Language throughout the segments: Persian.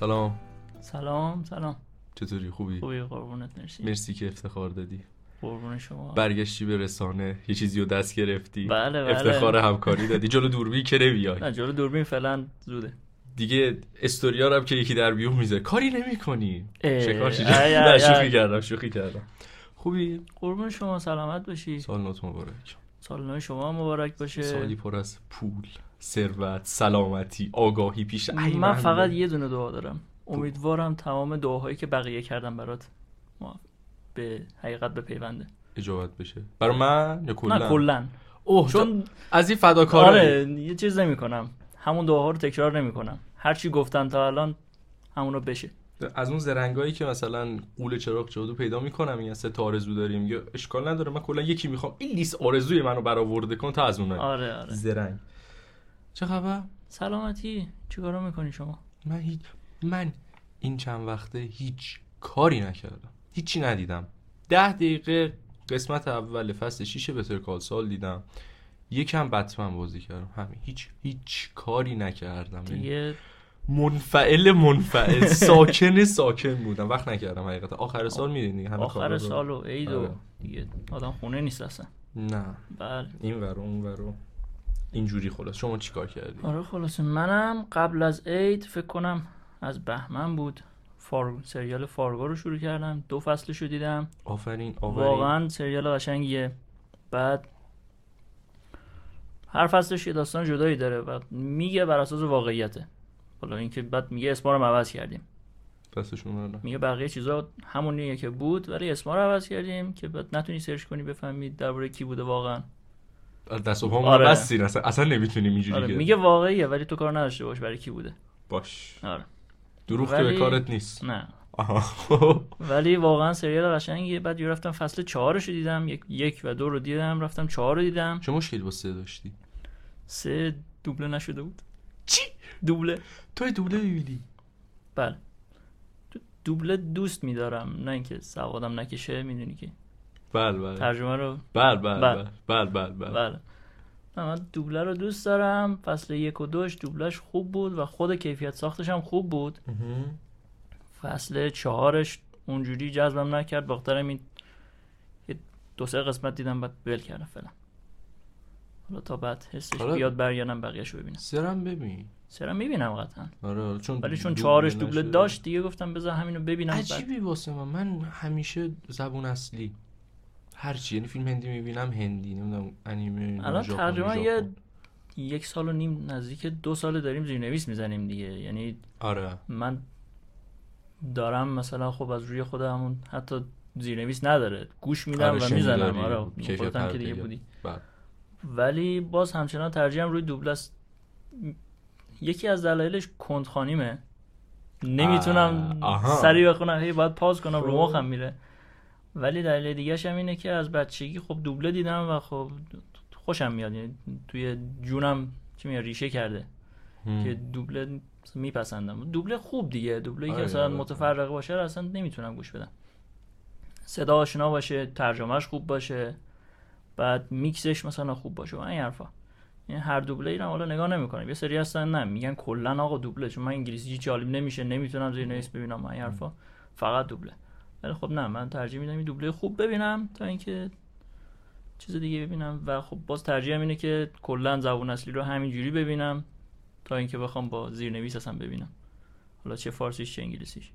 سلام سلام سلام چطوری خوبی خوبی قربونت مرسی بله. مرسی که افتخار دادی قربون شما برگشتی به رسانه یه چیزی رو دست گرفتی بله، بله. افتخار همکاری دادی جلو دوربین که نمیای نه جلو دوربین فعلا زوده دیگه استوریار هم که یکی در بیو میزه کاری نمیکنی اه، شکار شدی؟ ای، ای، نه ای. شوخی کردم شوخی کردم خوبی قربون شما سلامت باشی سال نوت مبارک سال نو شما مبارک سالی باشه پر از پول ثروت سلامتی آگاهی پیش ای من بله. فقط یه دونه دعا دارم امیدوارم تمام دعاهایی که بقیه کردم برات ما به حقیقت بپیونده اجابت بشه برای من یا نه کلا کلا اوه چون- چون از این فداکارا آره یه چیز نمیکنم همون دعاها رو تکرار نمیکنم هر چی گفتم تا الان همونو بشه از اون زرنگایی که مثلا قول چراغ جادو پیدا میکنم این سه تا آرزو داریم یا اشکال نداره من کلا یکی میخوام این لیست آرزوی منو برآورده کن تا از اونایی آره آره زرنگ چه خبر سلامتی چیکارا میکنی شما من هیچ من این چند وقته هیچ کاری نکردم هیچی ندیدم ده دقیقه قسمت اول فصل 6 بتر کال سال دیدم یکم بتمن بازی کردم همین هیچ هیچ کاری نکردم یعنی دیگه منفعل منفعل ساکن ساکن بودم وقت نکردم حقیقتا آخر سال میدینی همه کارا آخر رو. سال و عید و آره. دیگه آدم خونه نیست اصلا نه بله این ور و اون ور و اینجوری خلاص شما چیکار کردی آره خلاصه منم قبل از عید فکر کنم از بهمن بود فار... سریال فارگو رو شروع کردم دو فصلش رو دیدم آفرین آفرین واقعا سریال قشنگیه بعد هر فصلش یه داستان جدایی داره و میگه بر اساس واقعیته حالا اینکه بعد میگه اسما رو هم عوض کردیم دستشون رو نه. میگه بقیه چیزا همونیه که بود ولی اسما رو عوض کردیم که بعد نتونی سرچ کنی بفهمی درباره کی بوده واقعا دست و پامون آره. آره. بستین اصلا اصلا نمیتونیم اینجوری آره که- میگه واقعیه ولی تو کار نداشته باش برای کی بوده باش آره دروغ که ولی- به کارت نیست نه آها. ولی واقعا سریال قشنگیه بعد یه رفتم فصل چهارش رو دیدم یک, یک و دو رو دیدم رفتم چهار رو دیدم چه مشکلی با سه داشتی سه دوبله نشده بود چی دوبله توی دوبله میبینی بله دو- دوبله دوست میدارم نه اینکه سوادم نکشه میدونی که بله بله ترجمه رو بله بله بله. بله بله بله بله بله نه، من دوبله رو دوست دارم فصل یک و دوش دوبلش خوب بود و خود کیفیت ساختش هم خوب بود مهم. فصل چهارش اونجوری جذبم نکرد باخترم این یه دو سه قسمت دیدم بعد ول کردم فعلا حالا تا بعد حسش حالا- بیاد برگردم بقیه‌شو ببینم سرم ببین سرم میبینم قطعا آره آره، چون ولی چون دوبله چهارش دوبله نشده. داشت دیگه گفتم بذار همینو ببینم بعد عجیبی واسه من من همیشه زبون اصلی هرچی یعنی فیلم هندی میبینم هندی نمیدونم انیمه خب. الان ژاپنی، ترجمه ژاپن. یه یک سال و نیم نزدیک دو ساله داریم زیرنویس میزنیم دیگه یعنی آره من دارم مثلا خب از روی خودمون حتی زیرنویس نداره گوش میدم آره، و میزنم شنیداری. آره کیفیت خودت هم که حرفه دیگه یه. بودی بله. ولی باز همچنان ترجیحم روی دوبله است م- یکی از دلایلش کندخانیمه نمیتونم آه، آها. سری بخونم هی باید پاز کنم رو خب. مخم میره ولی دلیل دیگه هم اینه که از بچگی خب دوبله دیدم و خب خوشم میاد یعنی توی جونم چی میگه ریشه کرده هم. که دوبله میپسندم دوبله خوب دیگه دوبله که آره، مثلا آره. متفرقه باشه رو اصلا نمیتونم گوش بدم صدا آشنا باشه ترجمهش خوب باشه بعد میکسش مثلا خوب باشه و این حرفا این هر دوبله ایرم حالا نگاه نمیکنم یه سری هستن نه میگن کلا آقا دوبله چون من انگلیسی جالب نمیشه نمیتونم زیر نویس ببینم و این حرفا فقط دوبله ولی خب نه من ترجیح میدم این دوبله خوب ببینم تا اینکه چیز دیگه ببینم و خب باز ترجیحم اینه که کلا زبون اصلی رو همینجوری ببینم تا اینکه بخوام با زیرنویس اصلا ببینم حالا چه فارسیش چه انگلیسیش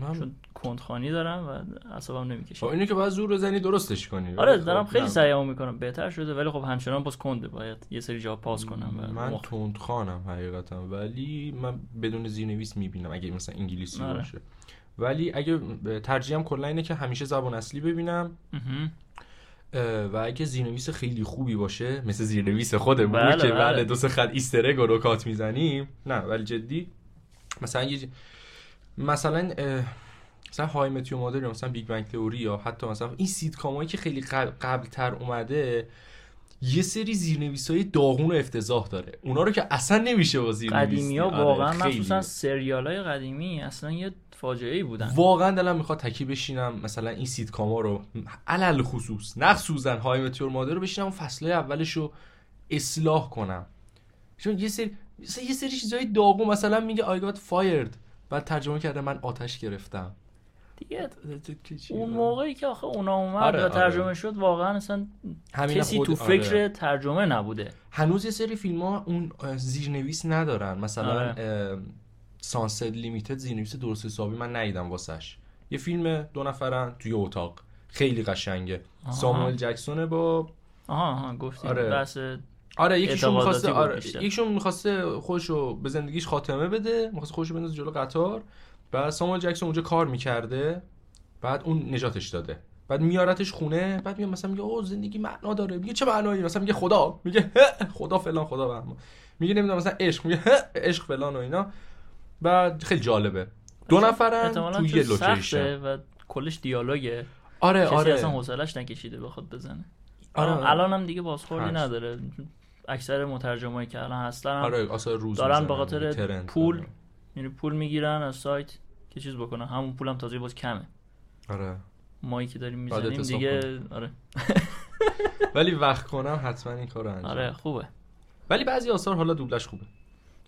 من چون کندخانی دارم و اعصابم خب نمیکشه اینو که باید زور بزنی درستش کنی آره خب، دارم خیلی نه. سعیمو میکنم بهتر شده ولی خب همچنان باز کنده باید یه سری جا پاس کنم و من مخ- تند خانم حقیقتا ولی من بدون زیرنویس میبینم اگه مثلا انگلیسی آره. باشه ولی اگه ترجیحم کلا اینه که همیشه زبان اصلی ببینم مهم. اه، و اگه زیرنویس خیلی خوبی باشه مثل زیرنویس خودمون بله، که بله. بله دو سه خط ایسترگ و رکات میزنیم نه ولی جدی مثلا یه ج- مثلا اه، مثلا های متیو مادر یا مثلا بیگ بنگ تئوری یا حتی مثلا این سیتکام هایی که خیلی قبل قبلتر اومده یه سری زیرنویس های داغون و افتضاح داره اونا رو که اصلا نمیشه با آره، زیرنویس قدیمی ها واقعا مخصوصا سریال های قدیمی اصلا یه فاجعه ای بودن واقعا دلم میخواد تکی بشینم مثلا این سیدکاما رو علل خصوص نخصوصا های متیور مادر رو بشینم اون فصله اولش رو اصلاح کنم چون یه سری مثلا یه سری چیزای داغو مثلا میگه I got fired بعد ترجمه کرده من آتش گرفتم دیگه آره، چی اون بود؟ موقعی که آخه اونا اومد آره، و آره. ترجمه شد واقعا اصلا همین کسی خود- تو فکر آره. ترجمه نبوده هنوز یه سری فیلم ها اون اه، زیرنویس ندارن مثلا آره. سانست لیمیتد زیرنویس درست حسابی من ندیدم واسش یه فیلم دو نفرن توی اتاق خیلی قشنگه آها. ساموئل جکسونه با آها آها گفتیم آره. بحث آره یکیشون اعتقاداتی میخواسته بود آره بیشتر. یکیشون میخواسته خودشو به زندگیش خاتمه بده میخواسته خودشو بندازه جلو قطار بعد ساموئل جکسون اونجا کار میکرده بعد اون نجاتش داده بعد میارتش خونه بعد میاد مثلا میگه اوه زندگی معنا داره میگه چه معنایی مثلا میگه خدا میگه هه، خدا فلان خدا بهمان میگه نمیدونم مثلا عشق میگه هه، عشق فلان و اینا بعد خیلی جالبه دو نفرن احتمالاً تو چون یه سخته لوکیشن و کلش دیالوگه آره کسی اصلا آره حوصلش نکشیده بخواد بزنه آره. آره. الان هم دیگه بازخوردی هست. نداره اثر مترجمایی که الان هستن هم آره آثار روز دارن میزنن، به خاطر ترند پول. دارن. یعنی پول میگیرن از سایت که چیز بکنن همون پولم تازه باز کمه آره مایی که داریم بعد میزنیم اتصاب دیگه آره ولی وقت کنم حتما این کارو انجام آره خوبه ولی بعضی آثار حالا دوبلش خوبه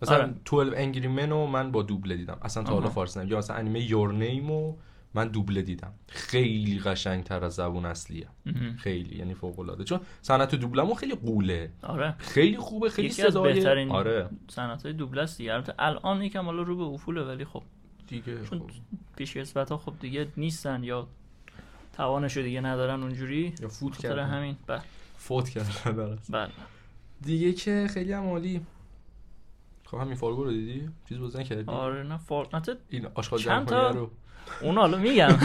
مثلا آره. 12 انگری منو من با دوبله دیدم اصلا تا حالا آها. فارسی ندیدم یا مثلا انیمه یور نیمو من دوبله دیدم خیلی قشنگتر از زبون اصلیه مهم. خیلی یعنی فوق العاده چون صنعت دوبلمون خیلی قوله آره خیلی خوبه خیلی یکی از صدای بهترین آره صنعت های دوبله است دیگه البته الان یکم حالا رو به افوله ولی خب دیگه چون خب. پیش ها خب دیگه نیستن یا توانشو دیگه ندارن اونجوری یا فوت خاطر کردن همین بله فوت کردن آره. بله دیگه که خیلی هم عالی خب همین فارگو رو دیدی چیز بازی کردی آره نه فورتنایت این آشغال چند جمع‌کنیه تا؟ رو اون حالا میگم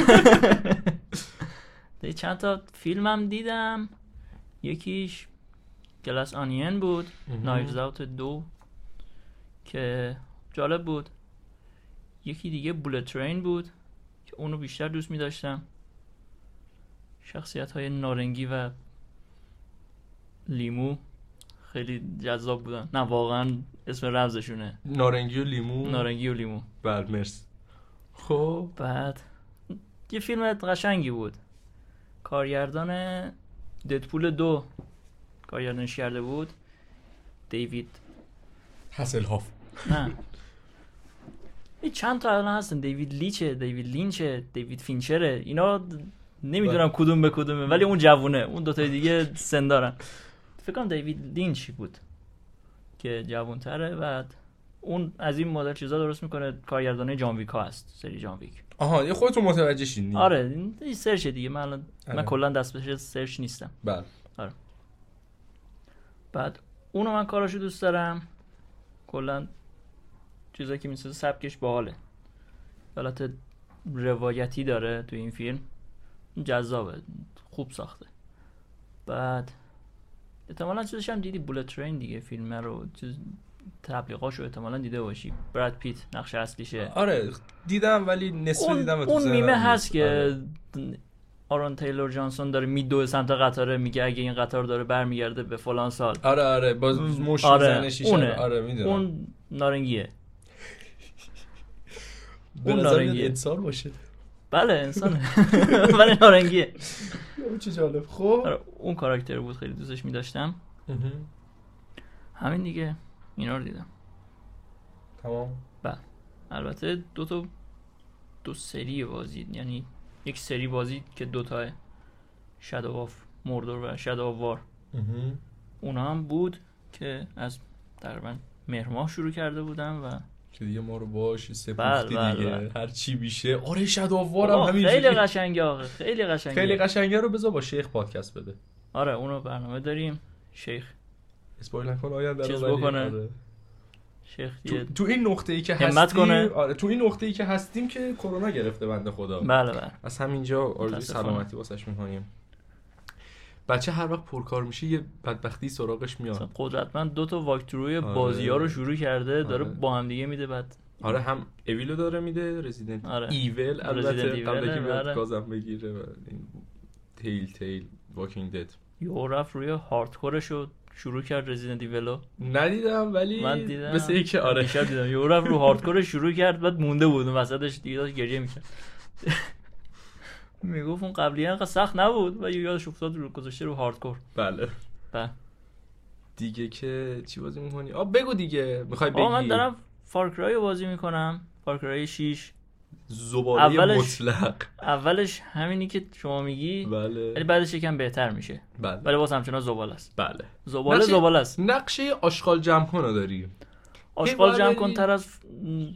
دیگه چند تا فیلمم دیدم یکیش گلاس آنین بود مهم. نایفز اوت دو که جالب بود یکی دیگه بولت ترین بود که اونو بیشتر دوست می داشتم شخصیت های نارنگی و لیمو خیلی جذاب بودن نه واقعا اسم رمزشونه نارنگی و لیمو نارنگی و لیمو بله مرسی خب بعد یه فیلم قشنگی بود کارگردان ددپول دو کارگردانش کرده بود دیوید حسل هاف نه این چند تا الان هستن دیوید لیچه دیوید لینچه دیوید فینچره اینا د- نمیدونم کدوم به کدومه ولی اون جوونه اون دوتای دیگه سندارن فکر کنم دیوید لینچ بود که جوونتره و اون از این مدل چیزا درست میکنه کارگردانه جان ویکا هست سری جان ویک آها یه خودتون متوجه شین آره این این سرچ دیگه من الان آره. من کلا دست به سرچ نیستم بله بعد اونو من کاراشو دوست دارم کلا چیزایی که میسازه سبکش باحاله حالت روایتی داره تو این فیلم جذابه خوب ساخته بعد احتمالا چیزش هم دیدی بولت ترین دیگه فیلم رو چیز تبلیغاشو احتمالا دیده باشی براد پیت نقش اصلیشه آره دیدم ولی نصف اون, دیدم و تو اون ذهنم میمه نیست. هست که آره. آرون تیلور جانسون داره میدوه سمت قطاره میگه اگه این قطار داره برمیگرده به فلان سال آره آره باز مش آره، آره. شیشه اونه. رو. آره میدونم اون اون نارنگیه به اون نظر میاد نارنگیه. انسان باشه بله انسانه ولی نارنگیه اوه، چه جالب خب آره، اون کاراکتر بود خیلی دوستش میداشتم اها. همین دیگه اینا رو دیدم تمام البته دو تا دو سری بازی یعنی یک سری بازی که دو تا شادو آف مردور و شادو آف وار اها. اونا هم بود که از تقریبا مهر ماه شروع کرده بودم و که دیگه ما رو باش بله، سپوختی بله، دیگه بله. هر چی بیشه آره شدوارم آه، همین خیلی قشنگه آقا خیلی قشنگه خیلی قشنگه رو بذار با شیخ پادکست بده آره اونو برنامه داریم شیخ اسپویل نکن آینده چیز رو ولی، بکنه. آره. شیخ دیگه تو, تو این نقطه ای که همت هستیم کنه. آره تو این نقطه ای که هستیم که کرونا گرفته بنده خدا بله بله از همینجا آرزوی متاسفانه. سلامتی واسش میکنیم بچه هر وقت پرکار میشه یه بدبختی سراغش مثلا میاد قدرتمند دو تا واکتروی آره. بازی ها رو شروع کرده داره آره. با هم دیگه میده بعد آره هم اویلو داره میده رزیدنت آره. ایول البته Resident Evil، قبل که بیاد آره. گازم بگیره و این تیل تیل واکینگ دد یهو رفت روی هاردکورش رو شروع کرد رزیدنت ایولو ندیدم ولی من دیدم مثل اینکه آره دیشب دیدم یهو رفت رو هاردکورش شروع کرد بعد مونده بود اون وسطش دیگه داشت گریه میکرد میگفت اون قبلی انقدر سخت نبود و یادش افتاد رو گذاشته رو هاردکور بله بله دیگه که چی بازی میکنی آ بگو دیگه میخوای بگی آقا من دارم فارکرای رو بازی میکنم فارکرای 6 زباله اولش- مطلق اولش همینی که شما میگی ولی بله بعدش یکم بهتر میشه بله ولی باز همچنان زباله است بله زباله نقشه- زباله است نقشه آشغال جمع کن رو داری آشغال جمع باری- کن تر از ف- م،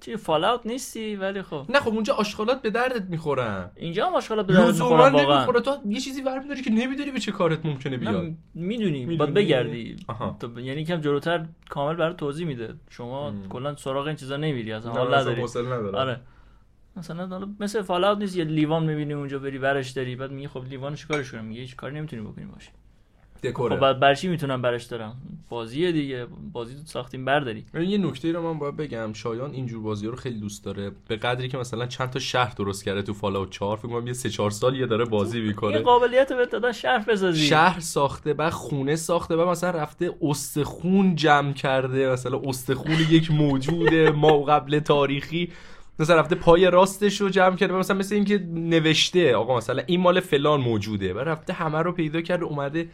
چی فالوت نیستی ولی خب نه خب اونجا آشغالات به دردت میخورن اینجا هم آشغال به درد لزوما میخورن واقعا نمیخوره تو یه چیزی برمیداری که نمیداری به چه کارت ممکنه بیاد نه، میدونی میدونی؟ باید بگردی آها. تو ب- یعنی کم جلوتر کامل برای توضیح میده شما مم. کلا سراغ این چیزا نمیری اصلا نه، حال اصلا نداری حوصله ندارم آره مثلا حالا مثل فالوت نیست یه لیوان میبینی اونجا بری برش داری بعد میگی خب لیوانو چیکارش کنم میگه هیچ کاری نمیتونی بکنی باشه دکوره خب بعد برشی میتونم برش دارم بازیه دیگه بازی تو ساختیم برداری ببین یه نکته رو من باید بگم شایان اینجور بازی رو خیلی دوست داره به قدری که مثلا چند تا شهر درست کرده تو فالاوت 4 فکر کنم یه سه چهار سال یه داره بازی یه میکنه قابلیت به دادن شرف بسازی شهر ساخته بعد خونه ساخته بعد مثلا رفته استخون جمع کرده مثلا استخون یک موجود ما قبل تاریخی مثلا رفته پای راستش رو جمع کرده بعد مثلا مثل اینکه نوشته آقا مثلا این مال فلان موجوده و رفته همه رو پیدا کرده اومده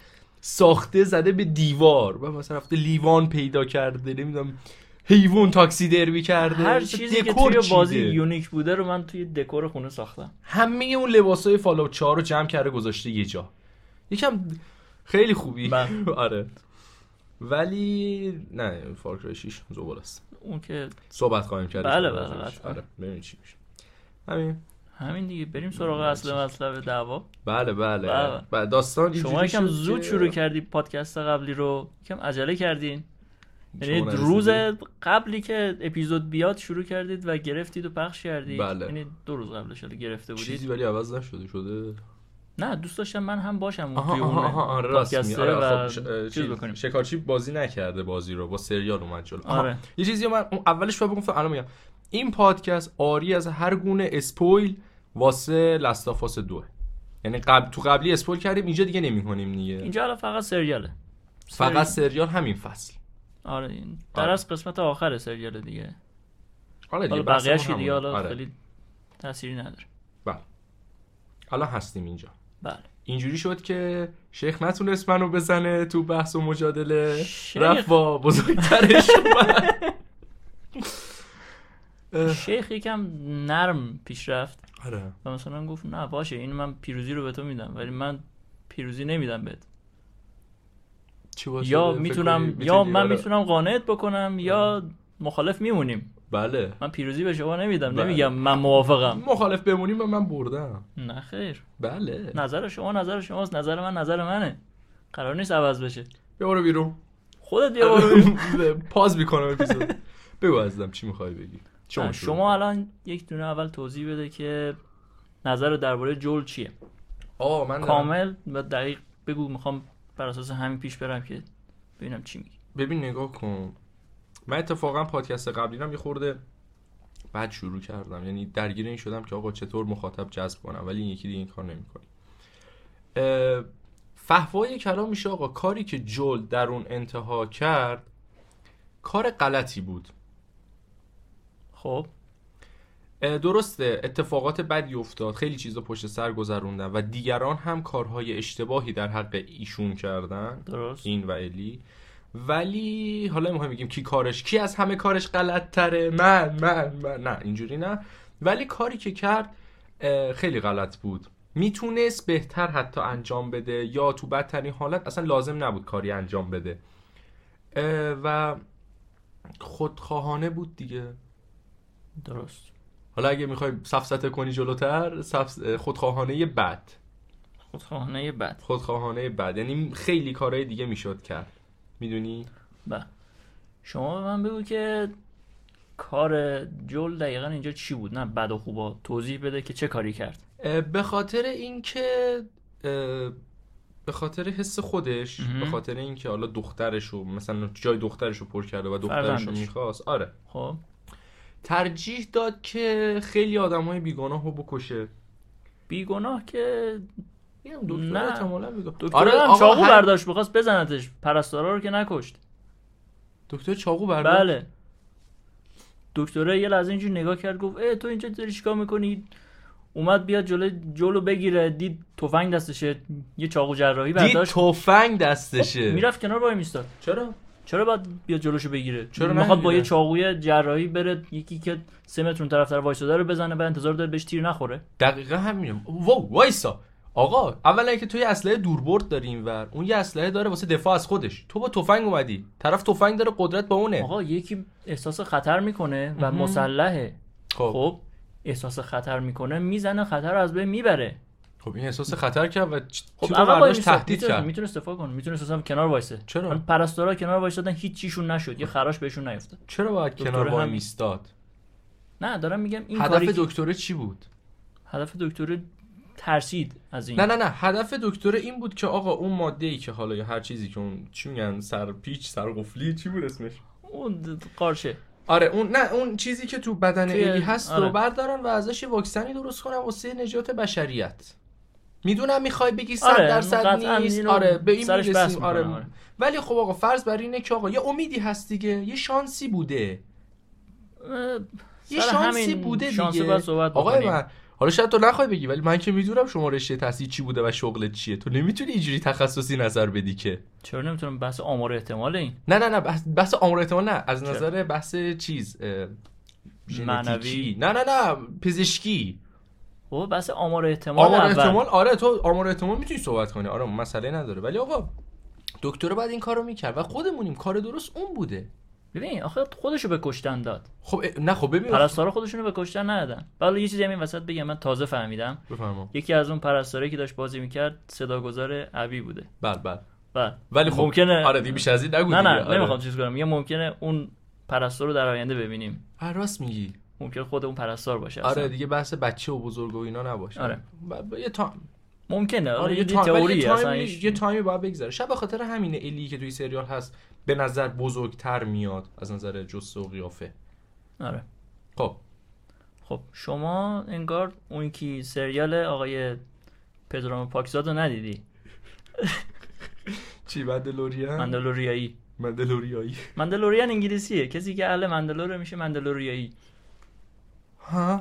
ساخته زده به دیوار و مثلا رفته لیوان پیدا کرده نمیدونم حیوان تاکسی دربی کرده هر مثلا چیزی که دکور توی بازی چیده. یونیک بوده رو من توی دکور خونه ساختم همه اون لباس های فالوت 4 رو جمع کرده گذاشته یه جا یکم خیلی خوبی بله. آره ولی نه فارکرای 6 زبال است اون که صحبت خواهیم کرد بله، فارکرای بله، 6. حتما. آره ببینیم چی میشه همین همین دیگه بریم سراغ اصل مطلب دعوا بله بله بله. بله داستان شما اینجوری یکم شد زود که- شروع کردی پادکست قبلی رو یکم عجله کردین یعنی شما روز نرسیدی؟ قبلی که اپیزود بیاد شروع کردید و گرفتید و پخش کردید بله. یعنی دو روز قبلش حالا گرفته بودید چیزی ولی عوض نشده شده نه دوست داشتم من هم باشم اون آها توی آها اون آها آره، راست میگی. پادکسته آره، خب، و ش- اه، چیز چیز- بکنیم شکارچی بازی نکرده بازی رو با سریال اومد جلو آها، آره. یه چیزی رو من اون اولش باید بگم فقط الان میگم این پادکست آری از هر گونه اسپویل واسه لاستافاس دو یعنی قبل تو قبلی اسپویل کردیم اینجا دیگه نمی‌کنیم دیگه اینجا حالا فقط سریاله فقط سریال همین فصل آره این در آره. از قسمت آخر سریاله دیگه حالا دیگه حالا بحثمون بقیه‌اش که دیگه همونه. حالا آره. خیلی تأثیری نداره بله حالا هستیم اینجا بله اینجوری شد که شیخ نتونست منو بزنه تو بحث و مجادله شیخ. رفت با بزرگترش اومد. اه، شیخ یکم نرم پیش رفت آره و مثلا گفت نه باشه این من پیروزی رو به تو میدم ولی من پیروزی نمیدم بهت چی باید یا شده؟ فکر میتونم کنی یا میتونی؟ من آره. میتونم قانعت بکنم یا مخالف میمونیم بله من پیروزی به شما نمیدم بله. نمیگم من موافقم مخالف بمونیم و من بردم نه خیر بله نظر شما نظر شماست نظر من نظر منه قرار نیست عوض بشه بیا برو بیرون خودت بیا آره. برو. پاز میکنم اپیزود بگو عزیزم چی میخوای بگی نه، شروع کن. شما الان یک دونه اول توضیح بده که نظر درباره جول چیه آه من دارم. کامل و دقیق بگو میخوام بر اساس همین پیش برم که ببینم چی میگی ببین نگاه کن من اتفاقا پادکست قبلی رو هم یه خورده بعد شروع کردم یعنی درگیر این شدم که آقا چطور مخاطب جذب کنم ولی این یکی دیگه این کار نمیکنه فهوای کلام میشه آقا کاری که جل در اون انتها کرد کار غلطی بود خب اه، درسته اتفاقات بدی افتاد خیلی چیزا پشت سر گذروندن و دیگران هم کارهای اشتباهی در حق ایشون کردن درست این و الی ولی حالا میخوایم بگیم کی کارش کی از همه کارش غلط تره من من من نه اینجوری نه ولی کاری که کرد اه، خیلی غلط بود میتونست بهتر حتی انجام بده یا تو بدترین حالت اصلا لازم نبود کاری انجام بده اه، و خودخواهانه بود دیگه درست حالا اگه میخوای سفسته کنی جلوتر سفس... خودخواهانه بد خودخواهانه بد خودخواهانه بد یعنی خیلی کارهای دیگه میشد کرد میدونی بله شما به من بگو که کار جل دقیقا اینجا چی بود نه بد و خوبا توضیح بده که چه کاری کرد اه، به خاطر اینکه اه، به خاطر حس خودش مهم. به خاطر اینکه حالا دخترش رو مثلا جای دخترش رو پر کرده و دخترش رو فرزندش. میخواست آره خب ترجیح داد که خیلی آدم های بیگناه رو بکشه بیگناه که میگم دکتر نه. احتمالاً بیگناه. دکتر آره، هم آقا، چاقو هر- برداشت میخواست بزنتش پرستارا رو که نکشت دکتر چاقو برداشت بله دکتره یه لحظه اینجور نگاه کرد گفت اه تو اینجا داری چیکار میکنی اومد بیاد جلو جلو بگیره دید تفنگ دستشه یه چاقو جراحی دید برداشت خب، تفنگ دستشه میرفت کنار وای میستاد چرا چرا باید بیا جلوشو بگیره چرا میخواد با نمیگیره؟ یه چاقوی جراحی بره یکی که سه متر اون طرف وایساده رو بزنه بعد انتظار داره بهش تیر نخوره دقیقا همینه واو وایسا آقا اولا اینکه تو یه اسلحه دوربرد داری اینور اون یه اسلحه داره واسه دفاع از خودش تو با تفنگ اومدی طرف تفنگ داره قدرت با اونه آقا یکی احساس خطر میکنه و مسلحه خب خب احساس خطر میکنه میزنه خطر رو از بین میبره خب این احساس خطر کرد و چ- خب تیم اول مرداش تهدید کرد میتونه استفاده کنه میتونه اصلا کنار وایسه چرا؟ حالا پرستارا کنار وایسادن هیچ چیشون نشد یه خراش بهشون نیفتاد چرا باید دکتر کنار وای همین. میستاد نه دارم میگم این هدف کاری که- دکتره چی بود هدف دکتر ترسید از این نه نه نه هدف دکتره این بود که آقا اون ماده ای که حالا یا هر چیزی که اون چی میگن سرپیچ سرقفلی چی بود اسمش اون د- د- قارچه آره اون نه اون چیزی که تو بدن توی- الی هست آره. رو بردارن و ازش یه واکسنی درست کنن واسه نجات بشریت میدونم میخوای بگی صد آره، درصد قطعاً نیست اینو آره به این سرش بحث میرسیم می‌کنم، آره. آره. ولی خب آقا فرض بر اینه که آقا یه امیدی هست دیگه یه شانسی بوده اه، یه سر شانسی همین بوده شانس دیگه باید صحبت آقای بکنیم. من حالا شاید تو نخوای بگی ولی من که میدونم شما رشته تحصیل چی بوده و شغلت چیه تو نمیتونی اینجوری تخصصی نظر بدی که چرا نمیتونم بحث آمار احتمال این نه نه نه بحث, بحث آمار احتمال نه از چرا؟ نظر بحث چیز اه، ژنتیکی. معنوی. نه نه نه پزشکی بابا بحث آمار احتمال آمار اول. احتمال آره تو آمار احتمال میتونی صحبت کنی آره مسئله نداره ولی آقا دکتر بعد این کارو میکرد و خودمونیم کار درست اون بوده ببین آخه خودشو به کشتن داد خب اه، نه خب ببین پرستارا خودشونو به کشتن ندادن حالا یه چیزی همین وسط بگم من تازه فهمیدم بفرما یکی از اون پرستارایی که داشت بازی میکرد صداگذار عبی بوده بل بل بله ولی خب ممکنه آره دیگه بیش از این نگو نه نه دیگه. آره. نمیخوام چیز کنم میگم ممکنه اون پرستار رو در آینده ببینیم آره، راست میگی ممکنه خود اون پرستار باشه آره اصلا. دیگه بحث بچه و بزرگ و اینا نباشه آره. ب- ب- یه تا... ممکنه آره یه تا- ولی تئوری یه اصلا تایمی- هیچ- یه تایمی باید بگذره شب به خاطر همینه الی که توی سریال هست به نظر بزرگتر میاد از نظر جسه و قیافه آره خب خب شما انگار اون کی سریال آقای پدرام پاکزاد رو ندیدی چی مندلوریان مندلوریایی مندلوریایی مندلوریان انگلیسیه کسی که اهل مندلوره میشه مندلوریایی ها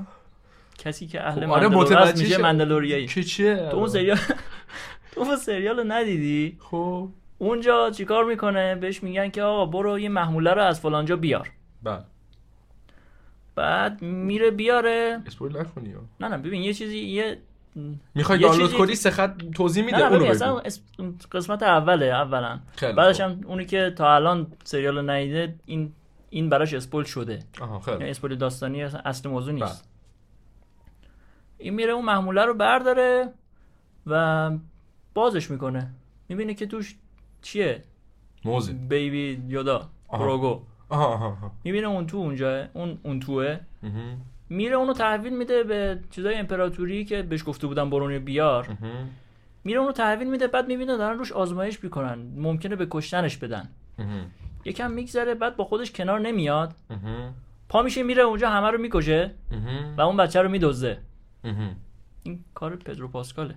کسی که اهل خب، آره، مندلوره است متوجه بله، میشه شد. مندلوریایی که چیه تو اون سریال تو اون سریال رو ندیدی خب اونجا چیکار میکنه بهش میگن که آقا برو یه محموله رو از فلانجا بیار بله بعد میره بیاره اسپویل نکنی ها. نه نه ببین یه چیزی یه میخوای یه دانلود چیزی- کنی سه خط توضیح نه نه میده ببین اونو اصلا بگو اس- قسمت اوله اولا خیلی بعدش خوب. هم اونی که تا الان سریال رو ندیده این این براش اسپول شده آها خیلی یعنی اسپول داستانی اصلا اصل موضوع بله. نیست این میره اون محموله رو برداره و بازش میکنه میبینه که توش چیه موزه بیبی یودا آها. پروگو آها آها، آها میبینه اون تو اونجا اون اون توه مهم، میره اونو تحویل میده به چیزای امپراتوری که بهش گفته بودن برونی بیار مهم، میره اونو تحویل میده بعد میبینه دارن روش آزمایش میکنن ممکنه به کشتنش بدن مهم، یکم میگذره بعد با خودش کنار نمیاد مهم، پا میشه میره اونجا همه رو میکشه مهم، و اون بچه رو میدزده مهم. این کار پدرو پاسکاله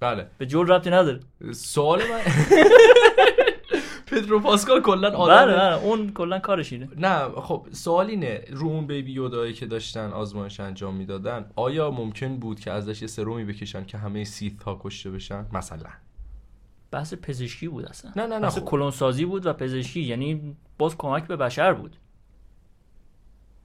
بله به جول ربطی نداره سوال من پدرو پاسکال کلا آدم بله بله اون کلا کارش اینه نه خب سوال اینه رو اون بیبی یودایی که داشتن آزمایش انجام میدادن آیا ممکن بود که ازش یه سرومی بکشن که همه سیت ها کشته بشن مثلا بحث پزشکی بود اصلا نه، نه، نه، بحث خب. کلون سازی بود و پزشکی یعنی باز کمک به بشر بود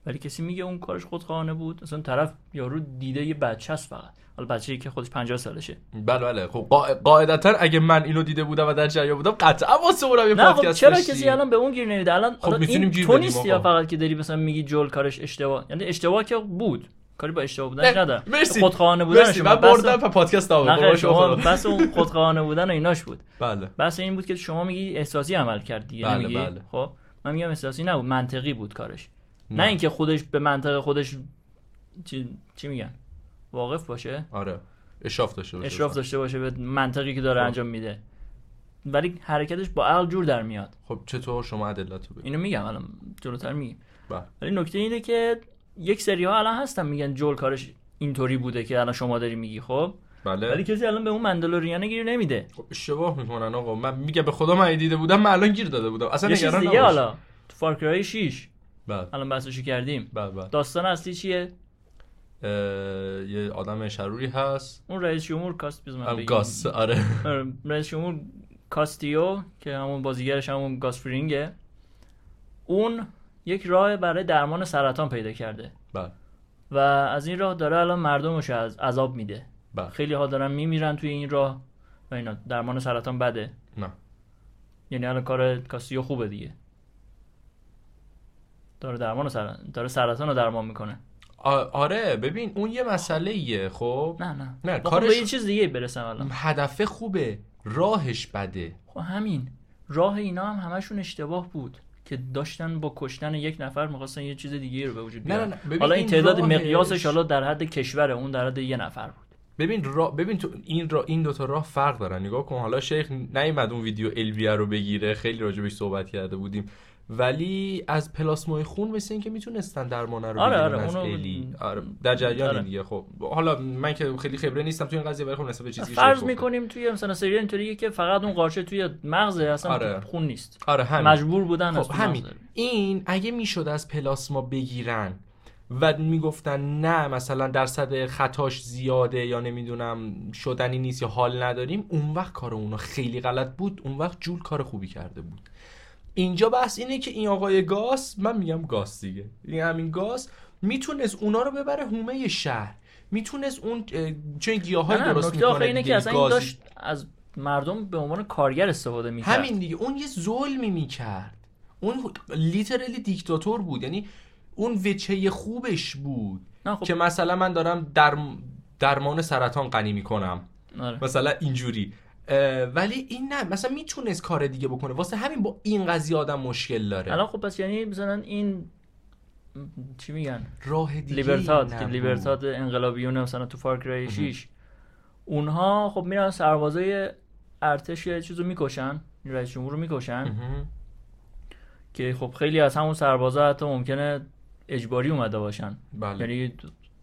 ولی کسی میگه اون کارش خودخواهانه بود اصلا طرف یارو دیده یه بچه است فقط حالا بچه‌ای که خودش 50 سالشه بله بله خب قا... قاعدتا اگه من اینو دیده بودم و در جریان بودم قطعا واسه اونم یه نه خب پادکست چرا داشتیم. کسی الان به اون گیر نمیده الان حالا میتونیم این گیر تو بدیم نیستی آقا. یا فقط که داری مثلا میگی جول کارش اشتباه یعنی اشتباه که بود کاری با اشتباه بودنش نه، ندارم مرسی. خودخواهانه بودن مرسی من بردم و پادکست نه نبود خیر، بابا شما شما بس اون خودخواهانه بودن و ایناش بود بله بحث این بود که شما میگی احساسی عمل کرد دیگه بله، نمیگی بله. خب من میگم احساسی نبود منطقی بود کارش نه, نه. اینکه خودش به منطق خودش چی, چی میگن واقف باشه آره اشراف داشته باشه اشراف داشته باشه به منطقی که داره خب. انجام میده ولی حرکتش با عقل جور در میاد خب چطور شما عدلتو بگو اینو میگم الان جلوتر میگم بله. ولی نکته اینه که یک سری ها الان هستن میگن جول کارش اینطوری بوده که الان شما داری میگی خب ولی بله کسی الان به اون مندلوریانه گیر نمیده خب اشتباه میکنن آقا من میگم به خدا من اگه دیده بودم من الان گیر داده بودم اصلا یه چیز نگران دیگه نباش حالا تو فارکرای 6 بله الان بحثشو کردیم بله بله داستان اصلی چیه اه، یه آدم شروری هست اون رئیس جمهور کاست بزن من هم بگم. گاس آره آره، رئیس جمهور کاستیو که همون بازیگرش همون گاس فرینگه اون یک راه برای درمان سرطان پیدا کرده بله و از این راه داره الان مردمش از عذاب میده بله خیلی ها دارن میمیرن توی این راه و اینا درمان سرطان بده نه یعنی الان کار کاسیو خوبه دیگه داره درمان سر... داره سرطان رو درمان میکنه آ- آره ببین اون یه مسئله ایه خب نه نه نه، نه کارش- کارش... به یه چیز دیگه برسم الان هدفه خوبه راهش بده خب همین راه اینا هم همشون اشتباه بود که داشتن با کشتن یک نفر میخواستن یه چیز دیگه رو به وجود نه، نه، بیارن نه، ببین حالا این این تعداد راهش- مقیاسش حالا در حد کشوره اون در حد یه نفر بود ببین را ببین تو این را این دوتا راه فرق دارن نگاه کن حالا شیخ نیومد اون ویدیو الویه رو بگیره خیلی راجبش صحبت کرده بودیم ولی از پلاسمای خون مثل اینکه میتونستن درمانه رو آره، بگیرن آره، از اونو- الی آره در جریان آره. دیگه خب حالا من که خیلی خبره نیستم تو این قضیه ولی خب نسبت به چیزی که شیخ فرض گفته. میکنیم توی مثلا سریال اینطوریه که فقط اون قارچه توی مغزه اصلا آره. خون نیست آره همین مجبور بودن از خب تو همین مغز. این اگه میشد از پلاسما بگیرن و میگفتن نه مثلا درصد خطاش زیاده یا نمیدونم شدنی نیست یا حال نداریم اون وقت کار اونا خیلی غلط بود اون وقت جول کار خوبی کرده بود اینجا بحث اینه که این آقای گاس من میگم گاس دیگه این همین گاس میتونست اونا رو ببره هومه شهر میتونست اون اه، چون گیاهای نه، نه، درست نکته آخر میکنه اینه دیگه که اصلا این گاز. داشت از مردم به عنوان کارگر استفاده میکرد همین دیگه اون یه ظلمی میکرد اون لیترلی دیکتاتور بود یعنی اون وچه خوبش بود نه خب که مثلا من دارم در درمان سرطان غنی میکنم آره. مثلا اینجوری اه، ولی این نه مثلا میتونست کار دیگه بکنه واسه همین با این قضیه آدم مشکل داره الان خب پس یعنی مثلا این م، چی میگن راه دیگه لیبرتاد که نبود. لیبرتاد انقلابیون مثلا تو فارکرای 6 اونها خب میرن سربازای ارتش یه چیزو میکشن این رئیس جمهور رو میکشن مهم. که خب خیلی از همون سربازا حتی ممکنه اجباری اومده باشن بله یعنی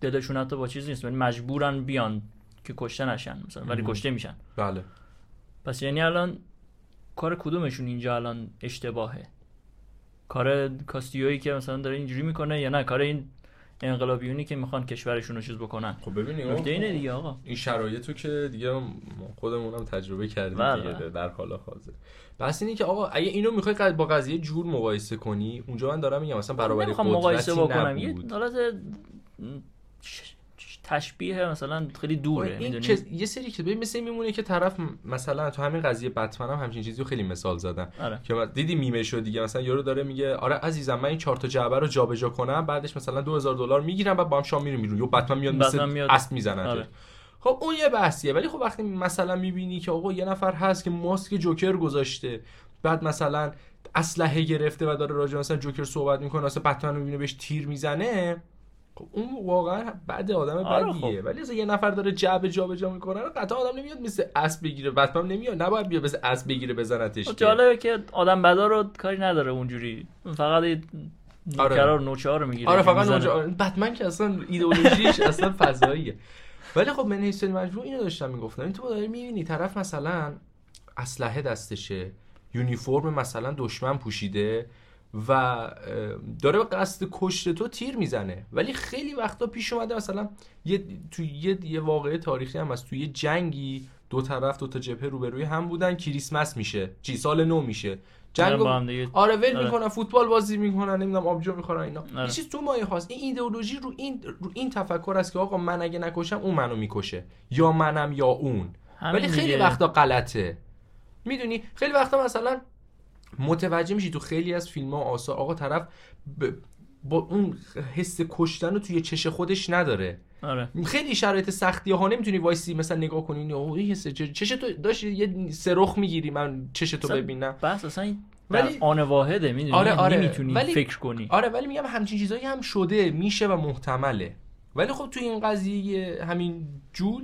دلشون حتی با چیز نیست ولی مجبورن بیان که کشته نشن مثلا ولی مهم. کشته میشن بله پس یعنی الان کار کدومشون اینجا الان اشتباهه کار کاستیویی که مثلا داره اینجوری میکنه یا نه کار این انقلابیونی که میخوان کشورشون رو چیز بکنن خب ببینی نکته اینه دیگه آقا این شرایطو که دیگه ما خودمونم تجربه کردیم بله. دیگه در حال حاضر بس اینه که آقا اگه اینو میخوای قد- با قضیه جور مقایسه کنی اونجا من دارم میگم مثلا برابری خب نمیخوام آره، قدرتی مقایسه بکنم یه نبود حالت ش- ش- تشبیه مثلا خیلی دوره این میدونی که- یه سری که ببین مثل این میمونه که طرف م- مثلا تو همین قضیه بتمن هم همچین چیزی رو خیلی مثال زدن آره که من- دیدی میمه شد دیگه مثلا یارو داره میگه آره عزیزم من این چهار تا جعبه رو جابجا کنم بعدش مثلا 2000 دلار میگیرم بعد با هم شام میریم بیرون یا بتمن میاد مثل بتمن میاد. اسب میزنه آره. خب اون یه بحثیه ولی خب وقتی مثلا میبینی که آقا یه نفر هست که ماسک جوکر گذاشته بعد مثلا اسلحه گرفته و داره راجع به مثلا جوکر صحبت میکنه واسه بتمن رو میبینه بهش تیر میزنه خب اون واقعا بد آدم آره بدیه ولی اصلا یه نفر داره جعبه جابجا میکنه قطعا آدم نمیاد مثل اسب بگیره بتمن نمیاد نباید بیا مثل اسب بگیره بزنتش که. خب جالبه که آدم بدا رو کاری نداره اونجوری فقط یه آره. نوکرار نوچه ها رو میگیره آره که فقط میزنه. اونجا آره، بتمن که اصلا ایدئولوژیش اصلا فضاییه ولی خب من هیستوری مجموع اینو داشتم میگفتم این تو داری میبینی طرف مثلا اسلحه دستشه یونیفرم مثلا دشمن پوشیده و اه، داره به قصد کشت تو تیر میزنه ولی خیلی وقتا پیش اومده مثلا یه تو یه, یه واقعه تاریخی هم هست تو یه جنگی دو طرف دو تا جبهه روبروی هم بودن کریسمس میشه چی سال نو میشه جنگ با هم دیگه. آره ول آره. میکنن فوتبال بازی میکنن نمیدونم آبجو میخورن اینا آره. یه چیز تو مایه هاست این ایدئولوژی رو این رو این تفکر است که آقا من اگه نکشم اون منو میکشه یا منم یا اون همین ولی خیلی دیگه. وقتا غلطه میدونی خیلی وقتا مثلا متوجه میشی تو خیلی از فیلم ها آسا آقا طرف ب- با اون حس کشتن رو توی چش خودش نداره آره خیلی شرایط سختی ها نمیتونی وایسی مثلا نگاه کنی اوه، این حس چش چش تو داشتی یه سرخ میگیری من چش تو اصلا ببینم بحث اصلا این ولی- در آن واحده میدونی آره، آره. نمیتونی ولی- فکر کنی آره ولی میگم همچین چیزایی هم شده میشه و محتمله ولی خب توی این قضیه همین جول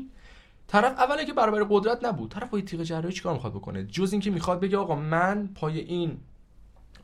طرف اولا که برابر قدرت نبود طرف با یه تیغ جراحی چیکار میخواد بکنه جز اینکه میخواد بگه آقا من پای این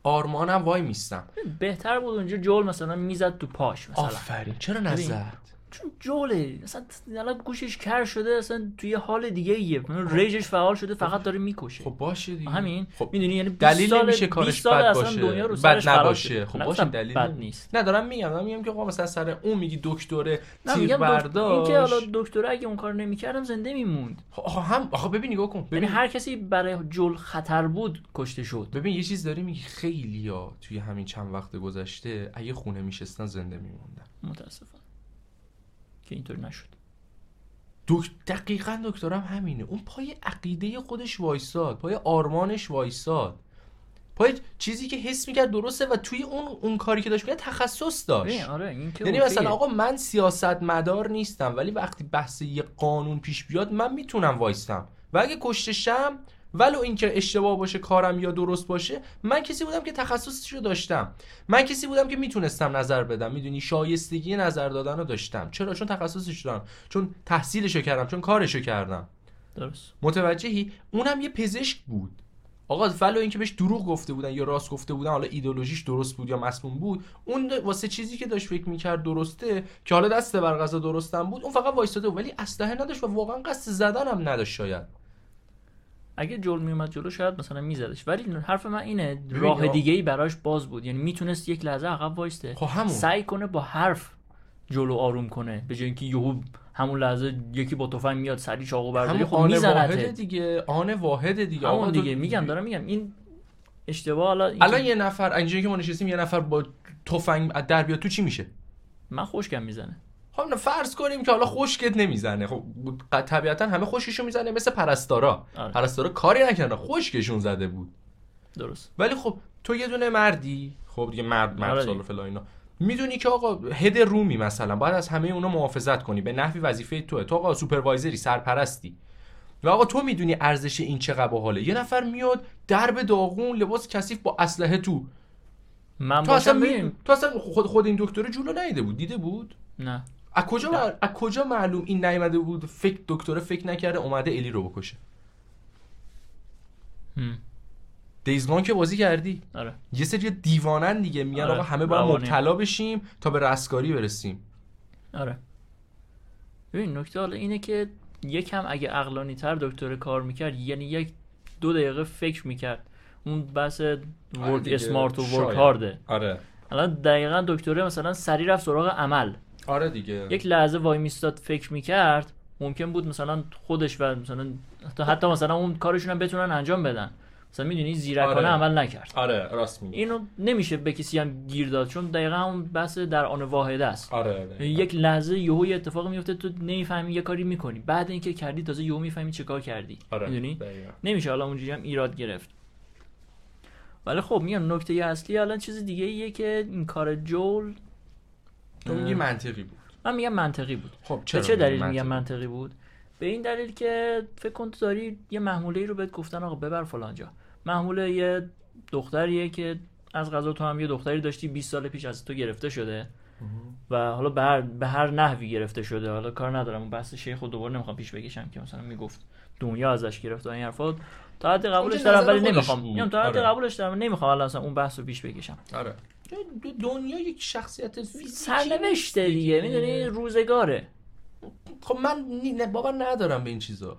آرمانم وای میستم بهتر بود اونجا جول مثلا میزد تو پاش مثلا آفرین چرا ببین. نزد چون جوله مثلا الان گوشش کر شده اصلا توی حال دیگه ایه ریجش فعال شده فقط داره میکشه خب باشه دیگه همین خب میدونی یعنی 20 دلیل سال- نمیشه 20 کارش سال بد اصلا باشه دنیا رو بد سرش خراب نباشه شده. خب نه، باشه اصلا دلیل بد نمی- نیست نه دارم میگم دارم میگم که آقا مثلا سر اون میگی دکتره نه تیر میگم دکتر این که حالا برداشت دکتر اگه اون کار نمیکردم زنده میموند خب آخه هم آخه ببین نگاه کن یعنی ببین هر کسی برای جل خطر بود کشته شد ببین یه چیز داری میگی خیلی ها توی همین چند وقت گذشته اگه خونه میشستن زنده میموندن متاسفانه که اینطور نشد دک... دقیقا دکترم همینه اون پای عقیده خودش وایساد پای آرمانش وایساد پای چیزی که حس میکرد درسته و توی اون اون کاری که داشت میکرد تخصص داشت ببین، آره این که یعنی اوکیه. مثلا آقا من سیاست مدار نیستم ولی وقتی بحث یه قانون پیش بیاد من میتونم وایستم و اگه کشتشم ولو اینکه اشتباه باشه کارم یا درست باشه من کسی بودم که تخصصش رو داشتم من کسی بودم که میتونستم نظر بدم میدونی شایستگی نظر دادن رو داشتم چرا چون تخصصش دارم چون تحصیلش رو کردم چون کارش رو کردم درست متوجهی اونم یه پزشک بود آقا ولو اینکه بهش دروغ گفته بودن یا راست گفته بودن حالا ایدولوژیش درست بود یا مسموم بود اون دا- واسه چیزی که داشت فکر میکرد درسته که حالا دست بر غذا درستم بود اون فقط وایستاده بود ولی اسلحه نداشت و واقعا قصد زدن هم نداشت شاید اگه جل میومد جلو شاید مثلا میزدش ولی حرف من اینه ببین، راه آه. دیگه ای براش باز بود یعنی میتونست یک لحظه عقب وایسته خب همون. سعی کنه با حرف جلو آروم کنه به جای اینکه یهو همون لحظه یکی با تفنگ میاد سری چاقو برداری همون خب آن واحد میزنته دیگه آن واحد دیگه آقا همون تو- دیگه میگم دارم میگم این اشتباه حالا این الان که یه نفر اینجوری که ما نشستیم یه نفر با تفنگ از در بیاد تو چی میشه من خوشگم میزنه خب نه، فرض کنیم که حالا خشکت نمیزنه خب ق- طبیعتا همه خشکشون میزنه مثل پرستارا آره. پرستارا کاری نکردن خشکشون زده بود درست ولی خب تو یه دونه مردی خب دیگه مرد مرد آره سال و دیگه. فلان اینا میدونی که آقا هد رومی مثلا باید از همه اونا محافظت کنی به نحوی وظیفه توه تو آقا سوپروایزری سرپرستی و آقا تو میدونی ارزش این چقدر باحاله یه نفر میاد درب داغون لباس کثیف با اسلحه تو من تو اصلا باشم می... ببین تو اصلا خود خود این دکتر جلو نیده بود دیده بود نه از کجا مع- از کجا معلوم این نیامده بود فکر دکتره فکر نکرده اومده الی رو بکشه هم. دیزمان که بازی کردی آره یه سری دیوانن دیگه میگن آره، آقا همه باید روانی. مبتلا بشیم تا به رستگاری برسیم آره ببین نکته حالا اینه که یکم اگه عقلانی تر دکتر کار میکرد یعنی یک دو دقیقه فکر میکرد اون بحث ورک آره دیگه، اسمارت و ورک شاید. هارده آره الان دقیقا دکتره مثلا سری رفت سراغ عمل آره دیگه یک لحظه وای میستاد فکر میکرد ممکن بود مثلا خودش و مثلا حتی, حتی مثلا اون کارشون هم بتونن انجام بدن مثلا میدونی زیرکانه آره. عمل نکرد آره راست میگی اینو نمیشه به کسی هم گیر داد چون دقیقا اون بحث در آن واحده است آره آره یعنی یک لحظه یهو یه اتفاق میفته تو نمیفهمی یه کاری میکنی بعد اینکه کردی تازه یهو میفهمی چه کار کردی میدونی آره. دقیقاً. نمیشه حالا اونجوری هم ایراد گرفت ولی خب میگم نکته اصلی الان چیز دیگه ایه که این کار جول تو میگی منطقی بود من میگم منطقی بود خب به چرا چه میگی دلیل میگم منطقی بود به این دلیل که فکر کن تو داری یه محموله ای رو بهت گفتن آقا ببر فلان جا محموله یه دختریه که از غذا تو هم یه دختری داشتی 20 سال پیش از تو گرفته شده و حالا به هر, به هر نحوی گرفته شده حالا کار ندارم اون بحث شیخ خود دوباره نمیخوام پیش بکشم که مثلا میگفت دنیا ازش گرفت و این حرفا تا حد قبولش اونجا دارم نظر ولی خودش نمیخوام بود. میگم تا حد آره. قبولش دارم نمیخوام الان اصلا اون بحث رو پیش بکشم آره دو- دنیا یک شخصیت فیزیکی سرنوشته دیگه میدونی روزگاره خب من نی... نه، باور ندارم به این چیزا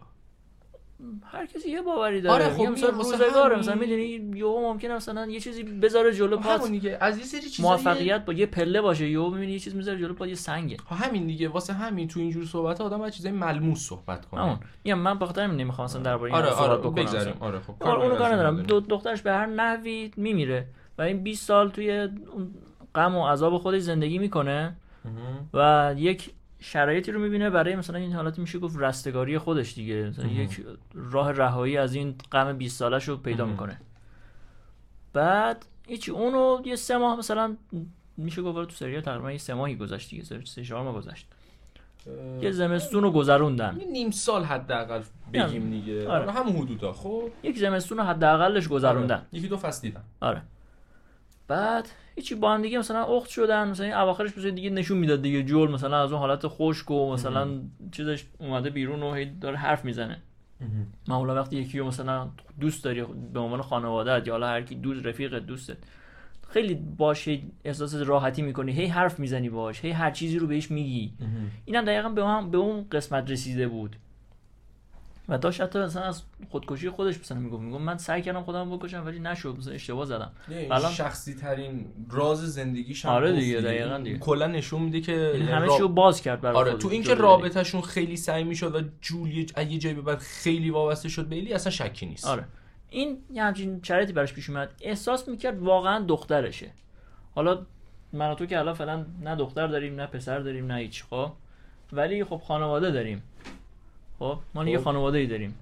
هر کسی یه باوری داره آره، آره خب خب مثلا میگم، واسه روزگاره همین. مثلا میدونی یهو ممکنه مثلا یه چیزی بذاره جلو خب همون پات دیگه از یه سری چیزا یه- موفقیت با یه پله باشه یهو میبینی یه چیز میذاره جلو پات یه سنگه خب همین دیگه واسه همین تو اینجور صحبت آدم باید چیزای ملموس صحبت کنه همون میگم من بخاطر همین نمیخوام اصلا درباره این آره صحبت آره بکنم اصلا. بگذاریم آره خب آره، اونو کار نداریم. ندارم دو دخترش به هر نحوی میمیره و این 20 سال توی اون غم و عذاب خودش زندگی میکنه مهم. و یک شرایطی رو میبینه برای مثلا این حالت میشه گفت رستگاری خودش دیگه مثلا یک راه رهایی از این غم 20 سالش رو پیدا میکنه بعد هیچی اونو یه سه ماه مثلا میشه گفت تو سریال تقریبا یه سه ماهی گذشت دیگه سه- سه چهار ماه گذشت یه زمستون رو گذروندن یه نیم سال حداقل بگیم دیگه آره. آره. همون حدودا خب یک زمستون رو حداقلش گذروندن آره. یکی دو فصل دیدم آره بعد هیچی با هم دیگه مثلا اخت شدن مثلا این اواخرش مثلا دیگه نشون میداد دیگه جول مثلا از اون حالت خشک و مثلا چیزش اومده بیرون و هی داره حرف میزنه معمولا وقتی یکی رو مثلا دوست داری به عنوان خانوادت یا حالا هر کی دوست رفیقت دوستت خیلی باشه احساس راحتی میکنی هی حرف میزنی باش هی هر چیزی رو بهش میگی اینم دقیقا به هم به اون قسمت رسیده بود و داشت حتی مثلا از خودکشی خودش مثلا میگفت میگفت من سعی کردم خودم بکشم ولی نشد مثلا اشتباه زدم الان شخصی ترین راز زندگیش هم آره دیگه، گفت دقیقاً دیگه. کلا نشون میده که یعنی یعنی همه راب- چی رو باز کرد برای آره خودش. تو اینکه جلوی. رابطهشون خیلی سعی میشد و جولی از یه جایی به بعد خیلی وابسته شد به ایلی اصلا شکی نیست آره این یه همچین شرایطی براش پیش اومد احساس میکرد واقعا دخترشه حالا من و تو که الان فعلا نه دختر داریم نه پسر داریم نه هیچ خب ولی خب خانواده داریم خب ما یه خب. خانواده ای داریم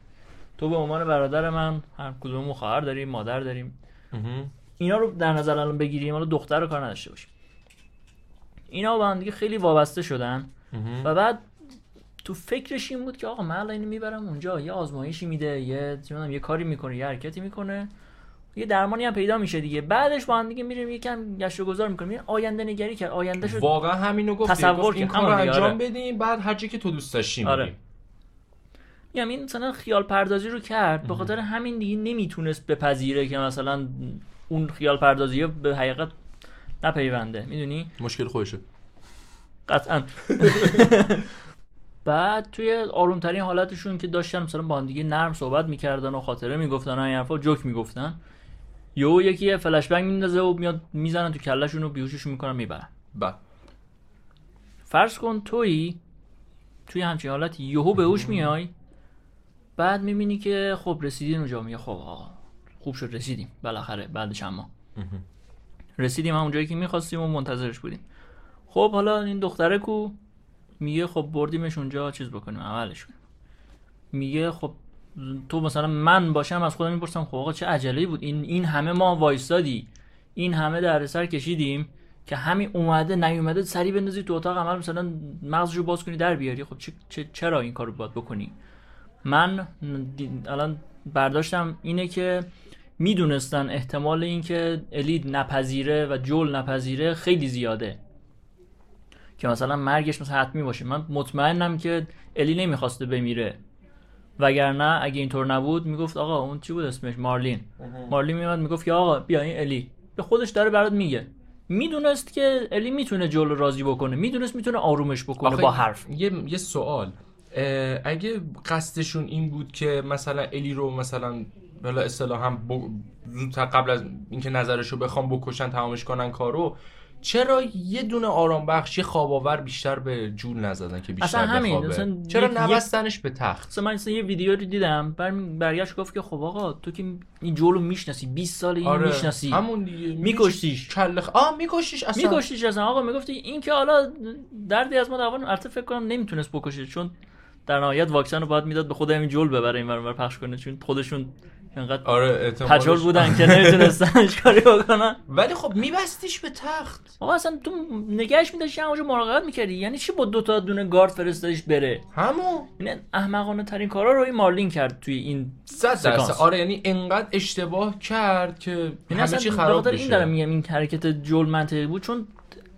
تو به عنوان برادر من هر کدوممون خواهر داریم مادر داریم مهم. اینا رو در نظر الان بگیریم حالا دختر رو کار نداشته باشیم اینا با هم دیگه خیلی وابسته شدن مهم. و بعد تو فکرش این بود که آقا من الان اینو میبرم اونجا یه آزمایشی میده یه چه می‌دونم، یه کاری میکنه یه حرکتی میکنه یه درمانی هم پیدا میشه دیگه بعدش با هم دیگه میریم یکم گشت و گذار میکنیم یه آینده نگری کرد آینده شد واقعا همینو گفت تصور گفت این که کار رو همون دیگه، انجام آره. بدیم بعد هر چی که تو دوست داشتی آره. می‌ریم. میگم این مثلا خیال پردازی رو کرد به خاطر همین دیگه نمیتونست بپذیره که مثلا اون خیال پردازی به حقیقت نپیونده میدونی مشکل خودشه قطعا بعد توی آرومترین حالتشون که داشتن مثلا با هم دیگه نرم صحبت میکردن و خاطره میگفتن و این حرفا جوک میگفتن یهو یکی یه فلش بنگ میندازه و میاد میزنن تو کلشون و بیهوششون میکنن میبرن بله فرض کن تویی توی همچین حالت یهو به هوش میای بعد میبینی که خب رسیدین اونجا میگه خب آقا خوب شد رسیدیم بالاخره بعد چند ماه رسیدیم همون جایی که میخواستیم و منتظرش بودیم خب حالا این دختره کو میگه خب بردیمش اونجا چیز بکنیم عملش کنیم میگه خب تو مثلا من باشم از خودم میپرسم خب آقا چه عجله بود این این همه ما وایستادی این همه دردسر کشیدیم که همین اومده نیومده سری بندازی تو اتاق عمل مثلا مغزشو باز کنی در بیاری خب چه- چه- چرا این کارو باید بکنی من دی- الان برداشتم اینه که میدونستن احتمال اینکه الید نپذیره و جل نپذیره خیلی زیاده که مثلا مرگش مثلا حتمی باشه من مطمئنم که الی نمیخواسته بمیره وگرنه اگه اینطور نبود میگفت آقا اون چی بود اسمش مارلین مارلین میومد میگفت که آقا بیا این الی به خودش داره برات میگه میدونست که الی میتونه جل راضی بکنه میدونست میتونه آرومش بکنه آخه با حرف یه یه سوال اه، اگه قصدشون این بود که مثلا الی رو مثلا بلا اصطلاح هم ب... زودتر قبل از اینکه نظرشو بخوام بکشن تمامش کنن کارو چرا یه دونه آرام بخش یه خواب آور بیشتر به جول نزدن که بیشتر اصلا همین، بخوابه اصلا چرا یک- نبستنش به تخت مثلا من اصلا یه ویدیو رو دیدم بر برگشت گفت که خب آقا تو که این جلو میشناسی 20 سال این میشناسی آره. همون دیگه می‌کشتیش. کله خ- آه میکشیش اصلا میکشتیش اصلا آقا میگفتی این که حالا دردی از ما دوان البته فکر کنم نمیتونست بکشه چون در نهایت واکسن رو باید میداد به خود همین جل ببره اینور اونور پخش کنه چون خودشون انقدر آره اعتمادش- پچول بودن که نمیتونستن هیچ کاری بکنن ولی خب میبستیش به تخت آقا اصلا تو نگهش میداشتی همونجا مراقبت میکردی یعنی چی با دو تا دونه گارد فرستادیش بره همون این احمقانه ترین کارا رو این مارلین کرد توی این صد درصد سکانس. آره یعنی انقدر اشتباه کرد که این همه یعنی اصلا چی به خراب خاطر بشه این دارم میگم این حرکت جل منطقی بود چون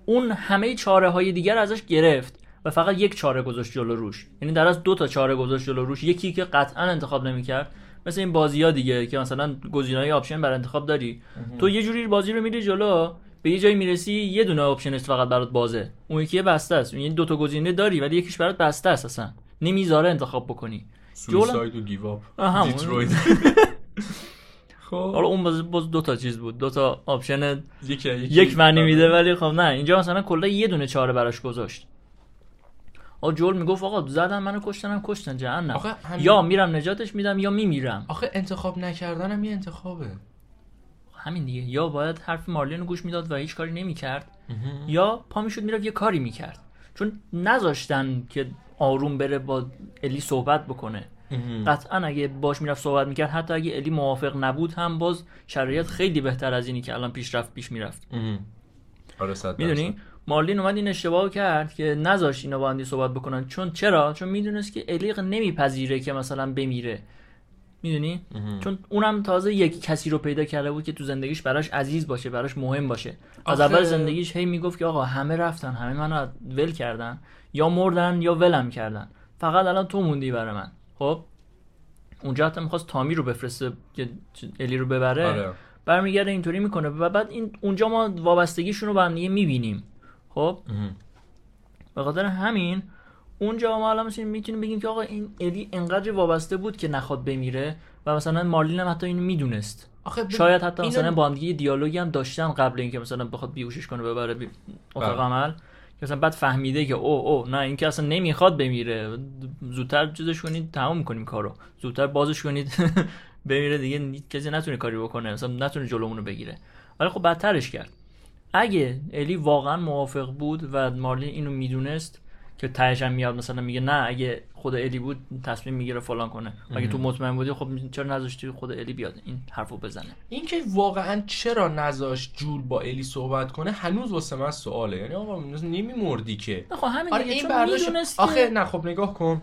اون همه چاره های دیگر رو ازش گرفت و فقط یک چاره گذاشت جلو روش یعنی در از دو تا چاره گذاشت جلو روش یکی که قطعا انتخاب نمیکرد مثل این بازی ها دیگه که مثلا گزینه‌های آپشن بر انتخاب داری تو یه جوری بازی رو میری جلو به یه جایی میرسی یه دونه آپشن است فقط برات بازه اون یکی بسته است یعنی دو تا گزینه داری ولی یکیش برات بسته است اصلا نمیذاره انتخاب بکنی سویساید و گیواب آه، همون. دیترویت حالا خب اون باز, باز دو تا چیز بود دو تا آپشن یکی یک معنی میده ولی خب نه اینجا مثلا کلا یه دونه چاره براش گذاشت آ جول میگفت آقا زدن منو کشتنم کشتن جهنم آخه همین- یا میرم نجاتش میدم یا میمیرم آخه انتخاب نکردن هم یه انتخابه همین دیگه یا باید حرف مارلین رو گوش میداد و هیچ کاری نمیکرد یا پا میشد میرفت یه کاری میکرد چون نذاشتن که آروم بره با الی صحبت بکنه قطعا اگه باش میرفت صحبت میکرد حتی اگه الی موافق نبود هم باز شرایط خیلی بهتر از اینی که الان پیش رفت پیش میرفت آره صد میدونی مارلین اومد این اشتباه رو کرد که نذاشت اینا با هم دیگه صحبت بکنن چون چرا چون میدونست که الیق نمیپذیره که مثلا بمیره میدونی چون اونم تازه یک کسی رو پیدا کرده بود که تو زندگیش براش عزیز باشه براش مهم باشه از آخه- اول زندگیش هی میگفت که آقا همه رفتن همه منو ول کردن یا مردن یا ولم کردن فقط الان تو موندی برای من خب اونجا حتی میخواست تامی رو بفرسته که الی رو ببره آره برمیگرده اینطوری میکنه و بعد این اونجا ما وابستگیشون رو به هم دیگه میبینیم خب به خاطر همین اونجا ما الان مثلا میتونیم بگیم که آقا این ادی انقدر وابسته بود که نخواد بمیره و مثلا مارلین هم حتی اینو میدونست آخه ب- شاید حتی اینو- مثلا با هم دیگه دیالوگی هم داشتن قبل اینکه مثلا بخواد بیهوشش کنه ببره بی... اتاق بله. عمل که مثلا بعد فهمیده که او او نه این که اصلا نمیخواد بمیره زودتر چیزش کنید تمام کنیم کارو زودتر بازش کنید بمیره دیگه هیچ کسی نتونه کاری بکنه مثلا نتونه جلومون رو بگیره ولی خب بدترش کرد اگه الی واقعا موافق بود و مارلین اینو میدونست که تهش هم میاد مثلا میگه نه اگه خود الی بود تصمیم میگیره فلان کنه اگه تو مطمئن بودی خب چرا نذاشتی خود الی بیاد این حرفو بزنه اینکه واقعا چرا نذاش جول با الی صحبت کنه هنوز واسه من سواله یعنی آقا نمیمردی که نه خب همین آره دیگه این چون برداشت میدونست که- آخه نه خب نگاه کن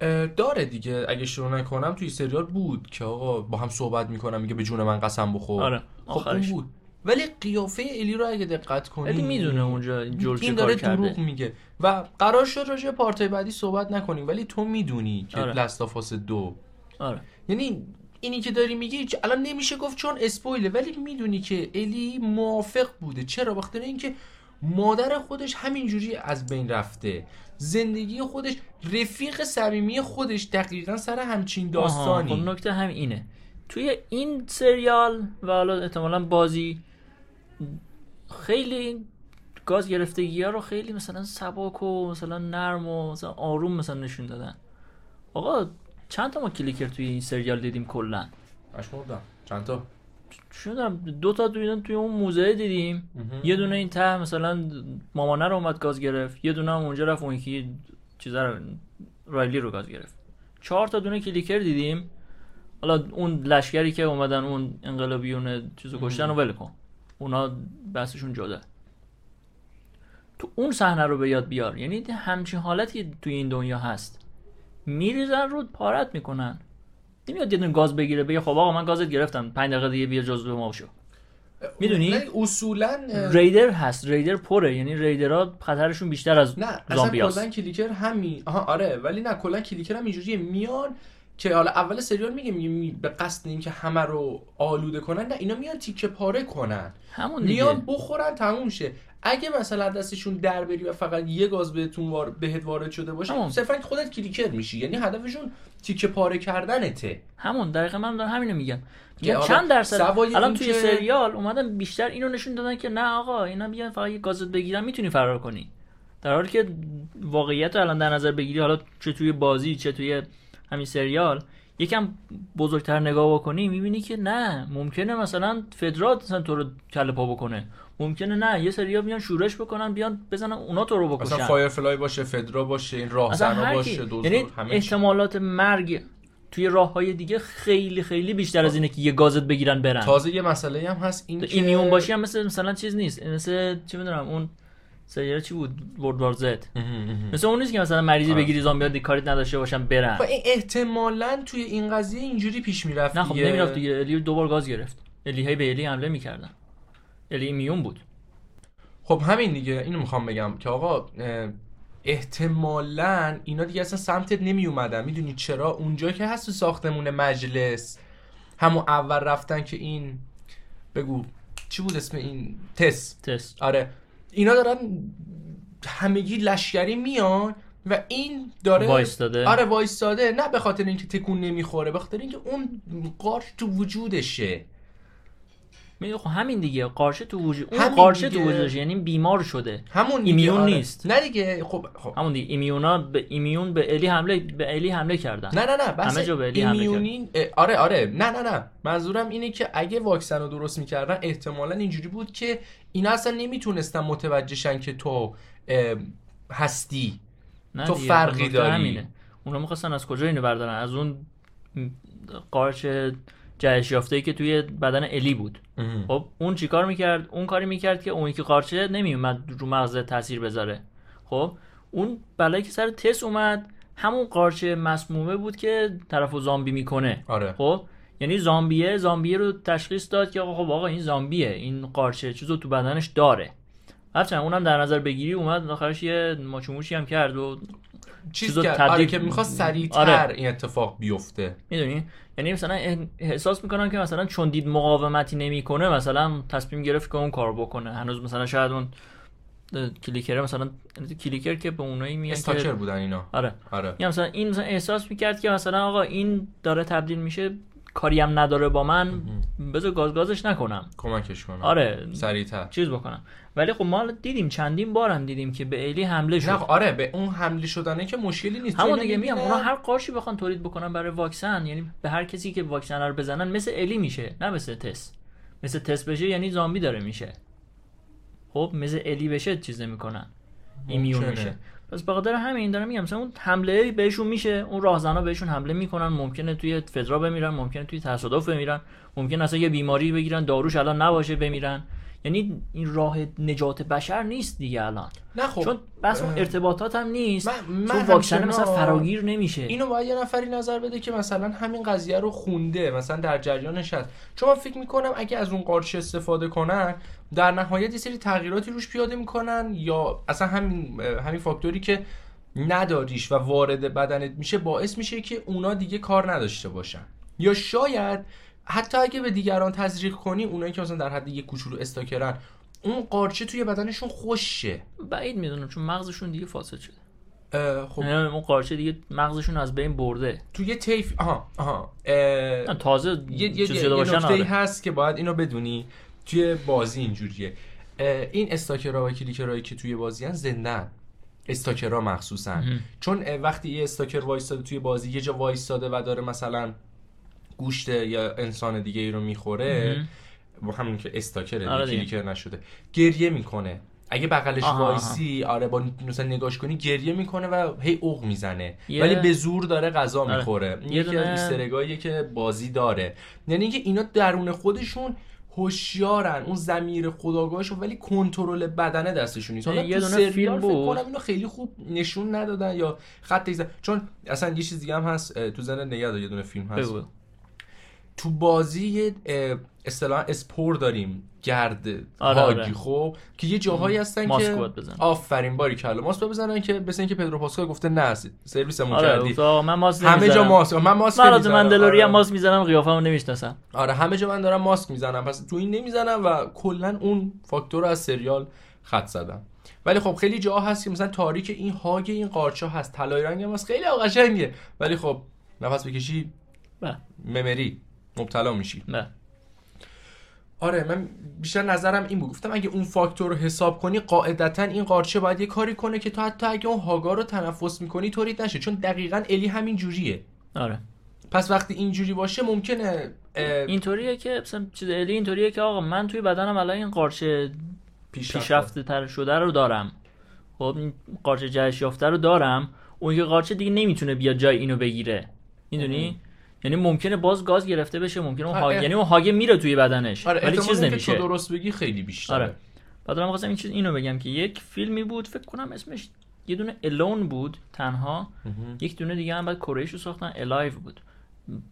اه، داره دیگه اگه شروع نکنم توی سریال بود که آقا با هم صحبت میکنم میگه به جون من قسم بخور آره، خب اون آخرش. بود ولی قیافه الی رو اگه دقت کنی الی میدونه اونجا جل چه این کار داره دروغ کرده میگه و قرار شد راجع به پارتای بعدی صحبت نکنیم ولی تو میدونی که آره. لستافاس دو آره یعنی اینی که داری میگی هیچ- الان نمیشه گفت چون اسپویله ولی میدونی که الی موافق بوده چرا به خاطر اینکه مادر خودش همینجوری از بین رفته زندگی خودش رفیق صمیمی خودش دقیقا سر همچین داستانی آها، خب نکته هم اینه توی این سریال و حالا احتمالا بازی خیلی گاز گرفتگی ها رو خیلی مثلا سبک و مثلا نرم و مثلا آروم مثلا نشون دادن آقا چند تا ما کلیکر توی این سریال دیدیم کلا پشمام بودم. چند تا شدم دو تا دیدن توی اون موزه دیدیم یه دونه این ته مثلا مامانه رو اومد گاز گرفت یه دونه هم اونجا رفت اون یکی چیزا رو رایلی رو گاز گرفت چهار تا دونه کلیکر دیدیم حالا اون لشکری که اومدن اون انقلابیون چیزو کشتن رو ول کن اونا بحثشون جدا تو اون صحنه رو به یاد بیار یعنی همچین حالتی توی این دنیا هست میریزن رود پارت میکنن نمیاد یه دونه گاز بگیره بگه خب آقا من گازت گرفتم پنج دقیقه دیگه بیا جزو ما شو میدونی؟ نه، اصولا اه، ریدر هست ریدر پره یعنی ریدرها خطرشون بیشتر از نه اصلا زامبی کلا کلیکر همین آها آره ولی نه کلا کلیکر هم اینجوریه میان که حالا اول سریال میگه می- می- به قصد اینکه همه رو آلوده کنن نه اینا میان تیکه پاره کنن همون دیگه میان بخورن تموم شه اگه مثلا دستشون در بری و فقط یه گاز بهتون وار... بهت وارد شده باشه تمام. صرفا خودت کلیکر میشی یعنی هدفشون تیکه پاره کردنته همون دقیقا من دارم همینو میگم که میگم آقا چند درصد سوای الان این توی که- سریال اومدن بیشتر اینو نشون دادن که نه آقا اینا بیان فقط یه گازت بگیرن میتونی فرار کنی در حالی که واقعیت رو الان در نظر بگیری حالا چه توی بازی چه توی همین سریال یکم بزرگتر نگاه بکنی میبینی که نه ممکنه مثلا فدرات مثلا تو رو کله پا بکنه ممکنه نه یه سریا بیان شورش بکنن بیان بزنن اونا تو رو بکشن مثلا فایرفلای باشه فدرا باشه این اصلا راهزنا هر باشه کی دوزار یعنی همه چی. احتمالات مرگ توی راه های دیگه خیلی خیلی بیشتر از اینه که یه گازت بگیرن برن تازه یه مسئله هم هست این خب. که- ایمیون باشی هم مثل مثلا چیز نیست مثل چی میدونم اون سریال چی بود ورد وار زد مثل اون نیست که مثلا مریضی آره. بگیری زامبیا دی- کاریت نداشته باشن برن و این احتمالاً توی این قضیه اینجوری پیش میرفت نه خب نمیرفت دیگه الی دوبار گاز گرفت الی هی به الی حمله میکردن الی ایمیون بود خب همین دیگه اینو میخوام بگم که آقا اه، احتمالا اینا دیگه اصلا سمتت نمی اومدن میدونی چرا اونجا که هست تو ساختمون مجلس همون اول رفتن که این بگو چی بود اسم این تس تست آره اینا دارن همگی لشکری میان و این داره وایستاده. آره وایستاده نه به خاطر اینکه تکون نمیخوره به خاطر اینکه اون قارچ تو وجودشه میگه خب همین دیگه قارچه تو وجود اون همین قارچه تو دیگه. وجودش یعنی بیمار شده همون دیگه، ایمیون آره. نیست. نه دیگه خب خب همون دیگه ایمیونا به ایمیون به الی حمله به الی حمله کردن نه نه نه بس همه جا به علی حمله ایمیونین اه، آره آره نه نه نه منظورم اینه که اگه واکسن رو درست میکردن احتمالا اینجوری بود که اینا اصلا نمیتونستن متوجهشن که تو اه، هستی نه تو دیگه، فرقی نکته داری. همینه. اونا میخواستن از کجا اینو بردارن از اون قارچ جهش یافته که توی بدن الی بود خب اون چیکار میکرد اون کاری میکرد که اون یکی قارچه نمیومد رو مغز تاثیر بذاره خب اون بلایی که سر تس اومد همون قارچه مسمومه بود که طرفو زامبی میکنه آره خب یعنی زامبیه زامبیه رو تشخیص داد که آقا خب آقا این زامبیه این قارچه چیزو تو بدنش داره هرچند اونم در نظر بگیری اومد آخرش یه ماچوموشی هم کرد و چیز چیزو کرد تبدیل- آره که میخواست سریعتر آره. این اتفاق بیفته میدونی یعنی مثلا اح- احساس میکنم که مثلا چون دید مقاومتی نمیکنه مثلا تصمیم گرفت که اون کار بکنه هنوز مثلا شاید اون اه، کلیکره مثلا یعنی کلیکر که به اونایی میگن استاکر که بودن اینا آره آره یا مثلا این مثلا احساس میکرد که مثلا آقا این داره تبدیل میشه کاری هم نداره با من بذار گازگازش نکنم کمکش کنم آره سریعتر چیز بکنم ولی خب ما دیدیم چندین بارم دیدیم که به الی حمله نه شد خب، آره به اون حمله شدنه که مشکلی نیست چون همون اینا دیگه میگم می‌بینن- اونا هر قارچی بخوان تولید بکنن برای واکسن یعنی به هر کسی که واکسن رو بزنن مثل الی میشه نه مثل تس مثل تس بشه یعنی زامبی داره میشه خب مثل الی بشه چیز نمیکنن ایمیون ممکنه. میشه پس به خاطر همین دارم میگم مثلا اون حمله بهشون میشه اون راهزنا بهشون حمله میکنن ممکنه توی فدرا بمیرن ممکنه توی تصادف بمیرن ممکنه اصلا یه بیماری بگیرن داروش الان نباشه بمیرن یعنی این راه نجات بشر نیست دیگه الان نه خب چون بحث اون اه، ارتباطات هم نیست من- من چون واکسن همچنان- مثلا فراگیر نمیشه اینو باید یه نفری نظر بده که مثلا همین قضیه رو خونده مثلا در جریانش هست چون من فکر میکنم اگه از اون قارچ استفاده کنن در نهایت یه سری تغییراتی روش پیاده میکنن یا اصلا همین همین فاکتوری که نداریش و وارد بدنت میشه باعث میشه که اونا دیگه کار نداشته باشن یا شاید حتی اگه به دیگران تزریق کنی اونایی که مثلا در حد یه کوچولو استاکرن اون قارچه توی بدنشون خوشه بعید میدونم چون مغزشون دیگه فاسد شده اه، خب یعنی اون قارچه دیگه مغزشون از بین برده تو یه تیف آها آها اه، نه، تازه یه, یه, چیز یه, شده یه باشن نکته آره. هست که باید اینو بدونی توی بازی اینجوریه اه، این استاکرها و کلیکرهایی که توی بازی هن زندن استاکرها مخصوصا چون اه، وقتی یه استاکر وایستاده توی بازی یه جا وایستاده و داره مثلا گوشت یا انسان دیگه ای رو میخوره با همون که استاکره آره دیگه دیگه. کلیکر نشده گریه میکنه اگه بغلش آها، آها. وایسی آره با مثلا نگاش کنی گریه میکنه و هی اوق میزنه یه- ولی به زور داره غذا آره. میخوره این یه یکی از دونه- ایسترگاهیه که بازی داره یعنی اینکه اینا درون خودشون هوشیارن اون ضمیر خداگاهشون ولی کنترل بدنه دستشون نیست حالا یه تو دونه سریال فیلم فکر بود. کنم اینو خیلی خوب نشون ندادن یا خط ایزن. چون اصلا یه چیز دیگه هم هست اه، تو زن نگه دار یه دونه فیلم هست بگو تو بازی یه، اه، اصطلاحا اسپور داریم گرد آره، هاگی آره. خب که یه جاهایی هستن ماسک که باید بزنن. آفرین باری کلا ماسک باید بزنن که مثل اینکه پدرو پاسکال گفته نه سرویسمون آره کردی اوتا، من ماز همه جا ماسک من ماسک من از نمی‌زنم. مندلوری آره. هم ماز میزنم قیافمو نمیشناسم آره همه جا من دارم ماسک میزنم پس تو این نمیزنم و کلا اون فاکتور رو از سریال خط زدم ولی خب خیلی جاها هست که مثلا تاریک این هاگ این قارچا هست طلایی رنگ هم هست خیلی قشنگه ولی خب نفس بکشی بله ممری مبتلا میشی بله آره من بیشتر نظرم این بود گفتم اگه اون فاکتور رو حساب کنی قاعدتا این قارچه باید یه کاری کنه که تو حتی اگه اون هاگا رو تنفس میکنی تولید نشه چون دقیقا الی همین جوریه آره خب. پس وقتی اینجوری باشه ممکنه اه، اینطوریه که مثلا چیز الی اینطوریه که آقا من توی بدنم الان این قارچه پیشرفت کنه. پیشرفته تر شده رو دارم خب این قارچه جهش یافته رو دارم اون که قارچه دیگه نمیتونه بیاد جای اینو بگیره میدونی یعنی ممکنه باز گاز گرفته بشه ممکنه اون آره، هاگ اه. یعنی اون هاگه میره توی بدنش آره ولی احتمال چیز اینکه نمیشه تو درست بگی خیلی بیشتره آره بعد من خواستم این چیز اینو بگم که یک فیلمی بود فکر کنم اسمش یه دونه الون بود تنها یک دونه دیگه هم بعد کورهش رو ساختن الایو بود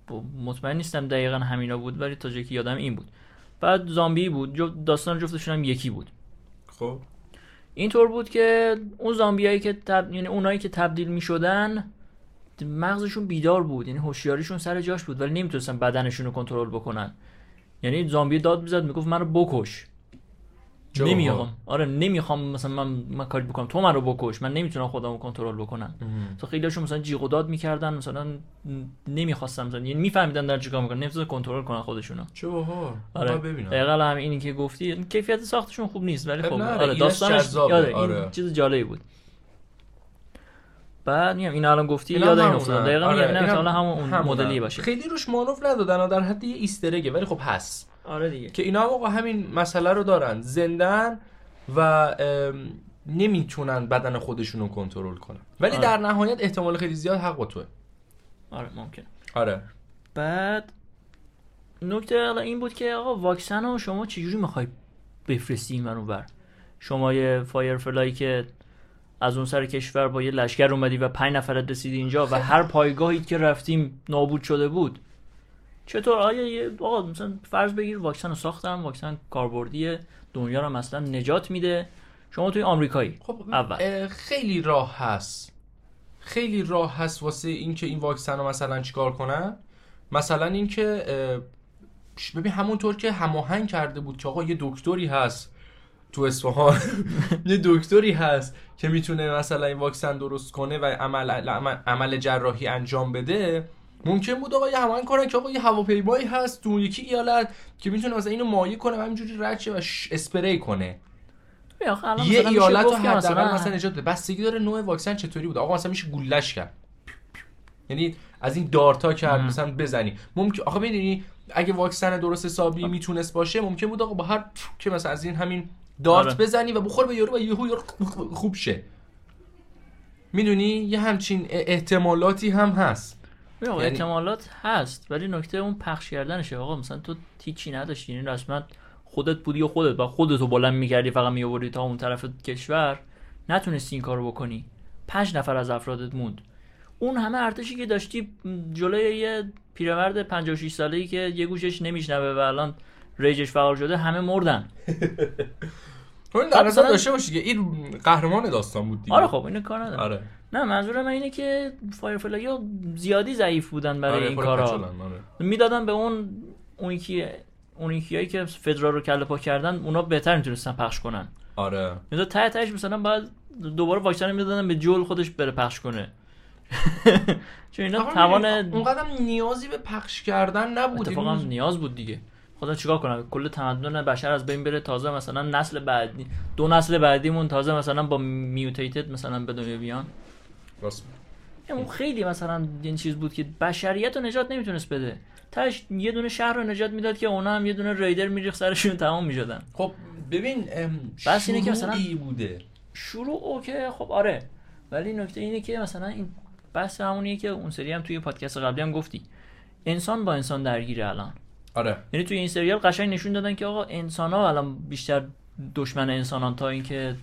ب- مطمئن نیستم دقیقا همینا بود ولی تا جایی که یادم این بود بعد زامبی بود جفت- داستان جفتشون هم یکی بود خب اینطور بود که اون زامبیایی که تب... یعنی اونایی که تبدیل می شدن مغزشون بیدار بود یعنی هوشیاریشون سر جاش بود ولی نمیتونستن بدنشون رو کنترل بکنن یعنی زامبی داد میزد میگفت منو بکش جواب. نمیخوام آره نمیخوام مثلا من, من کاری بکنم تو منو بکش من نمیتونم خودم رو کنترل بکنم تو خیلیاشون مثلا جیغ و داد میکردن مثلا نمیخواستم مثلا یعنی میفهمیدن در چیکار میکنن نمیتونن کنترل کنن خودشونو چه باحال آره آره ببینم دقیقا هم اینی که گفتی یعنی کیفیت ساختشون خوب نیست ولی خب نه، آره، آره اینش داستانش جذابه، یاده آره. این چیز جالبی بود بعد میگم این الان گفتی اینا یاد این همونه. افتادم دقیقاً آره، میگم نه اینا خب. مثلا همون اون همونن. مدلی باشه خیلی روش مانور ندادن و در حد یه ایسترگه ولی خب هست آره دیگه که اینا هم آقا همین مسئله رو دارن زندن و ام، نمیتونن بدن خودشون رو کنترل کنن ولی آره. در نهایت احتمال خیلی زیاد حق با توه آره ممکن آره بعد نکته حالا این بود که آقا واکسن رو شما چجوری میخوای بفرستی این ور بر شما یه فایرفلایی که از اون سر کشور با یه لشکر اومدی و پنج نفرت رسیدی اینجا و هر پایگاهی که رفتیم نابود شده بود چطور آیا یه آقا مثلا فرض بگیر واکسن رو ساختم واکسن کاربردیه دنیا رو مثلا نجات میده شما توی آمریکایی خب اول اه، خیلی راه هست خیلی راه هست واسه اینکه این واکسن رو مثلا چیکار کنن مثلا اینکه اه، ببین همونطور که هماهنگ کرده بود که آقا یه دکتری هست تو اصفهان یه دکتری هست که میتونه مثلا این واکسن درست کنه و عمل, عمل, عمل جراحی انجام بده ممکن بود آقا یه هماهنگ کنن که آقا یه هواپیمایی هست تو اون یکی ایالت که میتونه مثلا اینو مایع کنه و همینجوری رد شه و ش- اسپری کنه ببین آخه الان مثلا یه میشه ایالت رو گفت که حداقل مثلا نجات بده بستگی داره نوع واکسن چطوری بود آقا مثلا میشه گولش کرد یعنی از این دارتا کرد مم. مثلا بزنی ممکن آقا میدونی اگه واکسن درست حسابی میتونست باشه ممکن بود آقا با هر که مثلا از این همین دارت آره. بزنی و بخور به یارو و یهو یارو خوب شه میدونی یه همچین احتمالاتی هم هست ببین آقا، یعنی- احتمالات هست ولی نکته اون پخش کردنشه آقا مثلا تو هیچی نداشتی یعنی رسما خودت بودی و خودت و خودتو بلند میکردی فقط میآوردی تا اون طرف کشور نتونستی این کارو بکنی پنج نفر از افرادت موند اون همه ارتشی که داشتی جلوی یه پیرمرد 56 ساله ای که یه گوشش نمیشنوه و الان ریجش فعال شده همه مردن تو این خب، در نظر خب، مثلا- داشته باشی که این قهرمان داستان بود دیگه آره خب اینو کار ندارم آره نه منظور من اینه که فایرفلای ها زیادی ضعیف بودن برای آره این پر کارا کچلن، آره. میدادن به اون اون یکی اون یکیایی که فدرال رو کله پا کردن اونا بهتر میتونستن پخش کنن آره مثلا ته تهش مثلا باید دوباره واکسن رو میدادن به جول خودش بره پخش کنه چون اینا آقا توان می‌دونی، اونقدر نیازی به پخش کردن نبود اتفاقا این- نیاز بود دیگه خدا چیکار کنم کل تمدن بشر از بین بره تازه مثلا نسل بعدی دو نسل بعدیمون تازه مثلا با میوتیتد مثلا به دنیا بیان راست. اون خیلی مثلا این چیز بود که بشریت رو نجات نمیتونست بده تاش یه دونه شهر رو نجات میداد که اونا هم یه دونه ریدر میریخ سرشون تمام میشدن خب ببین بس اینه که مثلا- شروعی بوده شروع اوکی خب آره ولی نکته اینه که مثلا این بحث همونیه که اون سری هم توی پادکست قبلی هم گفتی انسان با انسان درگیره الان آره یعنی توی این سریال قشنگ نشون دادن که آقا انسان ها الان بیشتر دشمن انسانان تا اینکه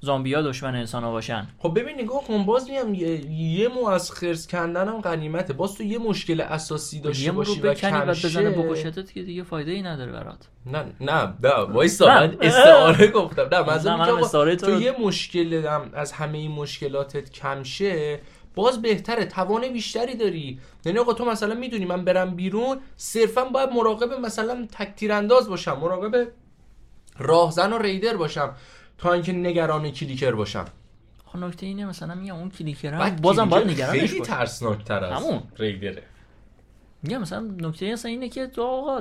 زامبی ها دشمن انسان ها باشن خب ببین نگاه کن باز میگم یه, یه مو از خرس کندن هم غنیمته باز تو یه مشکل اساسی یه داشته مو رو باشی و بکنی کم و بزنه شه. بکشتت که دیگه فایده ای نداره برات نه نه نه وایسا من نه. استعاره گفتم نه نه، منظورم منم اینه که آقا استعاره تو تو رو- یه مشکل هم از همه این مشکلاتت کم شه باز بهتره توان بیشتری داری یعنی آقا تو مثلا میدونی من برم بیرون صرفا باید مراقب مثلا تکتیر انداز باشم مراقب راهزن و ریدر باشم تا اینکه نگران کلیکر باشم خب نکته اینه مثلا میگم اون کلیکر هم بعد بازم باید کلیکر نگرانش خیلی باشی. ترسناکتر از همون. آره. ریدره میگم مثلا نکته اصلا اینه که تو آقا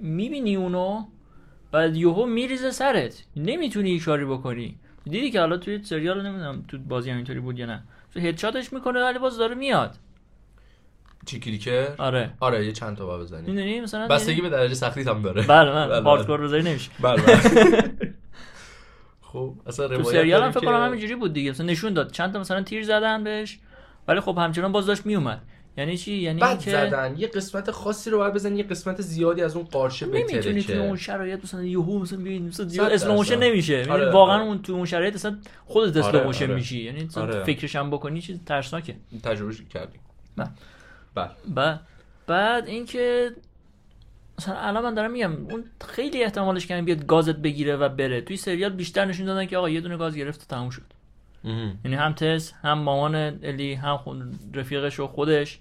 میبینی اونو بعد یهو میریزه سرت نمیتونی این کاری بکنی دیدی که حالا توی سریال نمیدونم تو بازی هم اینطوری بود یا نه تو هدشاتش میکنه ولی باز داره میاد چی کلیکر آره آره یه چند تا با بزنی میدونی مثلا بستگی یعنی- به درجه سختیت هم داره بله من بله. هاردکور روزایی نمیشه بله بله. خب اصلا تو روایت سریال هم داره فکر کنم که- همینجوری بود دیگه مثلا نشون داد چند تا مثلا تیر زدن بهش ولی خب همچنان باز داشت میومد یعنی چی یعنی بد که زدن یه قسمت خاصی رو باید بزن یه قسمت زیادی از اون قارچه بتره نمیتونی توی اون که شرایط مثلا یهو مثلا بیای مثلا زیاد صد اسلوموشن درصد. نمیشه یعنی آره، واقعا آره. اون تو اون شرایط اصلا خودت آره، اسلوموشن آره. میشی یعنی مثلا آره. فکرش هم بکنی چیز ترسناکه تجربه کردیم نه. بله بعد بعد اینکه مثلا الان من دارم میگم اون خیلی احتمالش کم بیاد گازت بگیره و بره توی سریال بیشتر نشون دادن که آقا یه دونه گاز گرفت و تموم شد مهم. یعنی هم تس هم مامان الی هم خون رفیقش و خودش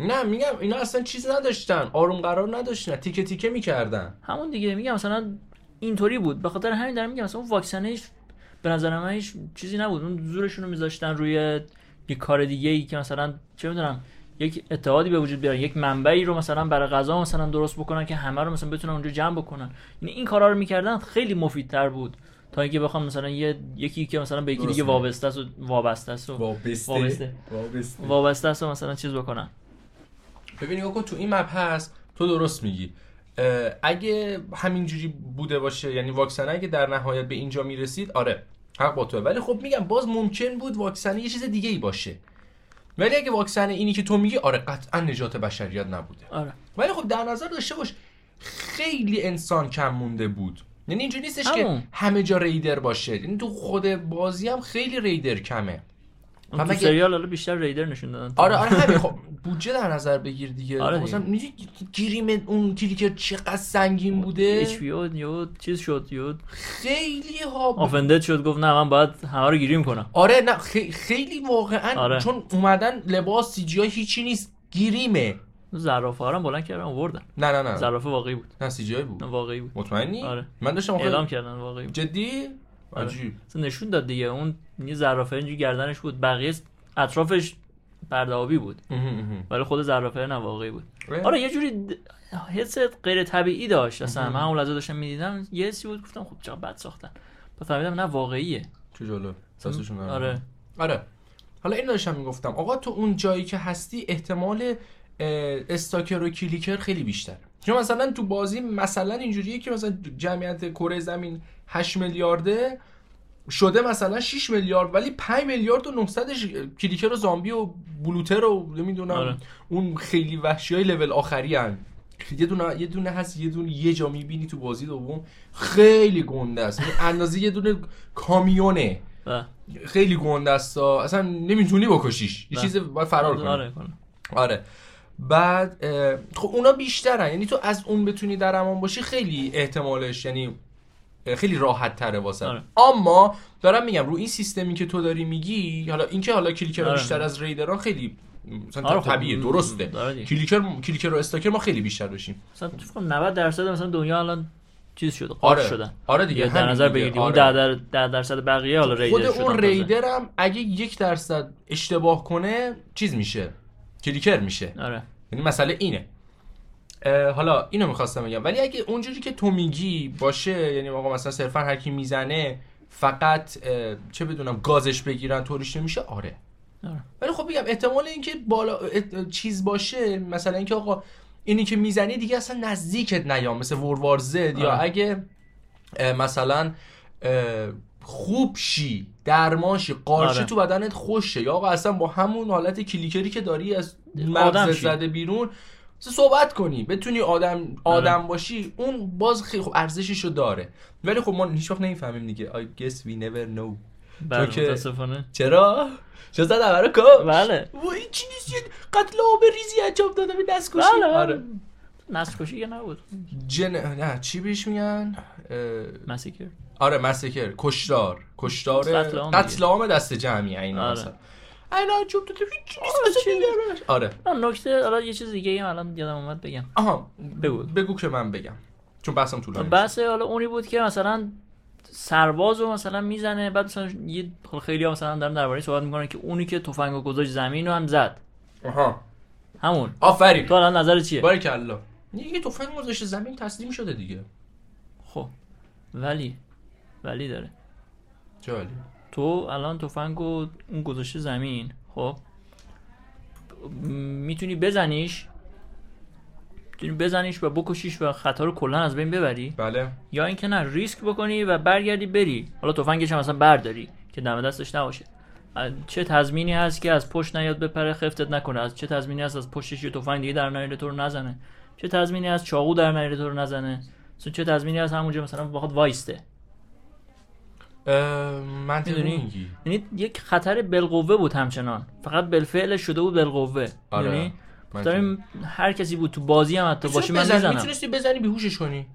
نه میگم اینا اصلا چیز نداشتن آروم قرار نداشتن تیکه تیکه میکردن همون دیگه میگم مثلا اینطوری بود به خاطر همین دارم میگم مثلا اون واکسنش به نظر من هیچ چیزی نبود اون زورشون رو میذاشتن روی یه کار دیگه ای که مثلا چه میدونم یک اتحادی به وجود بیارن یک منبعی رو مثلا برای غذا مثلا درست بکنن که همه رو مثلا بتونن اونجا جمع بکنن یعنی این کارا رو میکردن خیلی مفیدتر بود تا اینکه بخوام مثلا یه یکی که مثلا به یکی درست دیگه میگی. وابسته است و وابسته است و وابسته وابسته. وابسته است و مثلا چیز بکنن ببین نگاه کن تو این مبحث تو درست میگی اه، اگه همینجوری بوده باشه یعنی واکسن اگه در نهایت به اینجا میرسید آره حق با توه ولی خب میگم باز ممکن بود واکسن یه چیز دیگه ای باشه ولی اگه واکسن اینی که تو میگی آره قطعا نجات بشریت نبوده آره ولی خب در نظر داشته باش خیلی انسان کم مونده بود یعنی اینجوری نیستش که همون. همه جا ریدر باشه یعنی تو خود بازی هم خیلی ریدر کمه اون تو مگه- سریال حالا بیشتر ریدر نشون دادن آره آره همین خب بودجه در نظر بگیر دیگه آره آره دیگه. مثلا می‌دونی گریم اون کلیکر چقدر سنگین بوده اچ یو چیز شد یو خیلی ها بود. آفندد شد گفت نه من باید همه رو گیریم کنم آره نه خی- خیلی واقعا آره. چون اومدن لباس سی جی هیچی نیست گریمه زرافه ها رو هم بلند کردن آوردن نه نه نه زرافه واقعی بود نه سی جی نه بود واقعی بود مطمئنی آره. من داشتم آخه- اعلام کردن واقعی بود جدی آره. عجیب اصلا نشون داد دیگه اون یه زرافه اینجوری گردنش بود بقیه اطرافش پرده آبی بود ولی خود زرافه نه واقعی بود آره یه جوری د- حس غیر طبیعی داشت اصلا من اون لحظه داشتم میدیدم یه حسی بود گفتم خب چقدر بد ساختن بعد فهمیدم نه واقعیه چه جالب دستشون در آره آره حالا این داشتم میگفتم آقا تو اون جایی که هستی احتمال اه، استاکر و کلیکر خیلی بیشتره چون مثلا تو بازی مثلا اینجوریه که مثلا جمعیت کره زمین 8 میلیارده شده مثلا 6 میلیارد ولی 5 میلیارد و 900 ش- کلیکر و زامبی و بلوتر و نمیدونم آره. اون خیلی وحشی های لول آخری هن. یه دونه یه دونه هست یه دونه یه جا میبینی تو بازی دوم خیلی گنده است یعنی اندازه یه دونه کامیونه و خیلی گنده است ها. اصلا نمیتونی بکشیش یه نه. چیز باید فرار کنی آره, آره کنم بعد اه، خب اونا بیشترن یعنی تو از اون بتونی در امان باشی خیلی احتمالش یعنی اه، خیلی راحت تره واسه آره. اما دارم میگم رو این سیستمی که تو داری میگی حالا اینکه حالا کلیکر آره. بیشتر از ریدران خیلی مثلا آره، خب، طبیعیه درسته آره دیگه. کلیکر کلیکر و استاکر ما خیلی بیشتر بشیم مثلا فکر کنم 90 درصد مثلا دنیا الان چیز شده قاچ آره شدن آره دیگه دیگه در همین نظر دیگه. بگیریم اون آره. 10 در 10 درصد بقیه حالا ریدر خود شدن اون تازه. ریدر هم اگه یک درصد اشتباه کنه چیز میشه کلیکر میشه آره یعنی مسئله اینه اه، حالا اینو میخواستم بگم ولی اگه اونجوری که تو میگی باشه یعنی آقا مثلا صرفا هر کی میزنه فقط اه، چه بدونم گازش بگیرن طوریش نمیشه آره آره ولی خب میگم احتمال اینکه بالا ات- چیز باشه مثلا اینکه آقا اینی که میزنی دیگه اصلا نزدیکت نیام مثل وروار زد یا آره. اگه اه، مثلا اه، خوب شی درماشی قارچی آره. تو بدنت خوشه یا آقا اصلا با همون حالت کلیکری که داری از آدم مغز شی. زده بیرون مثلا صحبت کنی بتونی آدم آره. آدم باشی اون باز خیلی خب ارزششو داره ولی خب ما هیچ وقت نمیفهمیم دیگه I guess we never know بله که- متاسفانه چرا چرا زد رو کن بله و این چی نیست یه قتل آبه ریزی انجام دادم این دست کشی بله آره. آره نسل کشی که نبود جن نه چی بهش میگن اه، مسیکر آره مسکر کشدار کشدار قتل عام قتل عام دست جمعی اینا آره. مثلا اینا انجام داده هیچ نیست چی اصلا دیگه. آره نکته حالا یه چیز دیگه هم الان یادم اومد بگم آها بگو. بگو که من بگم چون بحثم طولانی شد. بحث حالا اونی بود که مثلا سرباز رو مثلا میزنه بعد مثلا یه حالا خیلی ها مثلا دارن درباره صحبت میکنن که اونی که تفنگ رو گذاشت زمین رو هم زد آها همون آفرین تو الان نظر چیه بارک الله یه تفنگ گذاشته زمین تسلیم شده دیگه خب ولی ولی داره جالی تو الان تفنگ و اون گذاشته زمین خب م- میتونی بزنیش میتونی بزنیش و بکشیش و خطا رو کلا از بین ببری بله یا اینکه نه ریسک بکنی و برگردی بری حالا تفنگش هم مثلا برداری که دم دستش نباشه از چه تضمینی هست که از پشت نیاد بپره خفتت نکنه از چه تضمینی هست از پشتش یه تفنگ دیگه در نیاره تو رو نزنه چه تضمینی هست چاقو در نیاره تو رو نزنه مثلا چه تضمینی هست همونجا مثلا بخواد وایسته اه، منطقی می‌دونی؟ میگی یعنی یک خطر بالقوه بود همچنان فقط بالفعل شده بود بالقوه آره. یعنی منطقی. داریم هر کسی بود تو بازی هم حتی باشه من می‌تونی بزنی- میزنم میتونستی بزنی بیهوشش کنی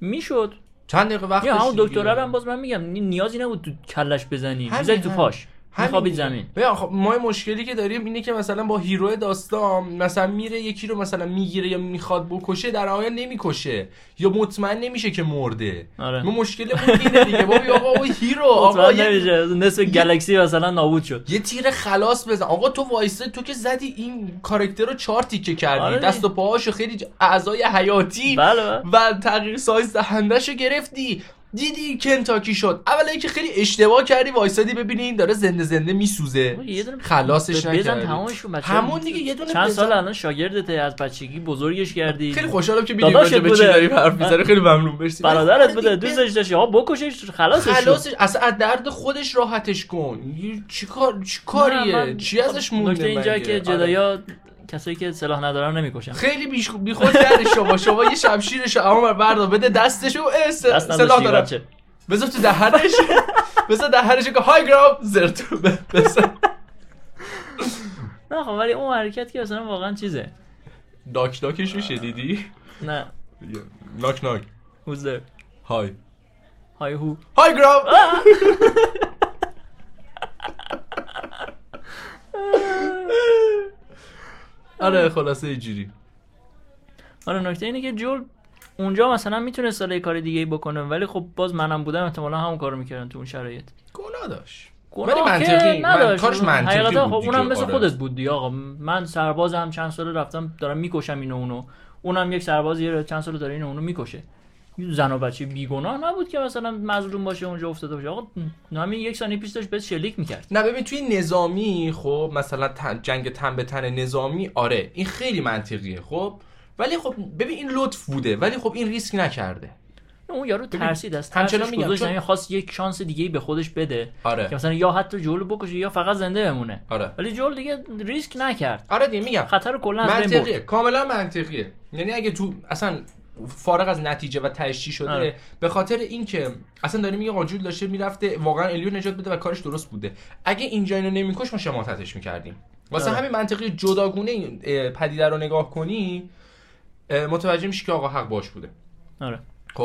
میشد چند دقیقه وقت یا داشتی همون دیگه. دکتره رو هم باز من میگم نی- نیازی نبود تو کلش بزنی همین، میزنی تو همین. پاش همین میخوابید دیگه. زمین ببین خب ما یه مشکلی که داریم اینه که مثلا با هیرو داستان مثلا میره یکی رو مثلا میگیره یا میخواد بکشه در آیا نمیکشه یا مطمئن نمیشه که مرده آره. ما مشکلمون اینه دیگه بابا آقا او هیرو آقا مطمئن یه, نمیشه نصف گلکسی مثلا نابود شد یه تیر خلاص بزن آقا تو وایسه تو که زدی این کاراکتر رو چهار تیکه کردی آره. دست و پاهاشو خیلی ج- اعضای حیاتی بله بله. و تغییر سایز دهندهشو گرفتی دیدی کنتاکی شد اولا اینکه خیلی اشتباه کردی وایسادی ببینی این داره زنده زنده میسوزه آقا یه دونه خلاصش ب- بزن نکردی تمامش کن بچه. همون دیگه یه دونه چند بزن. سال الان شاگردته از بچگی بزرگش کردی خیلی خوشحالم که میدونی داداشت راجع به چی بوده. داری حرف میزنی خیلی ممنون مرسی برادرت بوده دوستش داشتی ها بکشش خلاصش شد خلاصش اصلا از درد خودش راحتش کن یه چی کار چی نه، کاریه من- خب، چی ازش مونده نکته اینجا مگه؟ که آره. جدایا کسایی که سلاح ندارن نمیکشن خیلی بیش بیخود کرده شما شما یه شمشیرشو اما بردا بده دستشو اه، س- دست سلاح نداشتی دارم بچه بذار تو دهنش مثلا در هر که های گرام زرتو بزن نه خب ولی اون حرکت که اصلا واقعا چیزه داک داکش رو شدیدی نه ناک ناک وزر های های هو های گرام آره خلاصه اینجوری آره نکته اینه که جول اونجا مثلا میتونست ساله کار دیگه ای بکنه ولی خب باز منم بودم احتمالا همون کارو میکردم تو اون شرایط گناه داشت گناه ولی که منطقی- من- نداشت. کارش منطقی حقیقتا بود خب دیگه، اونم مثل آره. خودت بود دیگه آقا من سربازم چند ساله رفتم دارم میکشم اینو اونو اونم یک سرباز یه چند ساله داره اینو اونو میکشه زن و بچه بیگناه نبود که مثلا مظلوم باشه اونجا افتاده باشه آقا همین یک ثانیه پیش داشت بهت شلیک میکرد نه ببین توی نظامی خب مثلا تن- جنگ تن به تن نظامی آره این خیلی منطقیه خب ولی خب ببین این لطف بوده ولی خب این ریسک نکرده اون یارو ترسید از همچنان ترسش میگم، گذاشت چون- زمین، خواست یک شانس دیگه ای به خودش بده آره. که مثلا یا حتی جول بکشه یا فقط زنده بمونه آره. ولی جول دیگه ریسک نکرد آره دیگه میگم خطر رو کلا از بین برد. منطقیه کاملا منطقیه یعنی اگه تو اصلا فارغ از نتیجه و تشکی شده آره. به خاطر اینکه اصلا داره میگه قاجول داشته میرفته واقعا الیو نجات بده و کارش درست بوده اگه اینجا اینو نمیکش ما شماتتش میکردیم واسه آره. همین منطقی جداگونه این اه، پدیده رو نگاه کنی اه، متوجه میشی که آقا حق باش بوده آره خب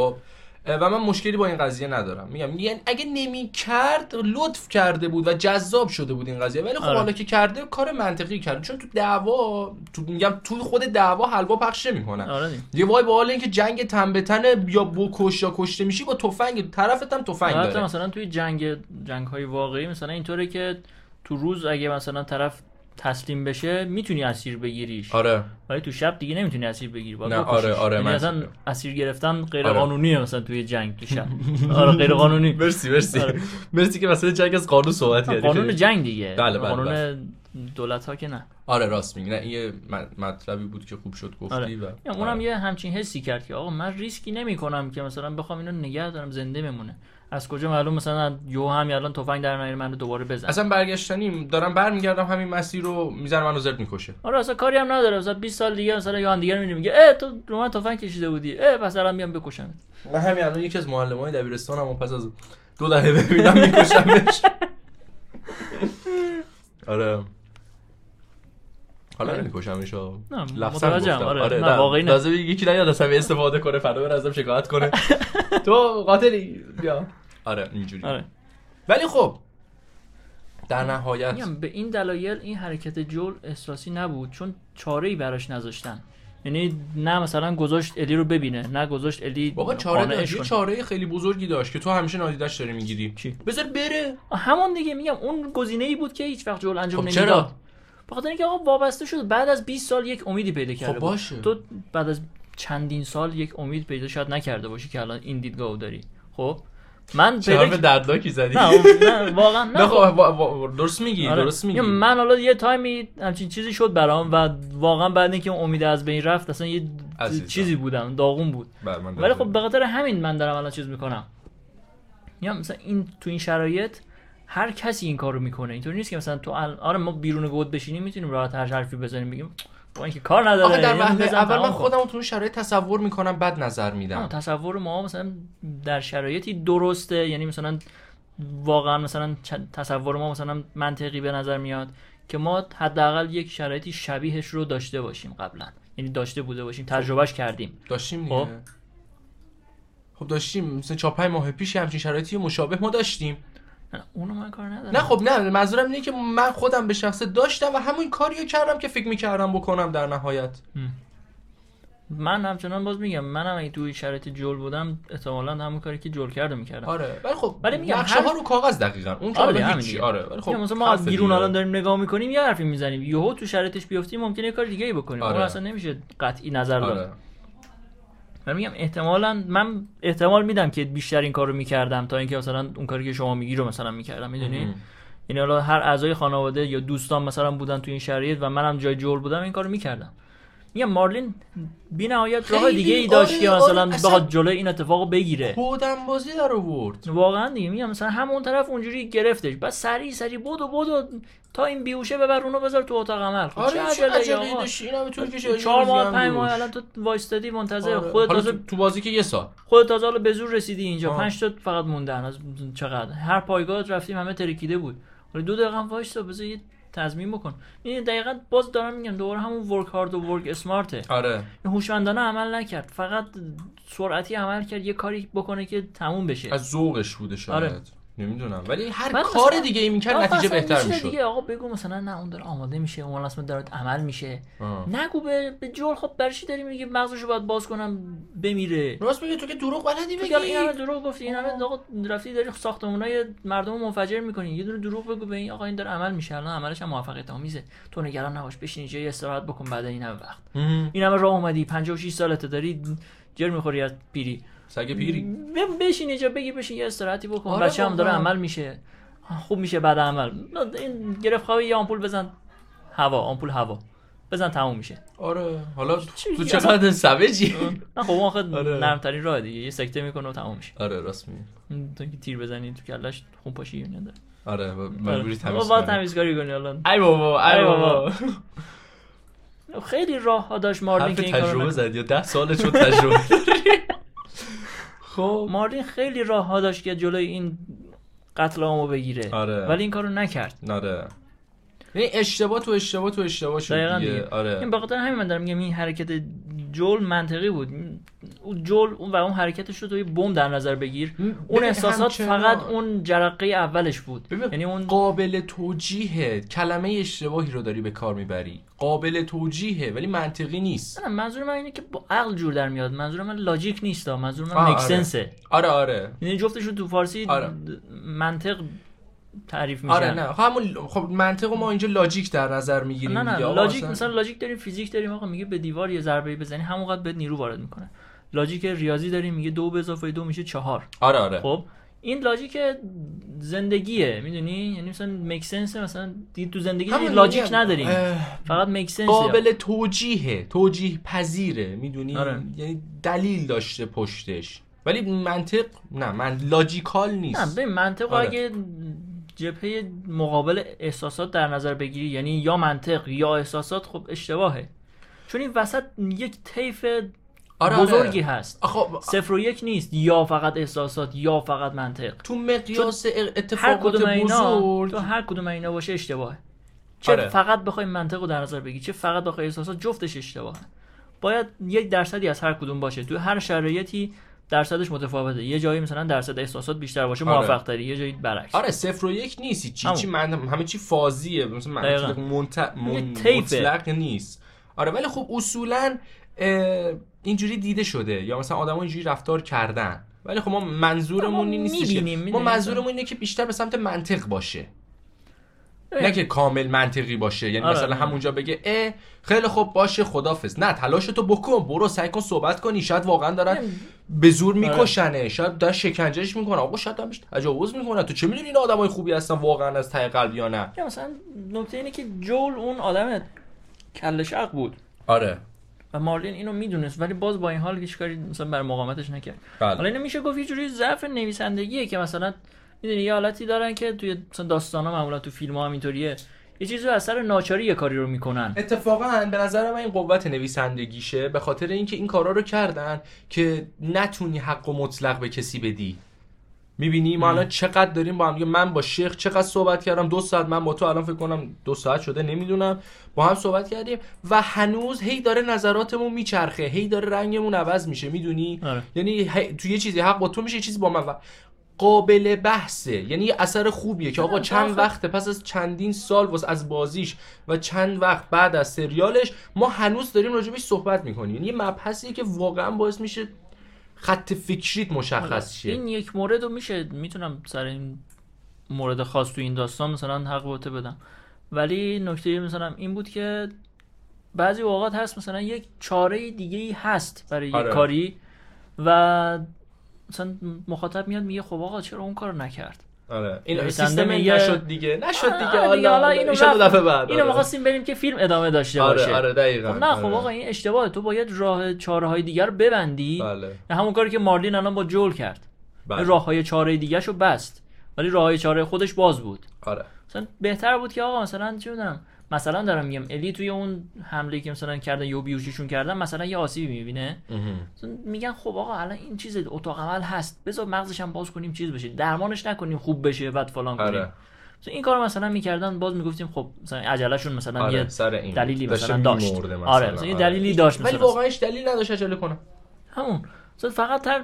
اه، و من مشکلی با این قضیه ندارم میگم یعنی اگه نمیکرد لطف کرده بود و جذاب شده بود این قضیه ولی خب آره. حالا که کرده کار منطقی کرده چون تو دعوا تو میگم تو خود دعوا حلوا پخش نمیکنن آره دیگه. یه وای به حال اینکه جنگ تن به تن یا بکش یا کشته میشی با تفنگ طرفت هم تفنگ حتی داره مثلا توی جنگ جنگ های واقعی مثلا اینطوره که تو روز اگه مثلا طرف تسلیم بشه میتونی اسیر بگیریش آره ولی تو شب دیگه نمیتونی اسیر بگیری باید نه، بکشیش. آره، آره، یعنی منطقیه. اصلا اسیر گرفتن غیر آره. قانونیه مثلا توی جنگ تو شب آره غیر قانونی مرسی مرسی آره. مرسی که واسه جنگ از قانون صحبت کردی قانون خیلی. جنگ دیگه بله، بله، قانون بله. دولت ها که نه آره راست میگی نه این یه م- مطلبی بود که خوب شد گفتی آره. و یا اونم آره. یه همچین حسی کرد که آقا من ریسکی نمی کنم که مثلا بخوام اینو نگه دارم زنده بمونه از کجا معلوم مثلا یو همین الان تفنگ در نیاره منو دوباره بزن اصلا برگشتنیم دارم برمیگردم همین مسیر رو میزنه منو زرد میکشه آره اصلا کاری هم نداره مثلا 20 سال دیگه مثلا یه هم دیگه میبینیم میگه اه تو رو من تفنگ کشیده بودی اه پس الان میام بکشم من همین الان یکی از معلم های دبیرستانم و پس از دو دهه ببینم میکشمش آره حالا آره. نمیکشمش ها نه، لفظاً متوجهم، گفتم. آره. نه، واقعی نه. تازه یکی نیاد از همه استفاده کنه فردا بره ازم شکایت کنه تو قاتلی بیا آره اینجوری آره ولی خب در نهایت میگم به این دلایل این حرکت جول احساسی نبود چون چاره ای براش نذاشتن یعنی نه مثلا گذاشت الی رو ببینه نه گذاشت الی بابا چاره قانعش داشت یه کنه. چاره خیلی بزرگی داشت که تو همیشه نادیدش داری میگیری چی؟ بذار بره همون دیگه میگم اون گزینه ای بود که هیچ وقت جول انجام خب نمیداد چرا؟ به خاطر اینکه آقا وابسته شد بعد از 20 سال یک امیدی پیدا کرده بود. خب باشه. یعنی تو بعد از چندین سال یک امید پیدا شاید نکرده باشی که الان این دیدگاهو داری خب من پیدا چرا دردناکی زدی نه اون- نه، واقعا نه نه خب. خب وا- وا- درست میگی آره. درست میگی یا من حالا یه تایمی همچین چیزی شد برام و واقعا بعد اینکه اون امید از بین رفت اصلا یه عزیزم. چیزی بودم داغون بود بله، من ولی درست خب به خاطر همین من دارم الان چیز میکنم یا مثلا این تو این شرایط هر کسی این کارو میکنه اینطور نیست که مثلا تو ال... آره ما بیرون گود بشینیم میتونیم راحت هر حرفی بزنیم بگیم با اینکه کار نداره آخه در یه وهله بزن اول یعنی تمام خب. من کن. خودم رو تو اون شرایط تصور میکنم بعد نظر اما میدم تصور ما مثلا در شرایطی درسته یعنی مثلا واقعا مثلا چ- تصور ما مثلا منطقی به نظر میاد که ما حداقل یک شرایطی شبیهش رو داشته باشیم قبلا یعنی داشته بوده باشیم تجربهش کردیم داشتیم خب. دیگه خب داشتیم مثلا چهار پنج ماه پیش یه همچین شرایطی مشابه ما داشتیم نه، اونو من کار ندارم نه خب نه منظورم اینه که من خودم به شخصه داشتم و همون کاری رو کردم که فکر میکردم بکنم در نهایت من همچنان باز میگم منم اگه توی شرایط جل بودم احتمالا همون کاری که جل کرده میکردم آره ولی خب ولی میگم نقشه ها هر- رو کاغذ دقیقا اون که آره آره دیگه، همین هیچی دیگه. آره ولی خب خب مثلا ما از حرف بیرون دیگه. الان داریم نگاه میکنیم یه حرفی میزنیم یهو تو شرایطش بیفتیم ممکنه یه کار دیگه ای بکنیم آره. اون اصلا نمیشه قطعی نظر داد آره من میگم احتمالا من احتمال میدم که بیشتر این کارو میکردم تا اینکه مثلا اون کاری که شما میگی رو مثلا میکردم میدونی مهم. یعنی حالا هر اعضای خانواده یا دوستان مثلا بودن تو این شرایط و منم جای جول بودم این کارو میکردم میگم مارلین بی‌نهایت راه خیلی، دیگه ای داشت آره، که آره، مثلا اصلا- خب. بخواد جلوی این اتفاق بگیره خودم بازی در آورد واقعا دیگه میگم مثلا همون طرف اونجوری گرفتش بس سریع سریع بدو بدو تا این بیوشه ببر اونو بذار تو اتاق عمل خب آره چه عجله آقا؟ آره، داشت اینا همه طور که شاید چهار یه روزی ماه هم پنج ماه روش. الان تو وایستادی منتظر آره. خودت حالا تازه تو, تو بازی که یه سال خودت تازه حالا به زور رسیدی اینجا آه. پنج تا فقط موندن از چقدر هر پایگاهت رفتیم همه ترکیده بود حالا دو دقیقه هم وایسا بذار یه تضمین بکن این دقیقا باز دارم میگم دوباره همون ورک هارد و ورک اسمارته آره هوشمندانه عمل نکرد فقط سرعتی عمل کرد یه کاری بکنه که تموم بشه از ذوقش بوده شاید آره. نمیدونم ولی هر بعد کار مثلا- دیگه ای میکرد آقا نتیجه اصلا بهتر یه چیز میشد دیگه آقا بگو مثلا نه اون داره آماده میشه اون رسم داره عمل میشه آه. نگو به به جل خب برای چی داری میگی مغزشو باید باز کنم بمیره راست میگه تو که دروغ بلدی تو که این همه بگی دروغ گفتی این همه آقا رفتی داری ساختمونای مردم رو منفجر میکنی یه دونه دروغ بگو به این آقا این داره عمل میشه الان عملش هم موفقیت آمیزه تو نگران نباش بشین اینجا یه استراحت بکن بعد این همه وقت مهم. این همه راه اومدی 56 سالته داری جر میخوری از پیری سگ پیری ب- بشین اینجا بگی بشین یه استراحتی بکن آره بچه هم داره واقعا. عمل میشه خوب میشه بعد عمل نه، این گرفت خوابی یه آمپول بزن هوا آمپول هوا بزن تموم میشه آره حالا چی تو میگی؟ چقدر سوجی نه خب اون آخه آره. نرمترین راه دیگه یه سکته میکنه و تموم میشه آره راست میگی تو که تیر بزنی تو کلش خون پاشی یا نداره آره ب- مجبوری آره. تمیز آقا باید کنی. تمیزکاری کنی الان ای بابا ای ای بابا آره، بابا. خیلی راه ها داشت مارلین حرف که این کارو تجربه نکنه. زد یا ده سال چون تجربه داری. خب مارلین خیلی راه ها داشت که جلوی این قتل عامو بگیره آره. ولی این کارو نکرد آره یعنی اشتباه تو اشتباه تو اشتباه شد دقیقا دیگه دیگه آره این به خاطر همین من دارم میگم این حرکت جل منطقی بود اون جل اون و اون حرکتش رو توی بم در نظر بگیر اون ببین، احساسات همچنان. فقط اون جرقه اولش بود ببین، خب. یعنی اون قابل توجیهه کلمه اشتباهی رو داری به کار میبری قابل توجیهه ولی منطقی نیست نه، منظور من اینه که با عقل جور در میاد منظور من لاجیک نیست ها. منظور آه، من آره. مکسنسه آره آره یعنی جفتش رو تو فارسی آره. منطق تعریف میشن آره نه خب همون خب منطق ما اینجا لاجیک در نظر میگیریم نه نه لاجیک مثلا لاجیک داریم فیزیک داریم آقا میگه به دیوار یه ضربه ای بزنی همونقدر بهت نیرو وارد میکنه لاجیک ریاضی داریم میگه دو به اضافه دو میشه چهار آره آره خب این لاجیک زندگیه میدونی یعنی مثلا مکسنس مثلا دیگه تو زندگی همون لاجیک میگم. نداریم اه، فقط مکسنس قابل توجیهه توجیه پذیره میدونی آره. یعنی دلیل داشته پشتش ولی منطق نه من لاجیکال نه نیست ببین منطق آره. اگه جبهه مقابل احساسات در نظر بگیری یعنی یا منطق یا احساسات خب اشتباهه چون این وسط یک طیف آره، آره. بزرگی هست خب صفر و یک نیست یا فقط احساسات یا فقط منطق تو مقیاس هر اتفاقات کدوم اینا بزرگ تو هر کدوم اینا باشه اشتباهه چه آره. فقط بخوای منطق رو در نظر بگی چه فقط بخوای احساسات جفتش اشتباهه باید یک درصدی از هر کدوم باشه تو هر شرایطی درصدش متفاوته یه جایی مثلا درصد احساسات بیشتر باشه آره. موفق تری یه جایی برعکس آره صفر و یک نیست چی همون. چی من همه چی فازیه مثلا دقیقاً. منطق منت... من... یه طیفه. مطلق نیست آره ولی خب اصولا اه، اینجوری دیده شده یا مثلا آدما اینجوری رفتار کردن ولی خب ما منظورمون ما این نیست می‌بینیم، که ما می‌دونیم. منظورمون اینه که بیشتر به سمت منطق باشه اه. نه که کامل منطقی باشه یعنی آره، مثلا نه. همونجا بگه اه خیلی خوب باشه خدافظ نه تلاش تو بکن برو سعی کن صحبت کنی شاید واقعا دارن به زور میکشنه شاید دارن شکنجهش میکنن آقا شاید دارن بهش تجاوز میکنن تو چه میدونی این آدمای خوبی هستن واقعا از ته قلب یا نه یا مثلا نکته اینه که جول اون آدم کل شق بود آره و مارلین اینو میدونست ولی باز با این حال هیچ کاری مثلا بر مقاومتش نکرد بله. حالا اینو میشه گفت یه جوری ضعف نویسندگیه که مثلا میدونی یه حالتی دارن که توی مثلا داستانا معمولا تو فیلم ها هم اینطوریه یه چیزی رو اثر ناچاری یه کاری رو میکنن اتفاقا به نظر من این قوت نویسندگیشه به خاطر اینکه این کارا رو کردن که نتونی حق و مطلق به کسی بدی میبینی ما الان چقدر داریم با هم دیگه- من با شیخ چقدر صحبت کردم دو ساعت من با تو الان فکر کنم دو ساعت شده نمیدونم با هم صحبت کردیم و هنوز هی داره نظراتمون میچرخه هی داره رنگمون عوض میشه میدونی آره. یعنی هی- تو یه چیزی حق با تو میشه یه چیزی با من و قابل بحثه یعنی یه اثر خوبیه که آقا نه، چند آخه- وقت پس از چندین سال واس از بازیش و چند وقت بعد از سریالش ما هنوز داریم راجبش صحبت میکنیم یعنی یه مبحثیه که واقعا باعث میشه خط فکریت مشخص شه آره. این یک مورد رو میشه میتونم سر این مورد خاص تو این داستان مثلا حق بوته بدم ولی نکته مثلا این بود که بعضی اوقات هست مثلا یک چاره دیگه ای هست برای یک آره. کاری و مثلا مخاطب میاد میگه خب آقا چرا اون کارو نکرد آره این نویسنده سیستم میگه- نشد دیگه نشد آره، دیگه آره دیگه، حالا حالا اینو ان شاء الله رفت. دفعه بعد اینو آره. می‌خواستیم بریم که فیلم ادامه داشته آره باشه آره دقیقاً خب نه خب آره. آقا این اشتباهه تو باید راه چاره‌های دیگر رو ببندی بله همون کاری که مارلین الان با جول کرد بله. راه های چاره دیگه شو بست ولی راه های چاره خودش باز بود آره مثلا بهتر بود که آقا مثلا چه می‌دونم مثلا دارم میگم الی توی اون حمله که مثلا کردن یا بیوشیشون کردن مثلا یه آسیبی میبینه مثلا میگن خب آقا الان این چیز اتاق عمل هست بذار مغزش هم باز کنیم چیز بشه درمانش نکنیم خوب بشه بعد فلان کنیم آره مثلا این کار مثلا میکردن باز میگفتیم خب مثلا عجلشون مثلا آره یه سر این دلیلی داشته مثلا داشت می‌مرده مثلا. آره مثلا یه آره. دلیلی داشت ولی مثلا واقعاش دلیل نداشت عجله کنم همون مثلا فقط تر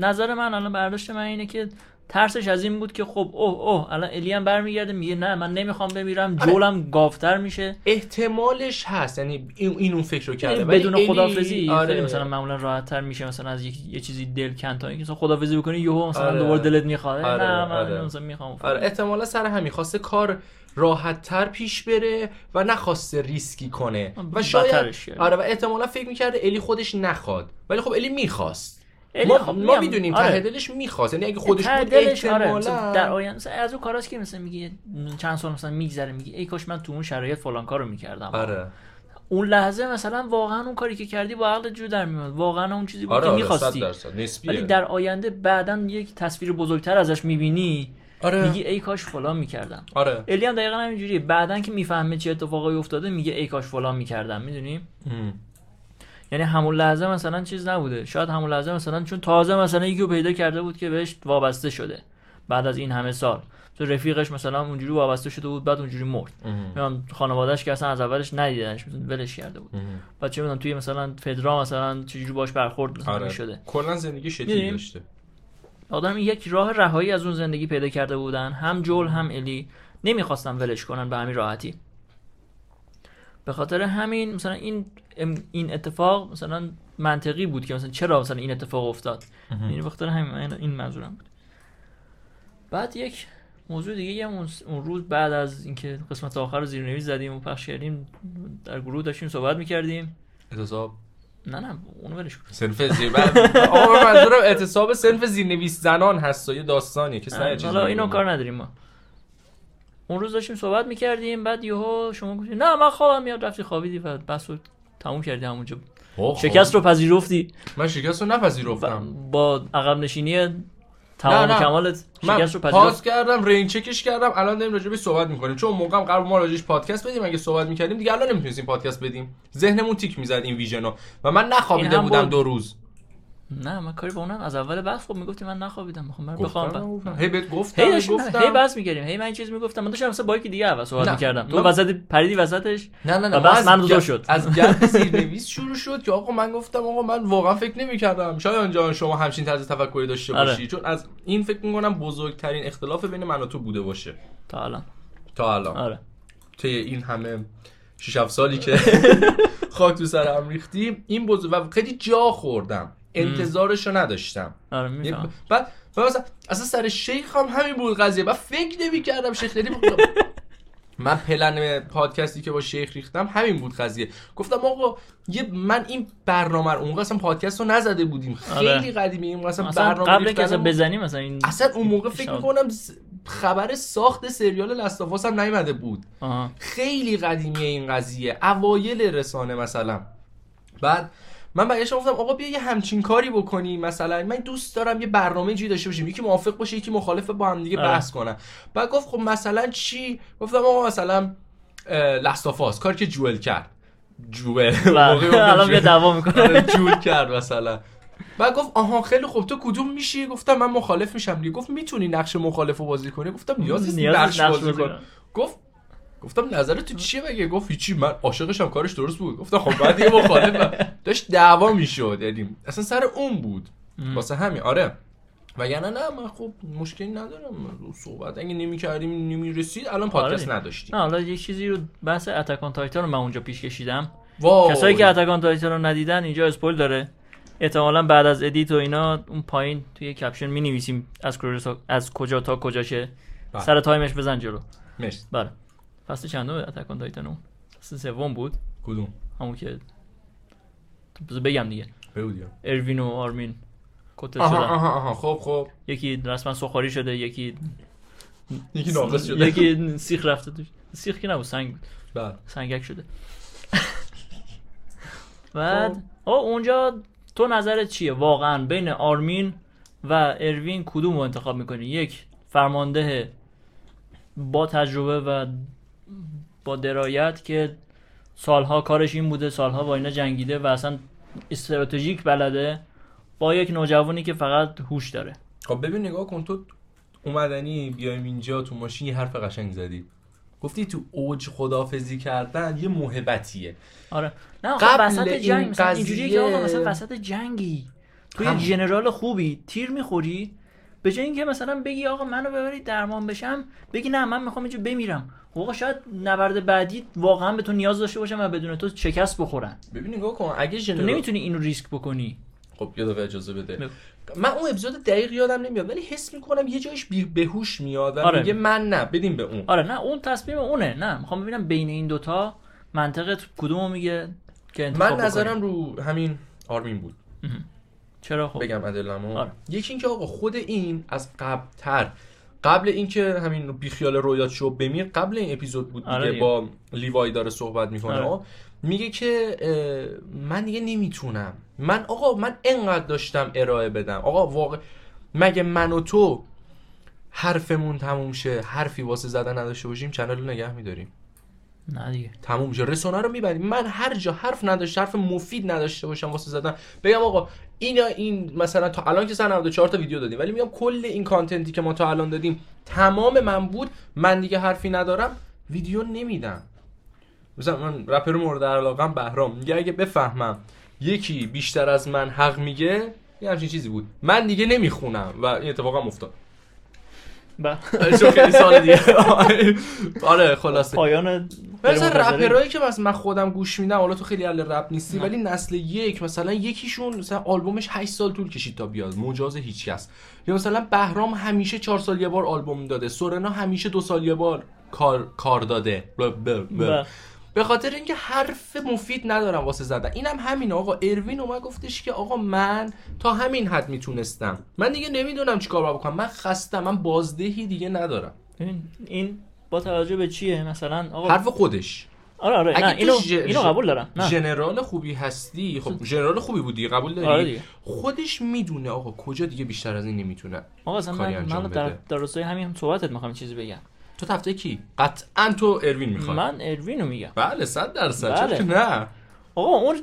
نظر من الان برداشت من اینه که ترسش از این بود که خب اوه اوه الان الی هم برمیگرده میگه نه من نمیخوام بمیرم آره. جولم گافتر میشه احتمالش هست یعنی این, این اون فکر رو کرده آره، ولی یعنی بدون الی- خدافزی آره خیلی مثلا معمولا راحت تر میشه مثلا از یک یه چیزی دلکن تا اینکه مثلا خدافزی بکنی یهو مثلا آره. دوباره دلت میخواد آره، نه من آره. مثلا میخوام آره احتمالا سر همین خواسته کار راحت تر پیش بره و نخواسته ریسکی کنه و شاید بدترش یعنی. کرد. آره و احتمالا فکر میکرده الی خودش نخواد ولی خب الی میخواست الی ما, خب ما میگم، میدونیم آره. ته دلش میخواست یعنی اگه خودش ته بود دلش، آره، احتمالا مثلا در آینده مثلا از اون کاراست که مثلا میگه چند سال مثلا میگذره میگه ای کاش من تو اون شرایط فلان کارو میکردم آره اون لحظه مثلا واقعا اون کاری که کردی با عقل جو در میاد واقعا اون چیزی بود آره که آره صد میخواستی درصد نسبیه. ولی در آینده بعدا یک تصویر بزرگتر ازش میبینی آره میگی ای کاش فلان میکردم آره الی هم دقیقا همینجوریه بعدا که میفهمه چه اتفاقایی افتاده میگه ای کاش فلان میکردم میدونی ام. یعنی همون لحظه مثلا چیز نبوده شاید همون لحظه مثلا چون تازه مثلا یکی رو پیدا کرده بود که بهش وابسته شده بعد از این همه سال تو رفیقش مثلا اونجوری وابسته شده بود بعد اونجوری مرد میدونم خانوادهش که اصلا از اولش ندیدنش ولش کرده بود ام. بعد چه میدونم توی مثلا فدرا مثلا چجوری باش برخورد مثلا آره شده کلا زندگی شدید می‌دونیم؟ داشته آدم یک راه رهایی از اون زندگی پیدا کرده بودن هم جول هم الی نمیخواستن ولش کنن به همین راحتی به خاطر همین مثلا این ام- این اتفاق مثلا منطقی بود که مثلا چرا مثلا این اتفاق افتاد یعنی به خاطر همین من این منظورم بود بعد یک موضوع دیگه یه اون س- اون روز بعد از اینکه قسمت آخر رو زیرنویس زدیم و پخش کردیم در گروه داشتیم صحبت میکردیم اعتصاب نه نه اونو ولش کن سنف زیر آقا من منظورم اعتصاب سنف زیرنویس زنان هست و یه داستانیه کسی نه آره، حالا اینو کار نداریم ما اون روز داشتیم صحبت میکردیم بعد یهو شما گفتی نه من خوابم میاد رفتی خوابیدی و بس رو تموم کردی همونجا خب. شکست رو پذیرفتی من شکست رو ب- نپذیرفتم با عقب نشینی تمام نه، نه. کمالت من شکست رو پاس پذیرفت کردم رین چکش کردم الان داریم راجع به صحبت میکنیم چون اون موقع هم قرار بود ما راجعش پادکست بدیم اگه صحبت میکردیم دیگه الان نمیتونستیم پادکست بدیم ذهنمون تیک میزد این ویژنو و من این نخوابیده هم بودم بود. دو روز نه من کاری با اونم از اول بحث خب میگفتی من نخوابیدم میخوام برم گفتم، بخوام گفتم. هی بهت گفتم هی داشتیم گفتم. هی بحث میکردیم هی من این چیز میگفتم من داشتم مثلا با یکی دیگه اول صحبت نه، میکردم تو من- وسط پریدی وسطش نه نه نه و ما بس از من رو دو گپ- شد. از گپ زیرنویس شروع شد که آقا من گفتم آقا من واقعا فکر نمی‌کردم شاید جان شما همچین طرز تفکری داشته آره. باشی چون از این فکر میکنم بزرگترین اختلاف بین من و تو بوده باشه تا الان تا الان آره طی این همه 6 7 سالی که خاک تو سرم ریختیم این بزرگ و خیلی جا خوردم انتظارش رو نداشتم آره میفهمم بعد و مثلا اصلا سر شیخ هم همین بود قضیه و فکر نمی‌کردم شیخ خیلی من پلن پادکستی که با شیخ ریختم همین بود قضیه گفتم آقا یه من این برنامه رو اون موقع اصلا پادکست رو نزده بودیم آره. خیلی قدیمی این موقع اصلا اصلا برنامه قبل که اصلا ریختنمون- بزنیم مثلا این اصلا اون موقع فکر پیشنهاد. میکنم خبر ساخت سریال لستافاس هم نیومده بود آها. خیلی قدیمی این قضیه اوایل رسانه مثلا بعد من برگشتم گفتم آقا بیا یه همچین کاری بکنی مثلا من دوست دارم یه برنامه جوری داشته باشیم یکی موافق باشه یکی مخالف با هم دیگه آره. بحث کنن بعد گفت خب مثلا چی گفتم آقا مثلا لستافاس کاری که جوئل کرد جوئل موقعی گفتم بله. الان جوئل. بیا دعوا میکنه آره، جول کرد مثلا بعد گفت آها خیلی خوب تو کدوم میشی گفتم من مخالف میشم دیگه گفت میتونی نقش مخالف رو بازی کنی گفتم نیاز نیست نیاز نقش نیست نقش بازی بازی کنم کنم. گفت گفتم نظر تو چیه مگه گفت هیچی من عاشقشم کارش درست بود گفتم خب بعد یه مخالف داشت دعوا میشد یعنی اصلا سر اون بود واسه همین آره وگرنه نه من خب مشکلی ندارم صحبت اگه نمیکردیم نمیرسید الان پادکست آره. نداشتیم نه حالا یه چیزی رو بحث اتکان تایتان رو من اونجا پیش کشیدم وای. کسایی که اتکان تایتان رو ندیدن اینجا اسپول داره احتمالا بعد از ادیت و اینا اون پایین توی کپشن می نویسیم از, کجا- از کجا تا کجا شه بله. سر تایمش بزن جلو مرسی بله فصل چندم اتکان تایتان اون فصل سوم بود کدوم همون که بذار بگم دیگه بگو دیگه. اروین و آرمین کتل آها شدن آها آها خب خب یکی رسما سخاری شده یکی یکی ناقص شده یکی سیخ رفته توش سیخ که نبود سنگ بود بله سنگک شده بعد آه اونجا تو نظرت چیه واقعا بین آرمین و اروین کدوم رو انتخاب میکنی یک فرمانده با تجربه و با درایت که سالها کارش این بوده سالها با اینا جنگیده و اصلا استراتژیک بلده با یک نوجوانی که فقط هوش داره خب ببین نگاه کن تو اومدنی بیایم اینجا تو ماشین یه حرف قشنگ زدی گفتی تو اوج خدافزی کردن یه موهبتیه آره نه قبل قبل وسط این جنگ مثلا قضیه- اینجوریه که آقا مثلا وسط جنگی تو یه همون. جنرال خوبی تیر میخوری به جای اینکه مثلا بگی آقا منو ببرید درمان بشم بگی نه من میخوام اینجا بمیرم خب آقا شاید نبرد بعدی واقعا به تو نیاز داشته باشم و بدون تو شکست بخورن ببین نگاه کن اگه تو جنرال نمیتونی اینو ریسک بکنی خب یه دقیقه اجازه بده بگو. من اون اپیزود دقیق یادم نمیاد ولی حس میکنم یه جایش بی- بهوش میاد و آره. میگه من نه بدیم به اون آره نه اون تصمیم اونه نه میخوام ببینم بین این دوتا منطقت کدومو میگه که انتخاب من نظرم بکنی. رو همین آرمین بود چرا خب بگم ادلمو آره. یکی اینکه آقا خود این از قبلتر قبل اینکه همین بیخیال رویات شو بمیر قبل این اپیزود بود دیگه آره دیگه. با لیوای داره صحبت میکنه آره. میگه که اه، من دیگه نمیتونم من آقا من انقدر داشتم ارائه بدم آقا واقع مگه من و تو حرفمون تموم شه حرفی واسه زدن نداشته باشیم چنل رو نگه میداریم نه دیگه تموم میشه رسانه رو میبریم من هر جا حرف نداشت حرف مفید نداشته باشم واسه زدن بگم آقا اینا این مثلا تا الان که 194 تا ویدیو دادیم ولی میگم کل این کانتنتی که ما تا الان دادیم تمام من بود من دیگه حرفی ندارم ویدیو نمیدم مثلا من رپر مورد علاقم بهرام میگه اگه بفهمم یکی بیشتر از من حق میگه یه همچین چیزی بود من دیگه نمیخونم و این اتفاقم افتاد بله. چون خیلی سال دیگه آره خلاصه پایان مثلا غیر منتظره. رپرایی که مثلا من خودم گوش میدم حالا تو خیلی اهل رپ نیستی ولی نسل یک مثلا یکیشون مثلا آلبومش 8 سال طول کشید تا بیاد مجاز هیچکس یا مثلا بهرام همیشه 4 سال یه بار آلبوم داده سورنا همیشه دو سال یه بار کار کار داده بله، بله، بله. بله. به خاطر اینکه حرف مفید ندارم واسه زدن اینم همین آقا اروین اومد گفتش که آقا من تا همین حد میتونستم من دیگه نمیدونم چیکار باید بکنم من خستم من بازدهی دیگه ندارم ببین این با توجه به چیه مثلا آقا حرف خودش آره آره اگه نه تو اینو ژ- اینو ژ- قبول دارم نه ژنرال خوبی هستی خب ژنرال خوبی بودی قبول داری آره دیگه. خودش میدونه آقا کجا دیگه بیشتر از این نمیتونه آقا اصلا کاری من انجام من در بده. در راستای همین صحبتت میخوام چیزی بگم تو تفته کی قطعا تو اروین میخوای من اروینو میگم بله صد درصد چرا بله. که نه آقا اون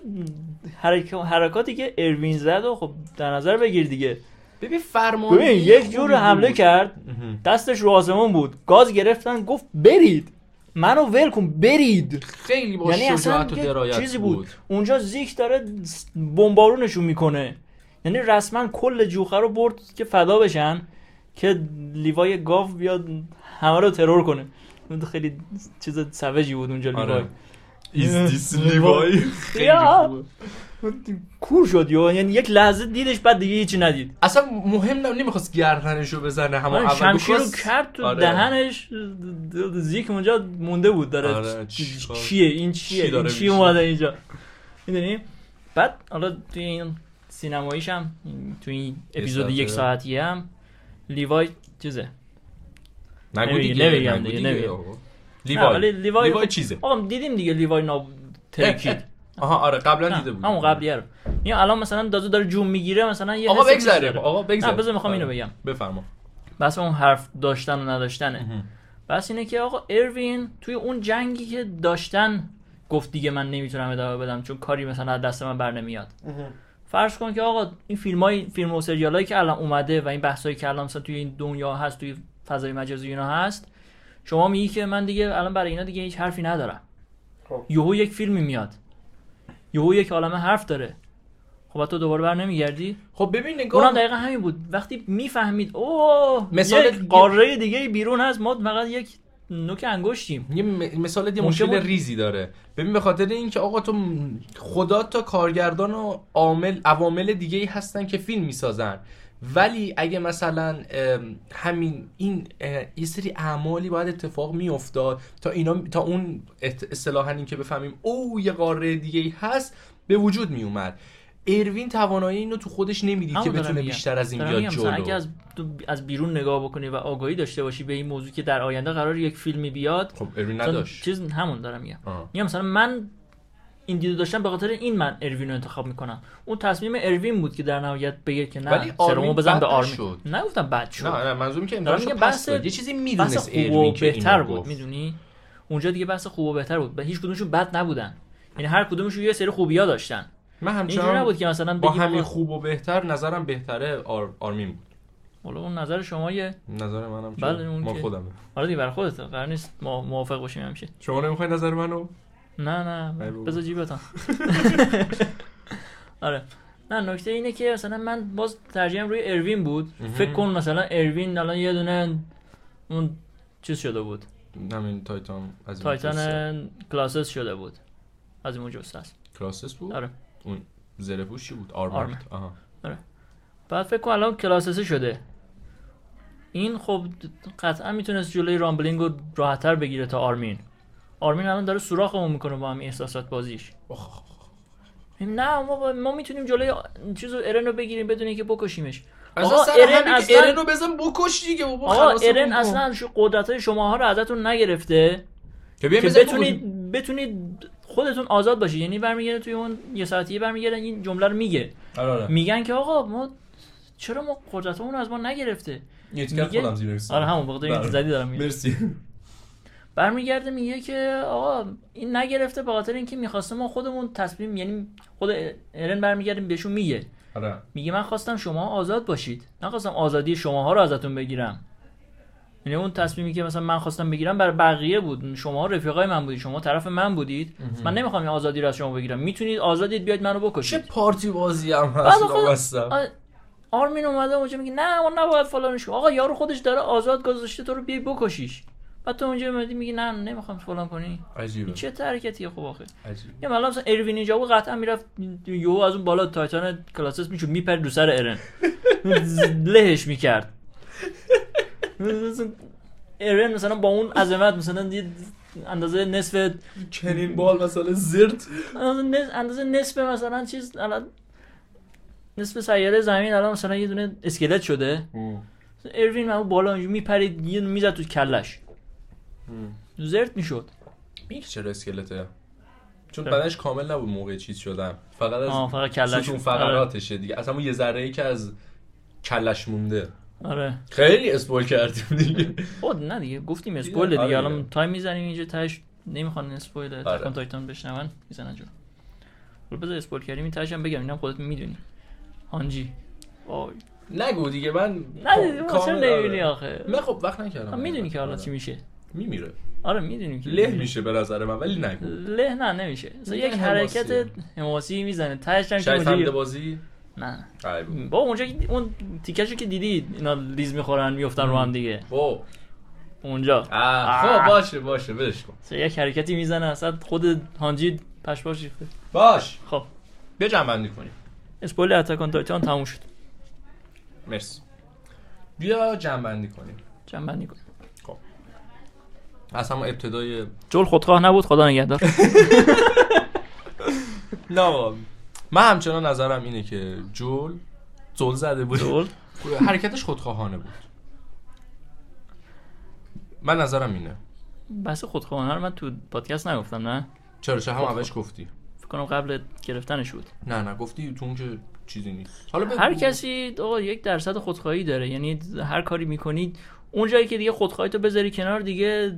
حرک- حرکاتی که اروین زد و خب در نظر بگیر دیگه ببین فرمان ببین یک جور حمله کرد دستش رو آسمون بود گاز گرفتن گفت برید منو ول کن برید خیلی با یعنی اصلا شجاعت و یه درایت چیزی بود. اونجا زیک داره بمبارونشون میکنه یعنی رسما کل جوخه رو برد که فدا بشن که لیوای گاو بیاد همه رو ترور کنه اون تو خیلی چیز سوجی بود اونجا لیوای آره Is this Levi؟ خیلی یا. خوبه. کور شد یو یعنی یک لحظه دیدش بعد دیگه هیچی ندید اصلا مهم نم نمیخواست گردنشو بزنه همون آره، اول شمشیر رو می‌خواست- کرد تو آره. دهنش زیک اونجا مونده بود داره آره، چ- چی- چیه این چیه چی داره این چی میشه؟ اومده اینجا میدونی بعد حالا توی این سینماییش هم توی این اپیزود ساعته. یک ساعتیه هم لیوای چیزه نگو نمیگه، دیگه نمیگم نگو دیگه، دیگه، نمیگم. آقا. نه، لیوای ولی لیوای- لیوای چیزه آقا دیدیم دیگه لیوای ناب اه، ترکید آها آره قبلا نه، دیده بود همون قبلیه رو یا الان مثلا دازو داره جون میگیره مثلا یه آقا حس چیز بگذره داره. آقا بگذره نه بذار میخوام اینو آره. بگم بفرما بس اون حرف داشتن و نداشتنه بس اینه که آقا اروین توی اون جنگی که داشتن گفت دیگه من نمیتونم ادامه بدم چون کاری مثلا از دست من بر نمیاد فرض کن که آقا این فیلم های فیلم و سریالایی که الان اومده و این بحثایی که الان مثلا توی این دنیا هست توی فضای مجازی اینا هست شما میگی که من دیگه الان برای اینا دیگه هیچ حرفی ندارم یهو یک فیلمی میاد یهو یک عالمه حرف داره خب تو دوباره بر نمیگردی خب ببین نگاه اونم دقیقا همین بود وقتی میفهمید اوه مثال مثال دیگه- قاره دیگه بیرون هست ما فقط یک نوک انگشتیم یه م- مثال یه ممکن مشکل بود. ریزی داره ببین به خاطر اینکه آقا تو م- خدا تا کارگردان و عامل عوامل دیگه ای هستن که فیلم میسازن ولی اگه مثلا ام، همین این اه، یه سری اعمالی باید اتفاق میافتاد تا اینا تا اون اصطلاحا این که بفهمیم او یه قاره دیگه ای هست به وجود می اومد اروین توانایی اینو تو خودش نمیدید که همون دارم بتونه میگم. بیشتر از این دارم بیاد میگم مثلا اگه جلو از, تو- از بیرون نگاه بکنی و آگاهی داشته باشی به این موضوع که در آینده قرار یک فیلمی بیاد خب اروین مثلا نداشت چیز همون دارم میگم آه. میگم مثلا من این دیدو داشتم به خاطر این من اروین رو انتخاب میکنم اون تصمیم اروین بود که در نهایت بگه که ولی نه آرمین سرمو بزن بد به آرمین نشد. نگفتم بد شد نه نه منظورم که دارم امکانش میگم پس بحث داد. یه چیزی بحث میدونست خوب و اروین که بهتر اینو بود گفت میدونی اونجا دیگه بحث خوب و بهتر بود و هیچ کدومشون بد نبودن یعنی هر کدومشون یه سری خوبیا داشتن من اینجوری همچنان نبود که مثلا با بگی همین بابا- خوب و بهتر نظرم بهتره آر... آرمین بود حالا اون نظر شما یه نظر منم بله، اون ما که- خودمه حالا دیگه برای خودت قرار نیست ما موافق باشیم همیشه شما نمیخوای نظر منو نه نه ای بابا. بذار جیبتان آره نه نکته اینه که مثلا من باز ترجیحم روی اروین بود مهم. فکر کن مثلا اروین الان یه دونه اون چیز شده بود همین تایتان از این کلاسه. تایتان کلاسس شده بود از اون جست است کلاسس بود آره اون زره پوش چی بود آرمر. آرمر بود. آها بعد فکر کن الان کلاسسه شده این خب قطعا میتونست جلوی رامبلینگ رو راحتتر بگیره تا آرمین آرمین الان داره سوراخمون میکنه با همین احساسات بازیش نه ما, با- ما میتونیم جلوی چیز رو ارن رو بگیریم بدون اینکه بکشیمش آقا اصلا ارن اصلا ارن رو بزن بکش دیگه بابا آقا خلاصمون ارن کن. اصلا شو قدرت های شماها رو ازتون نگرفته که بیا که بزن بتونید بتونید خودتون آزاد باشید یعنی برمیگرده توی اون یه ساعتیه برمیگردن این جمله رو میگه بکش. آره آره میگن که آقا ما چرا ما قدرتمون رو از ما نگرفته یه تیکه میگه- خودم زیر رسیدم. آره همون بخاطر بله. این زدی دارم میگم مرسی برمیگرده میگه که آقا این نگرفته به خاطر اینکه میخواستم ما خودمون تصمیم یعنی خود ارن برمیگرده بهشون میگه آره میگه من خواستم شما آزاد باشید نخواستم آزادی شماها رو ازتون بگیرم یعنی اون تصمیمی که مثلا من خواستم بگیرم بر بقیه بود شما رفیقای من بودید شما طرف من بودید من نمیخوام این آزادی رو از شما بگیرم میتونید آزادید بیاید منو چه بکشید پارتی بازی هم بعد هست خود- بستم بله، خب. آ- آرمین اومده اونجا میگه نه ما نباید فلانش کنی. آقا یارو خودش داره آزاد گذاشته تو رو بیای بکشیش بعد تو اونجا اومدی میگی نه نمیخوام فلان کنی عجیبه چه حرکتیه خب آخه عجیبه یه مثلا اروین اینجا بود قطعا میرفت یهو از اون بالا تایتان کلاسس میشد میپرد رو سر ارن لهش میکرد مثلا ارن مثلا با اون عظمت مثلا یه اندازه نصف چنین بال مثلا زرت اندازه نصف, اندازه نصف مثلا چیز الان نصف سیاره زمین الان مثلا یه دونه اسکلت شده اروین من اون بالا اونجا میپرید یه میزد تو کلش زرد میشد میگه چرا اسکلته چون چرا؟ بدنش کامل نبود موقع چیز شدن فقط آه از فقط کلش ستون آره. فقراتشه دیگه اصلا اون یه ذره ای که از کلش مونده آره خیلی اسپویل کردیم دیگه خود نه دیگه گفتیم آره اسپویل دیگه دیگه. الان تایم میزنیم اینجا تاش نمیخوان اسپویل آره. تکان تایتان بشنون میزنن جون رو بذار اسپویل کردیم این تاش هم بگم اینم خودت میدونی هانجی وای نگو دیگه من نه دیگه کام- واسه کامل، آره. نمیبینی آخه من خب وقت نکردم آره. میدونی که حالا چی میشه میمیره آره میدونیم که له میشه به نظر من ولی نگو له نه نمیشه مثلا یک حماسی. حرکت حماسی میزنه تاش هم که شاید اونجا حمله یه- بازی نه ای بابا. با اونجا که- اون تیکشو که دیدی اینا لیز میخورن میفتن رو هم دیگه خب اونجا آه، خب باشه باشه ولش کن مثلا یک حرکتی میزنه اصلا خود هانجی پشپاش ریخته باش خب بیا جنبندی کنیم اسپویل اتاک آن تایتان تموم شد مرسی بیا جنبندی کنیم جمع بندی کن از همون ابتدای جل خودخواه نبود خدا نگهدار نه آقا. من همچنان نظرم اینه که جول زل زده بود جل حرکتش خودخواهانه بود من نظرم اینه بس خودخواهانه رو من تو پادکست نگفتم نه چرا چرا هم اولش گفتی فکر کنم قبل گرفتنش بود نه نه گفتی تو اون که چیزی نیست حالا بگو. هر کسی آقا یک درصد خودخواهی داره یعنی هر کاری میکنید اون جایی که دیگه خودخواهی تو بذاری کنار دیگه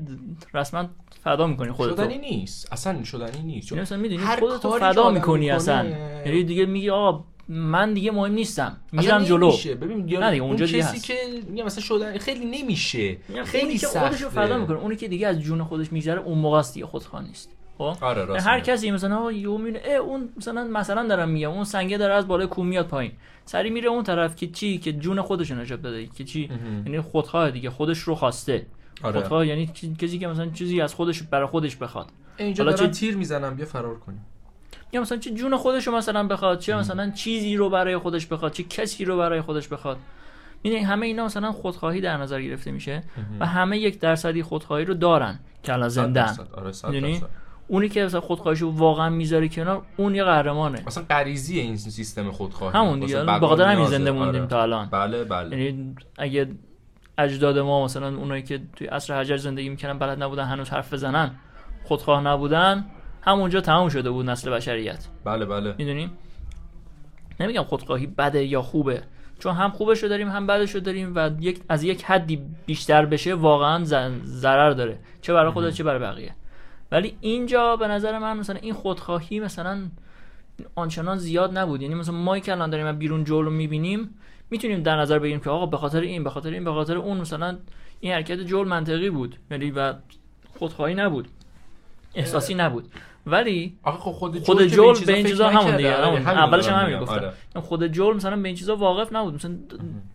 رسما فدا میکنی خودت شدنی رو نیست اصلا شدنی نیست چون یعنی مثلا میدونی هر خودت رو کاری که فدا آدم میکنی میکنه- اصلا یعنی دیگه میگی آقا من دیگه مهم نیستم اصلا میرم جلو نمیشه. ببین یا نه دیگه، اونجا اون دیگه کسی هست. که میگم مثلا شدن خیلی نمیشه اونی خیلی که سخته یعنی خودشو فدا میکنه اونی که دیگه از جون خودش میگذره اون موقع است دیگه خودخواه نیست خب آره راست هر میگی. کسی مثلا آقا یهو میبینه اه، اون مثلا مثلا دارم میگم اون سنگه داره از بالای کوه میاد پایین سری میره اون طرف که چی که جون خودش رو نجات بده که چی یعنی خودخواه دیگه خودش رو خواسته آره. خودخواه یعنی کی- کسی که مثلا چیزی از خودش برای خودش بخواد اینجا حالا دارن چه- تیر میزنم بیا فرار کنیم یا مثلا چه جون خودش رو مثلا بخواد چه مثلا چیزی رو برای خودش بخواد چه کسی رو برای خودش بخواد میدونی همه اینا مثلا خودخواهی در نظر گرفته میشه و همه یک درصدی خودخواهی رو دارن که الان زندن یعنی؟ آره صد می‌دونی؟ درصد. اونی که مثلا خودخواهی واقعا میذاره کنار اون یه قهرمانه اصلا غریزی این سیستم خودخواهی همون دیگه مثلا به خاطر همین نیازه. زنده موندیم آره. تا الان بله بله یعنی اگه اجداد ما مثلا اونایی که توی عصر حجر زندگی میکنن بلد نبودن هنوز حرف بزنن خودخواه نبودن همونجا تمام شده بود نسل بشریت بله بله میدونیم نمیگم خودخواهی بده یا خوبه چون هم خوبش رو داریم هم بدش رو داریم و یک از یک حدی بیشتر بشه واقعا زن- ضرر داره چه برای خودت چه برای بقیه ولی اینجا به نظر من مثلا این خودخواهی مثلا آنچنان زیاد نبود یعنی مثلا ما که الان داریم از بیرون جلو میبینیم میتونیم در نظر بگیریم که آقا به خاطر این به خاطر این به خاطر اون مثلا این حرکت جل منطقی بود یعنی و خودخواهی نبود احساسی نبود ولی آخه خب خود جل که خود این جل چیزا به این فکر چیزا نکرده. همون دیگه آره، همون. همین اولش دارم هم همین میگم. گفتم آره. خود جل مثلا به این چیزا واقف نبود مثلا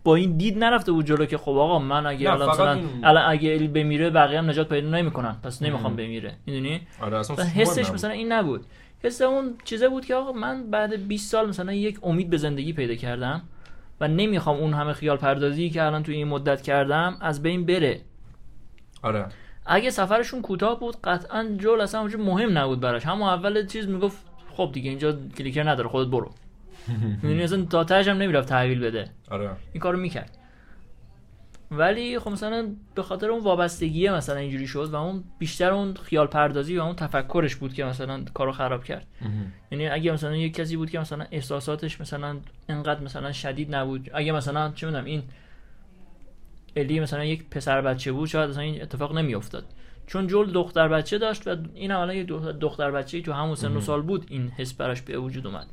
با این دید نرفته بود جلو که خب آقا من اگه نه، الان فقط مثلا این- الان اگه الی بمیره بقیه هم نجات پیدا نمیکنن پس نمیخوام مم. بمیره میدونی آره اصلا و سوال حسش نبود. مثلا این نبود حس اون چیزه بود که آقا من بعد 20 سال مثلا یک امید به زندگی پیدا کردم و نمیخوام اون همه خیال پردازی که الان توی این مدت کردم از بین بره آره اگه سفرشون کوتاه بود قطعا جول اصلا اونجا مهم نبود براش همون اول چیز میگفت خب دیگه اینجا کلیکر نداره خودت برو میدونی اصلا تا تهش هم نمیرفت تحویل بده آره این کارو میکرد ولی خب مثلا به خاطر اون وابستگیه مثلا اینجوری شد و اون بیشتر اون خیال پردازی و اون تفکرش بود که مثلا کارو خراب کرد یعنی اگه مثلا یک کسی بود که مثلا احساساتش مثلا انقدر مثلا شدید نبود اگه مثلا چه میدونم این الی مثلا یک پسر بچه بود شاید مثلا این اتفاق نمیافتاد چون جل دختر بچه داشت و این اولا یه دختر- دختر بچه تو همون سن و سال بود این حس براش به وجود اومد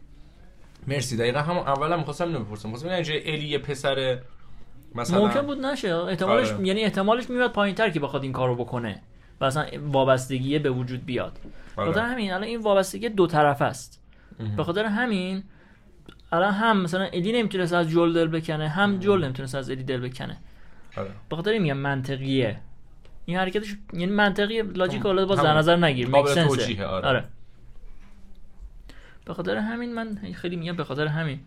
مرسی دقیقا همون اولم میخواستم اینو بپرسم میخواستم اینجا الی یه پسر مثلا ممکن بود نشه احتمالش آره. یعنی احتمالش میاد پایین تر که بخواد این کارو بکنه و اصلا وابستگی به وجود بیاد آره. بخاطر همین الان این وابستگی دو طرف است به خاطر همین الان هم مثلا الی نمیتونست از جل دل بکنه هم جل نمیتونست از الی دل بکنه آره. به خاطر این میگم منطقیه این حرکتش یعنی منطقیه لاجیک حالا باز در همون. نظر نگیر قابل make senseه. توجیهه، آره. به خاطر همین من خیلی میگم به خاطر همین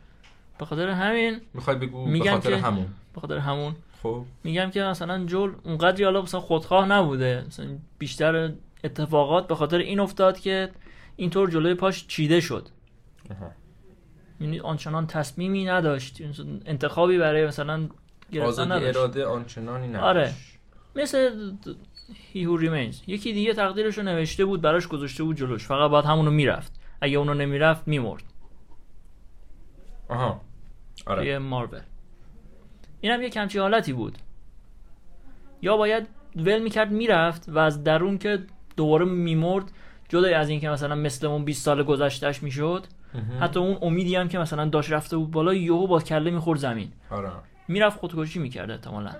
به خاطر همین میخوای بگو به میگم خاطر که- همون به خاطر همون خب میگم که مثلا جل اونقدری حالا مثلا خودخواه نبوده مثلا بیشتر اتفاقات به خاطر این افتاد که اینطور جلوی پاش چیده شد آها. یعنی آنچنان تصمیمی نداشت مثلا انتخابی برای مثلا گرفتن آزادی نداشت اراده آنچنانی نداشت آره. مثل هی هو ریمینز یکی دیگه تقدیرش رو نوشته بود براش گذاشته بود جلوش فقط باید همونو میرفت اگه اونو نمیرفت میمرد آها آره توی مارول این هم یه کمچی حالتی بود یا باید ول میکرد میرفت و از درون که دوباره میمرد جدا از اینکه مثلا مثل اون 20 سال گذشتهش میشد مهم. حتی اون امیدی هم که مثلا داشت رفته بود بالا یهو با کله میخورد زمین آره میرفت خودکشی میکرد احتمالا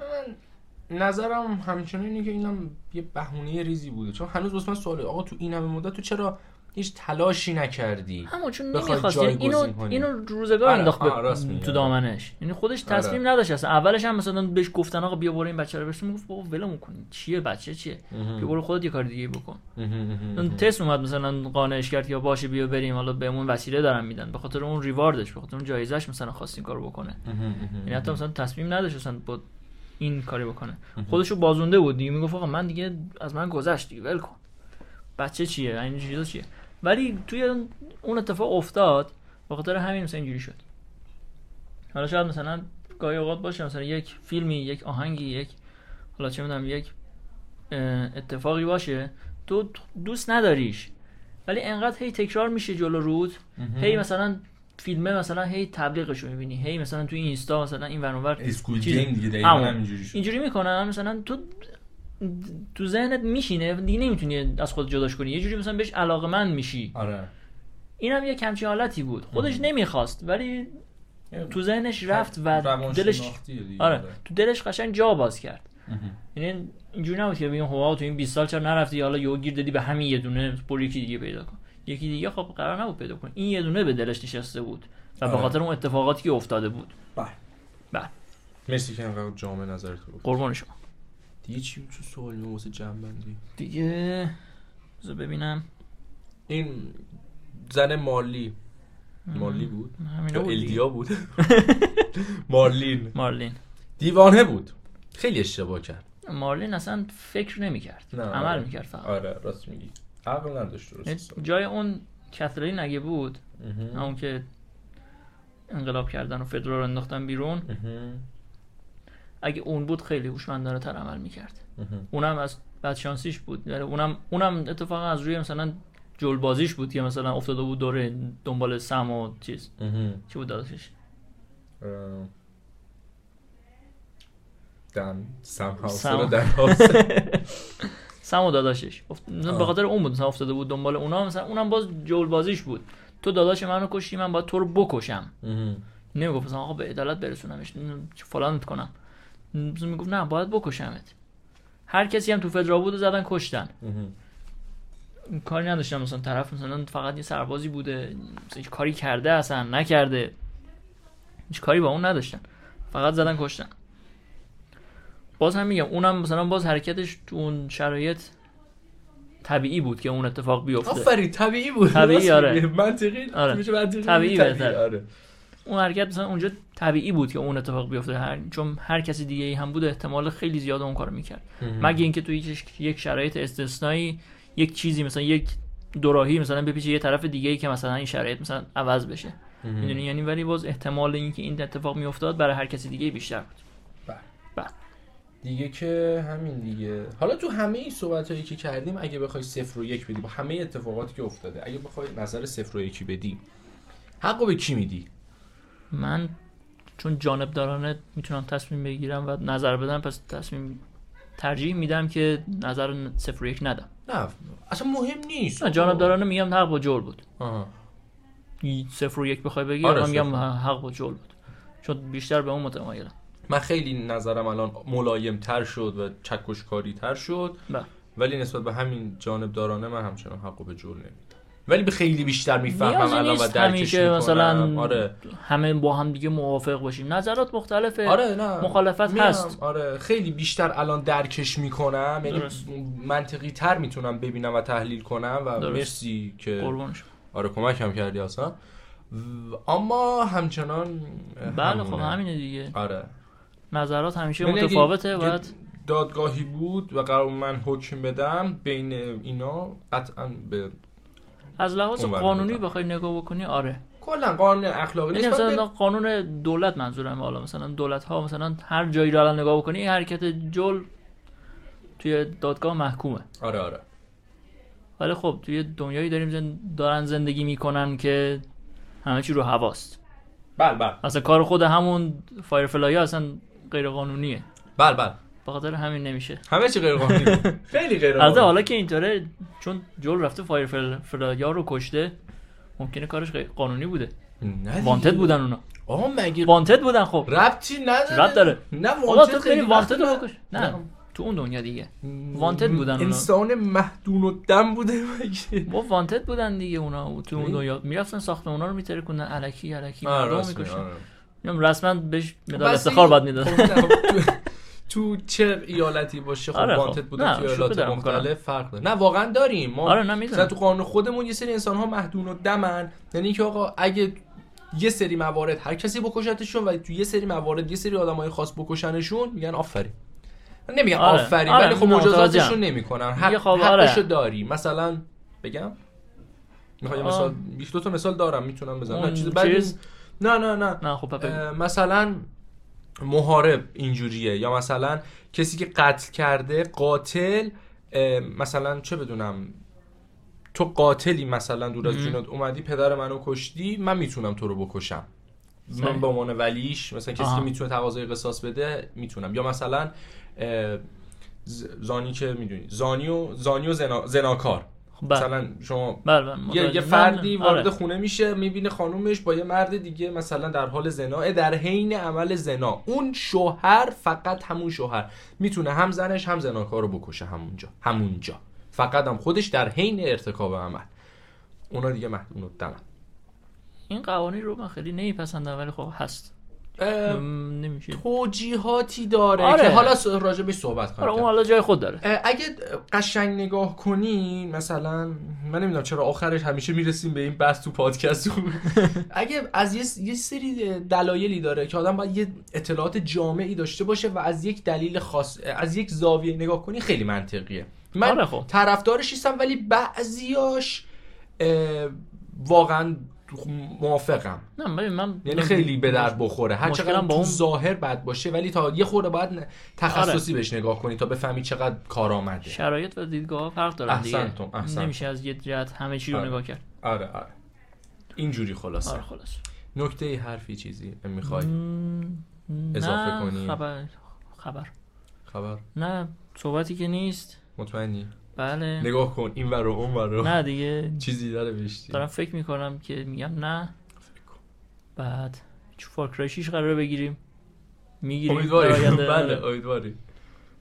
نظرم همچنان اینه که اینم یه بهونه ریزی بوده چون هنوز واسه من سواله آقا تو این همه مدت تو چرا هیچ تلاشی نکردی اما چون بخواد نمیخواست یعنی جایگزین اینو کنی. اینو روزگار آره، انداخت به- آه، راست آره. میگی، تو آره. دامنش یعنی خودش تصمیم نداشت اصلا اولش هم مثلا بهش گفتن آقا بیا برو این بچه رو برسون میگفت بابا ولمون کن چیه بچه چیه بیا برو خودت یه کار دیگه بکن مهم، مهم. اون تست اومد مثلا قانعش کرد که باشه بیا بریم حالا بهمون وسیله دارن میدن به خاطر اون ریواردش به خاطر اون جایزش مثلا خواست این کارو بکنه مهم، مهم. یعنی حتی مثلا تصمیم نداشت مثلا با این کاری بکنه خودشو بازونده بود دیگه میگفت آقا من دیگه از من گذشت دیگه ول کن بچه چیه این چیزا چیه ولی توی اون- اون اتفاق افتاد به خاطر همین مثلا اینجوری شد حالا شاید مثلا گاهی اوقات باشه مثلا یک فیلمی یک آهنگی یک حالا چه میدونم یک اه، اتفاقی باشه تو دوست نداریش ولی انقدر هی تکرار میشه جلو رود هی مثلا فیلمه مثلا هی تبلیغش رو میبینی هی مثلا توی اینستا مثلا این ور اون ور اسکول چیز- گیم دیگه دقیقاً همون. همینجوری شد اینجوری میکنن مثلا تو تو ذهنت میشینه دیگه نمیتونی از خود جداش کنی یه جوری مثلا بهش علاقه میشی آره این هم یه کمچی حالتی بود خودش نمیخواست ولی تو ذهنش رفت و دلش روانشناختیه دیگه. آره تو دلش قشنگ جا باز کرد مهم. یعنی اینجوری نبود که بگیم هوا تو این 20 سال چرا نرفتی حالا یهو گیر دادی به همین یه دونه برو یکی دیگه پیدا کن یکی دیگه خب قرار نبود پیدا کن این یه دونه به دلش نشسته بود و به آره. خاطر اون اتفاقاتی که افتاده بود مرسی که انقدر جامع نظر تو گفت. قربان شما دیگه چی بود؟ چه سوالی بود واسه جنبندی دیگه بذار ببینم این زن مالی مالی بود همینا یا بود دیگه. الدیا بود مارلین مارلین دیوانه بود خیلی اشتباه کرد مارلین اصلا فکر نمیکرد نه، عمل آره. میکرد فقط یعنی آره راست میگی عقل نداشت درست جای اون کاترین اگه بود مهم. همون که انقلاب کردن و فدرال رو انداختن بیرون مهم. اگه اون بود خیلی هوشمندانه تر عمل میکرد مهم. اونم از بدشانسیش بود یعنی اونم اونم اتفاقا از روی مثلا جلبازیش بود که مثلا افتاده بود دوره دنبال سم و چیز مهم. چی بود داداشش اه. دم سم سم. حوصله در حوصله. سم و داداشش افت... آه. به خاطر اون بود مثلا افتاده بود دنبال اونا مثلا اونم باز جلبازیش بود تو داداش منو کشتی من باید تو رو بکشم مهم. نمیگفت مثلا آقا به عدالت برسونمش چه فلانت کنم مثلا میگفت نه باید بکشمت هر کسی هم تو فدرا بود و زدن کشتن مهم. کاری نداشتن مثلا طرف مثلا فقط یه سربازی بوده مثلا هیچ کاری کرده اصلا نکرده هیچ کاری با اون نداشتن فقط زدن کشتن باز هم میگم اونم مثلا باز حرکتش تو اون شرایط طبیعی بود که اون اتفاق بیفته آفرین طبیعی بود طبیعی، راست آره. میگی. منطقی آره. میشه منطقی طبیعی بهتره. آره اون حرکت مثلا اونجا طبیعی بود که اون اتفاق بیفته هر چون هر کسی دیگه ای هم بود احتمال خیلی زیاد اون کارو میکرد مهم. مگه اینکه تو یک یک شرایط استثنایی یک چیزی مثلا یک دوراهی مثلا بپیچه یه طرف دیگه ای که مثلا این شرایط مثلا عوض بشه مهم. میدونی یعنی ولی باز احتمال اینکه این اتفاق میافتاد برای هر کسی دیگه بیشتر بود دیگه که همین دیگه حالا تو همه این صحبت هایی که کردیم اگه بخوای صفر و یک بدی با همه اتفاقاتی که افتاده اگه بخوای نظر صفر و یکی بدی حقو به کی میدی من چون جانبدارانه میتونم تصمیم بگیرم و نظر بدم پس تصمیم ترجیح میدم که نظر صفر و یک ندم نه اصلا مهم نیست نه جانبدارانه میگم حق با جل بود آها. صفر و یک بخوای بگی آره، آره میگم صفر. حق با جل بود چون بیشتر به اون متمایلم من خیلی نظرم الان ملایم تر شد و چکشکاری تر شد بله. ولی نسبت به همین جانبدارانه من همچنان حقو به جور نمیدم ولی به خیلی بیشتر میفهمم نیازی الان و نیست درکش همیشه میکنم مثلا آره همه با هم دیگه موافق باشیم نظرات مختلفه آره نه مخالفت میرم. هست. آره خیلی بیشتر الان درکش میکنم یعنی درست. منطقی تر میتونم ببینم و تحلیل کنم و درست. مرسی که قربونش آره کمکم کردی اصلا و- اما همچنان بله خب همونه. همینه دیگه آره نظرات همیشه ولی اگه متفاوته یه باید دادگاهی بود و قرار بود من حکم بدم بین اینا قطعا به از لحاظ اون ور قانونی می‌دونم. بخوای نگاه بکنی آره کلا قانون اخلاقی یعنی خب، نسبت به- مثلا قانون دولت منظورم حالا مثلا دولت ها مثلا هر جایی رو الان نگاه بکنی این حرکت جل توی دادگاه محکومه آره آره ولی خب توی دنیایی داریم زن... دارن زندگی میکنن که همه چی رو هواست بله بله اصلا کار خود همون فایرفلای اصلا غیر قانونیه بله بله به خاطر همین نمیشه همه چی غیر قانونی بود. خیلی غیر البته قانونی حالا که اینطوره چون جل رفته فایرفلایا رو کشته ممکنه کارش غیر قانونی بوده نه دیگه. وانتد بودن اونا آقا مگه وانتد بودن خب ربطی نداره ربط داره. نه آقا وانتد تو بری خیلی وانتد وقت رو بکش نه تو اون دنیا دیگه وانتد بودن اونا. انسان محدون و دم بوده مگه با وانتد بودن دیگه اونا تو اون خیلی؟ دنیا میرفتن ساخت اونا رو میتره کنن الکی الکی آره، مردم رو راست میگی، می‌کشتن. آره. میگم رسما بهش مدال بس افتخار دیگه، بعد میداد خب، نه، خب، تو- تو چه ایالتی باشه خب آره، خب. وانتد بودن نه، تو شوخی ایالات دارم می‌کنم. مختلف فرق داره نه واقعا داریم ما آره مثلا نه میدونم تو قانون خودمون یه سری انسان ها محدون و دمن یعنی اینکه آقا اگه یه سری موارد هر کسی بکشتشون ولی تو یه سری موارد یه سری آدمای خاص بکشنشون میگن آفرین نمیگن آره، آفرین آره، ولی خب نه، مجازاتشون متوجهم. نمیکنن یه حق خواب، آره. حقشو داری مثلا بگم میخوام یه آه. مثال دو تا مثال دارم میتونم بزنم نه اون چیز بدی چیز؟ نیست. نه نه نه نه خب پپه اه، مثلا محارب اینجوریه یا مثلا کسی که قتل کرده قاتل اه، مثلا چه بدونم تو قاتلی مثلا دور از مم. جونت اومدی پدر منو کشتی من میتونم تو رو بکشم من صحیح. به عنوان ولیش مثلا کسی آها. که میتونه تقاضای قصاص بده میتونم یا مثلا اه، ز- زانی که میدونی زانی و زانی و زنا... زناکار بله مثلا شما بله بله، یه, متوجه. یه نه، فردی نه، وارد آره. خونه میشه میبینه خانومش با یه مرد دیگه مثلا در حال زنا در حین عمل زنا اون شوهر فقط همون شوهر میتونه هم زنش هم زناکار رو بکشه همونجا همونجا فقط هم خودش در حین ارتکاب عمل اونا دیگه محدود دمن این قوانین رو من خیلی نمیپسندم ولی خب هست اه، خب. م، نمیشه توجیهاتی داره آره. که حالا س- راجبش صحبت آره کنیم اون حالا جای خود داره اه، اگه قشنگ نگاه کنی مثلا من نمیدونم چرا آخرش همیشه میرسیم به این بحث تو پادکست اگه از یه, س- یه سری دلایلی داره که آدم باید یه اطلاعات جامعی داشته باشه و از یک دلیل خاص از یک زاویه نگاه کنی خیلی منطقیه من آره خب. طرفدارش نیستم ولی بعضیاش اه، واقعا موافقم نه ببین من یعنی خیلی به در بخوره هر مشکلم چقدر با با اون- ظاهر بد باشه ولی تا یه خورده باید ن- آره. تخصصی بهش نگاه کنی تا بفهمی چقدر کار آمده شرایط و دیدگاه فرق دارن احسنتم، دیگه احسنتم. نمیشه از یه جهت همه چی رو آره. نگاه کرد آره آره اینجوری خلاصه آره خلاص نکته حرفی چیزی میخوای مم، اضافه نه، کنی؟ خبر خبر خبر نه صحبتی که نیست مطمئنی بله نگاه کن این ور و اون ور و نه دیگه چیزی داره بشتی دارم فکر میکنم که میگم نه بعد فارکرای 6 قراره بگیریم میگیریم امیدواری بله امیدواری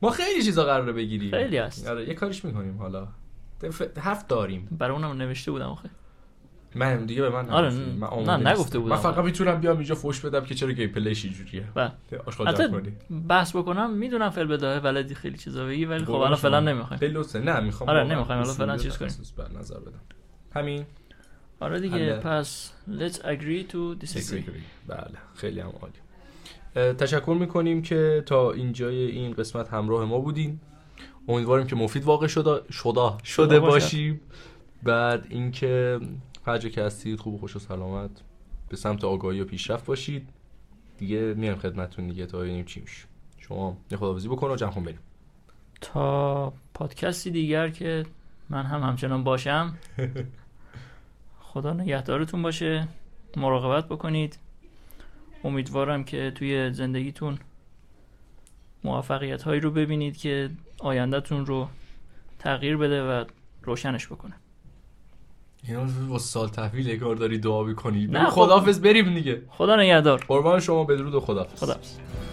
ما خیلی چیزا قراره بگیریم خیلی هست. آره یه کاریش میکنیم حالا دف- هفت داریم برای اونم نوشته بودم آخه من دیگه به من آره، نگفتی. نه، من آماده نه، نیستم. نگفته بودم. من فقط میتونم بیام اینجا فوش بدم که چرا گیم پلیش اینجوریه بله. آشغال جمع البته کنی بحث بکنم میدونم فعل بداهه بلدی خیلی چیزا بگی ولی خب قربون الان شما. فعلا نمیخوایم خیلی لطفه نه میخوام آره، واقعا نمیخوایم. الان فعلا اصولی چیز کنیم. تخصص بر بله، نظر بدم همین آره دیگه حله. پس let's agree to disagree بله خیلی هم عالی اه، تشکر میکنیم که تا اینجای این قسمت همراه ما بودین امیدواریم که مفید واقع شده شده, شده باشد. باشیم بعد اینکه هر جا که هستید خوب و خوش و سلامت به سمت آگاهی و پیشرفت باشید دیگه میام خدمتتون دیگه تا ببینیم چی میشه شما یه خداحافظی بکن و جمع کن بریم تا پادکستی دیگر که من هم همچنان باشم خدا نگهدارتون باشه مراقبت بکنید امیدوارم که توی زندگیتون موفقیت هایی رو ببینید که آیندهتون رو تغییر بده و روشنش بکنه اینا رو با سال تحویل کار داری دعا می‌کنی نه، بگو خب- خداحافظ بریم دیگه خدا نگهدار قربان شما بدرود و خداحافظ خدا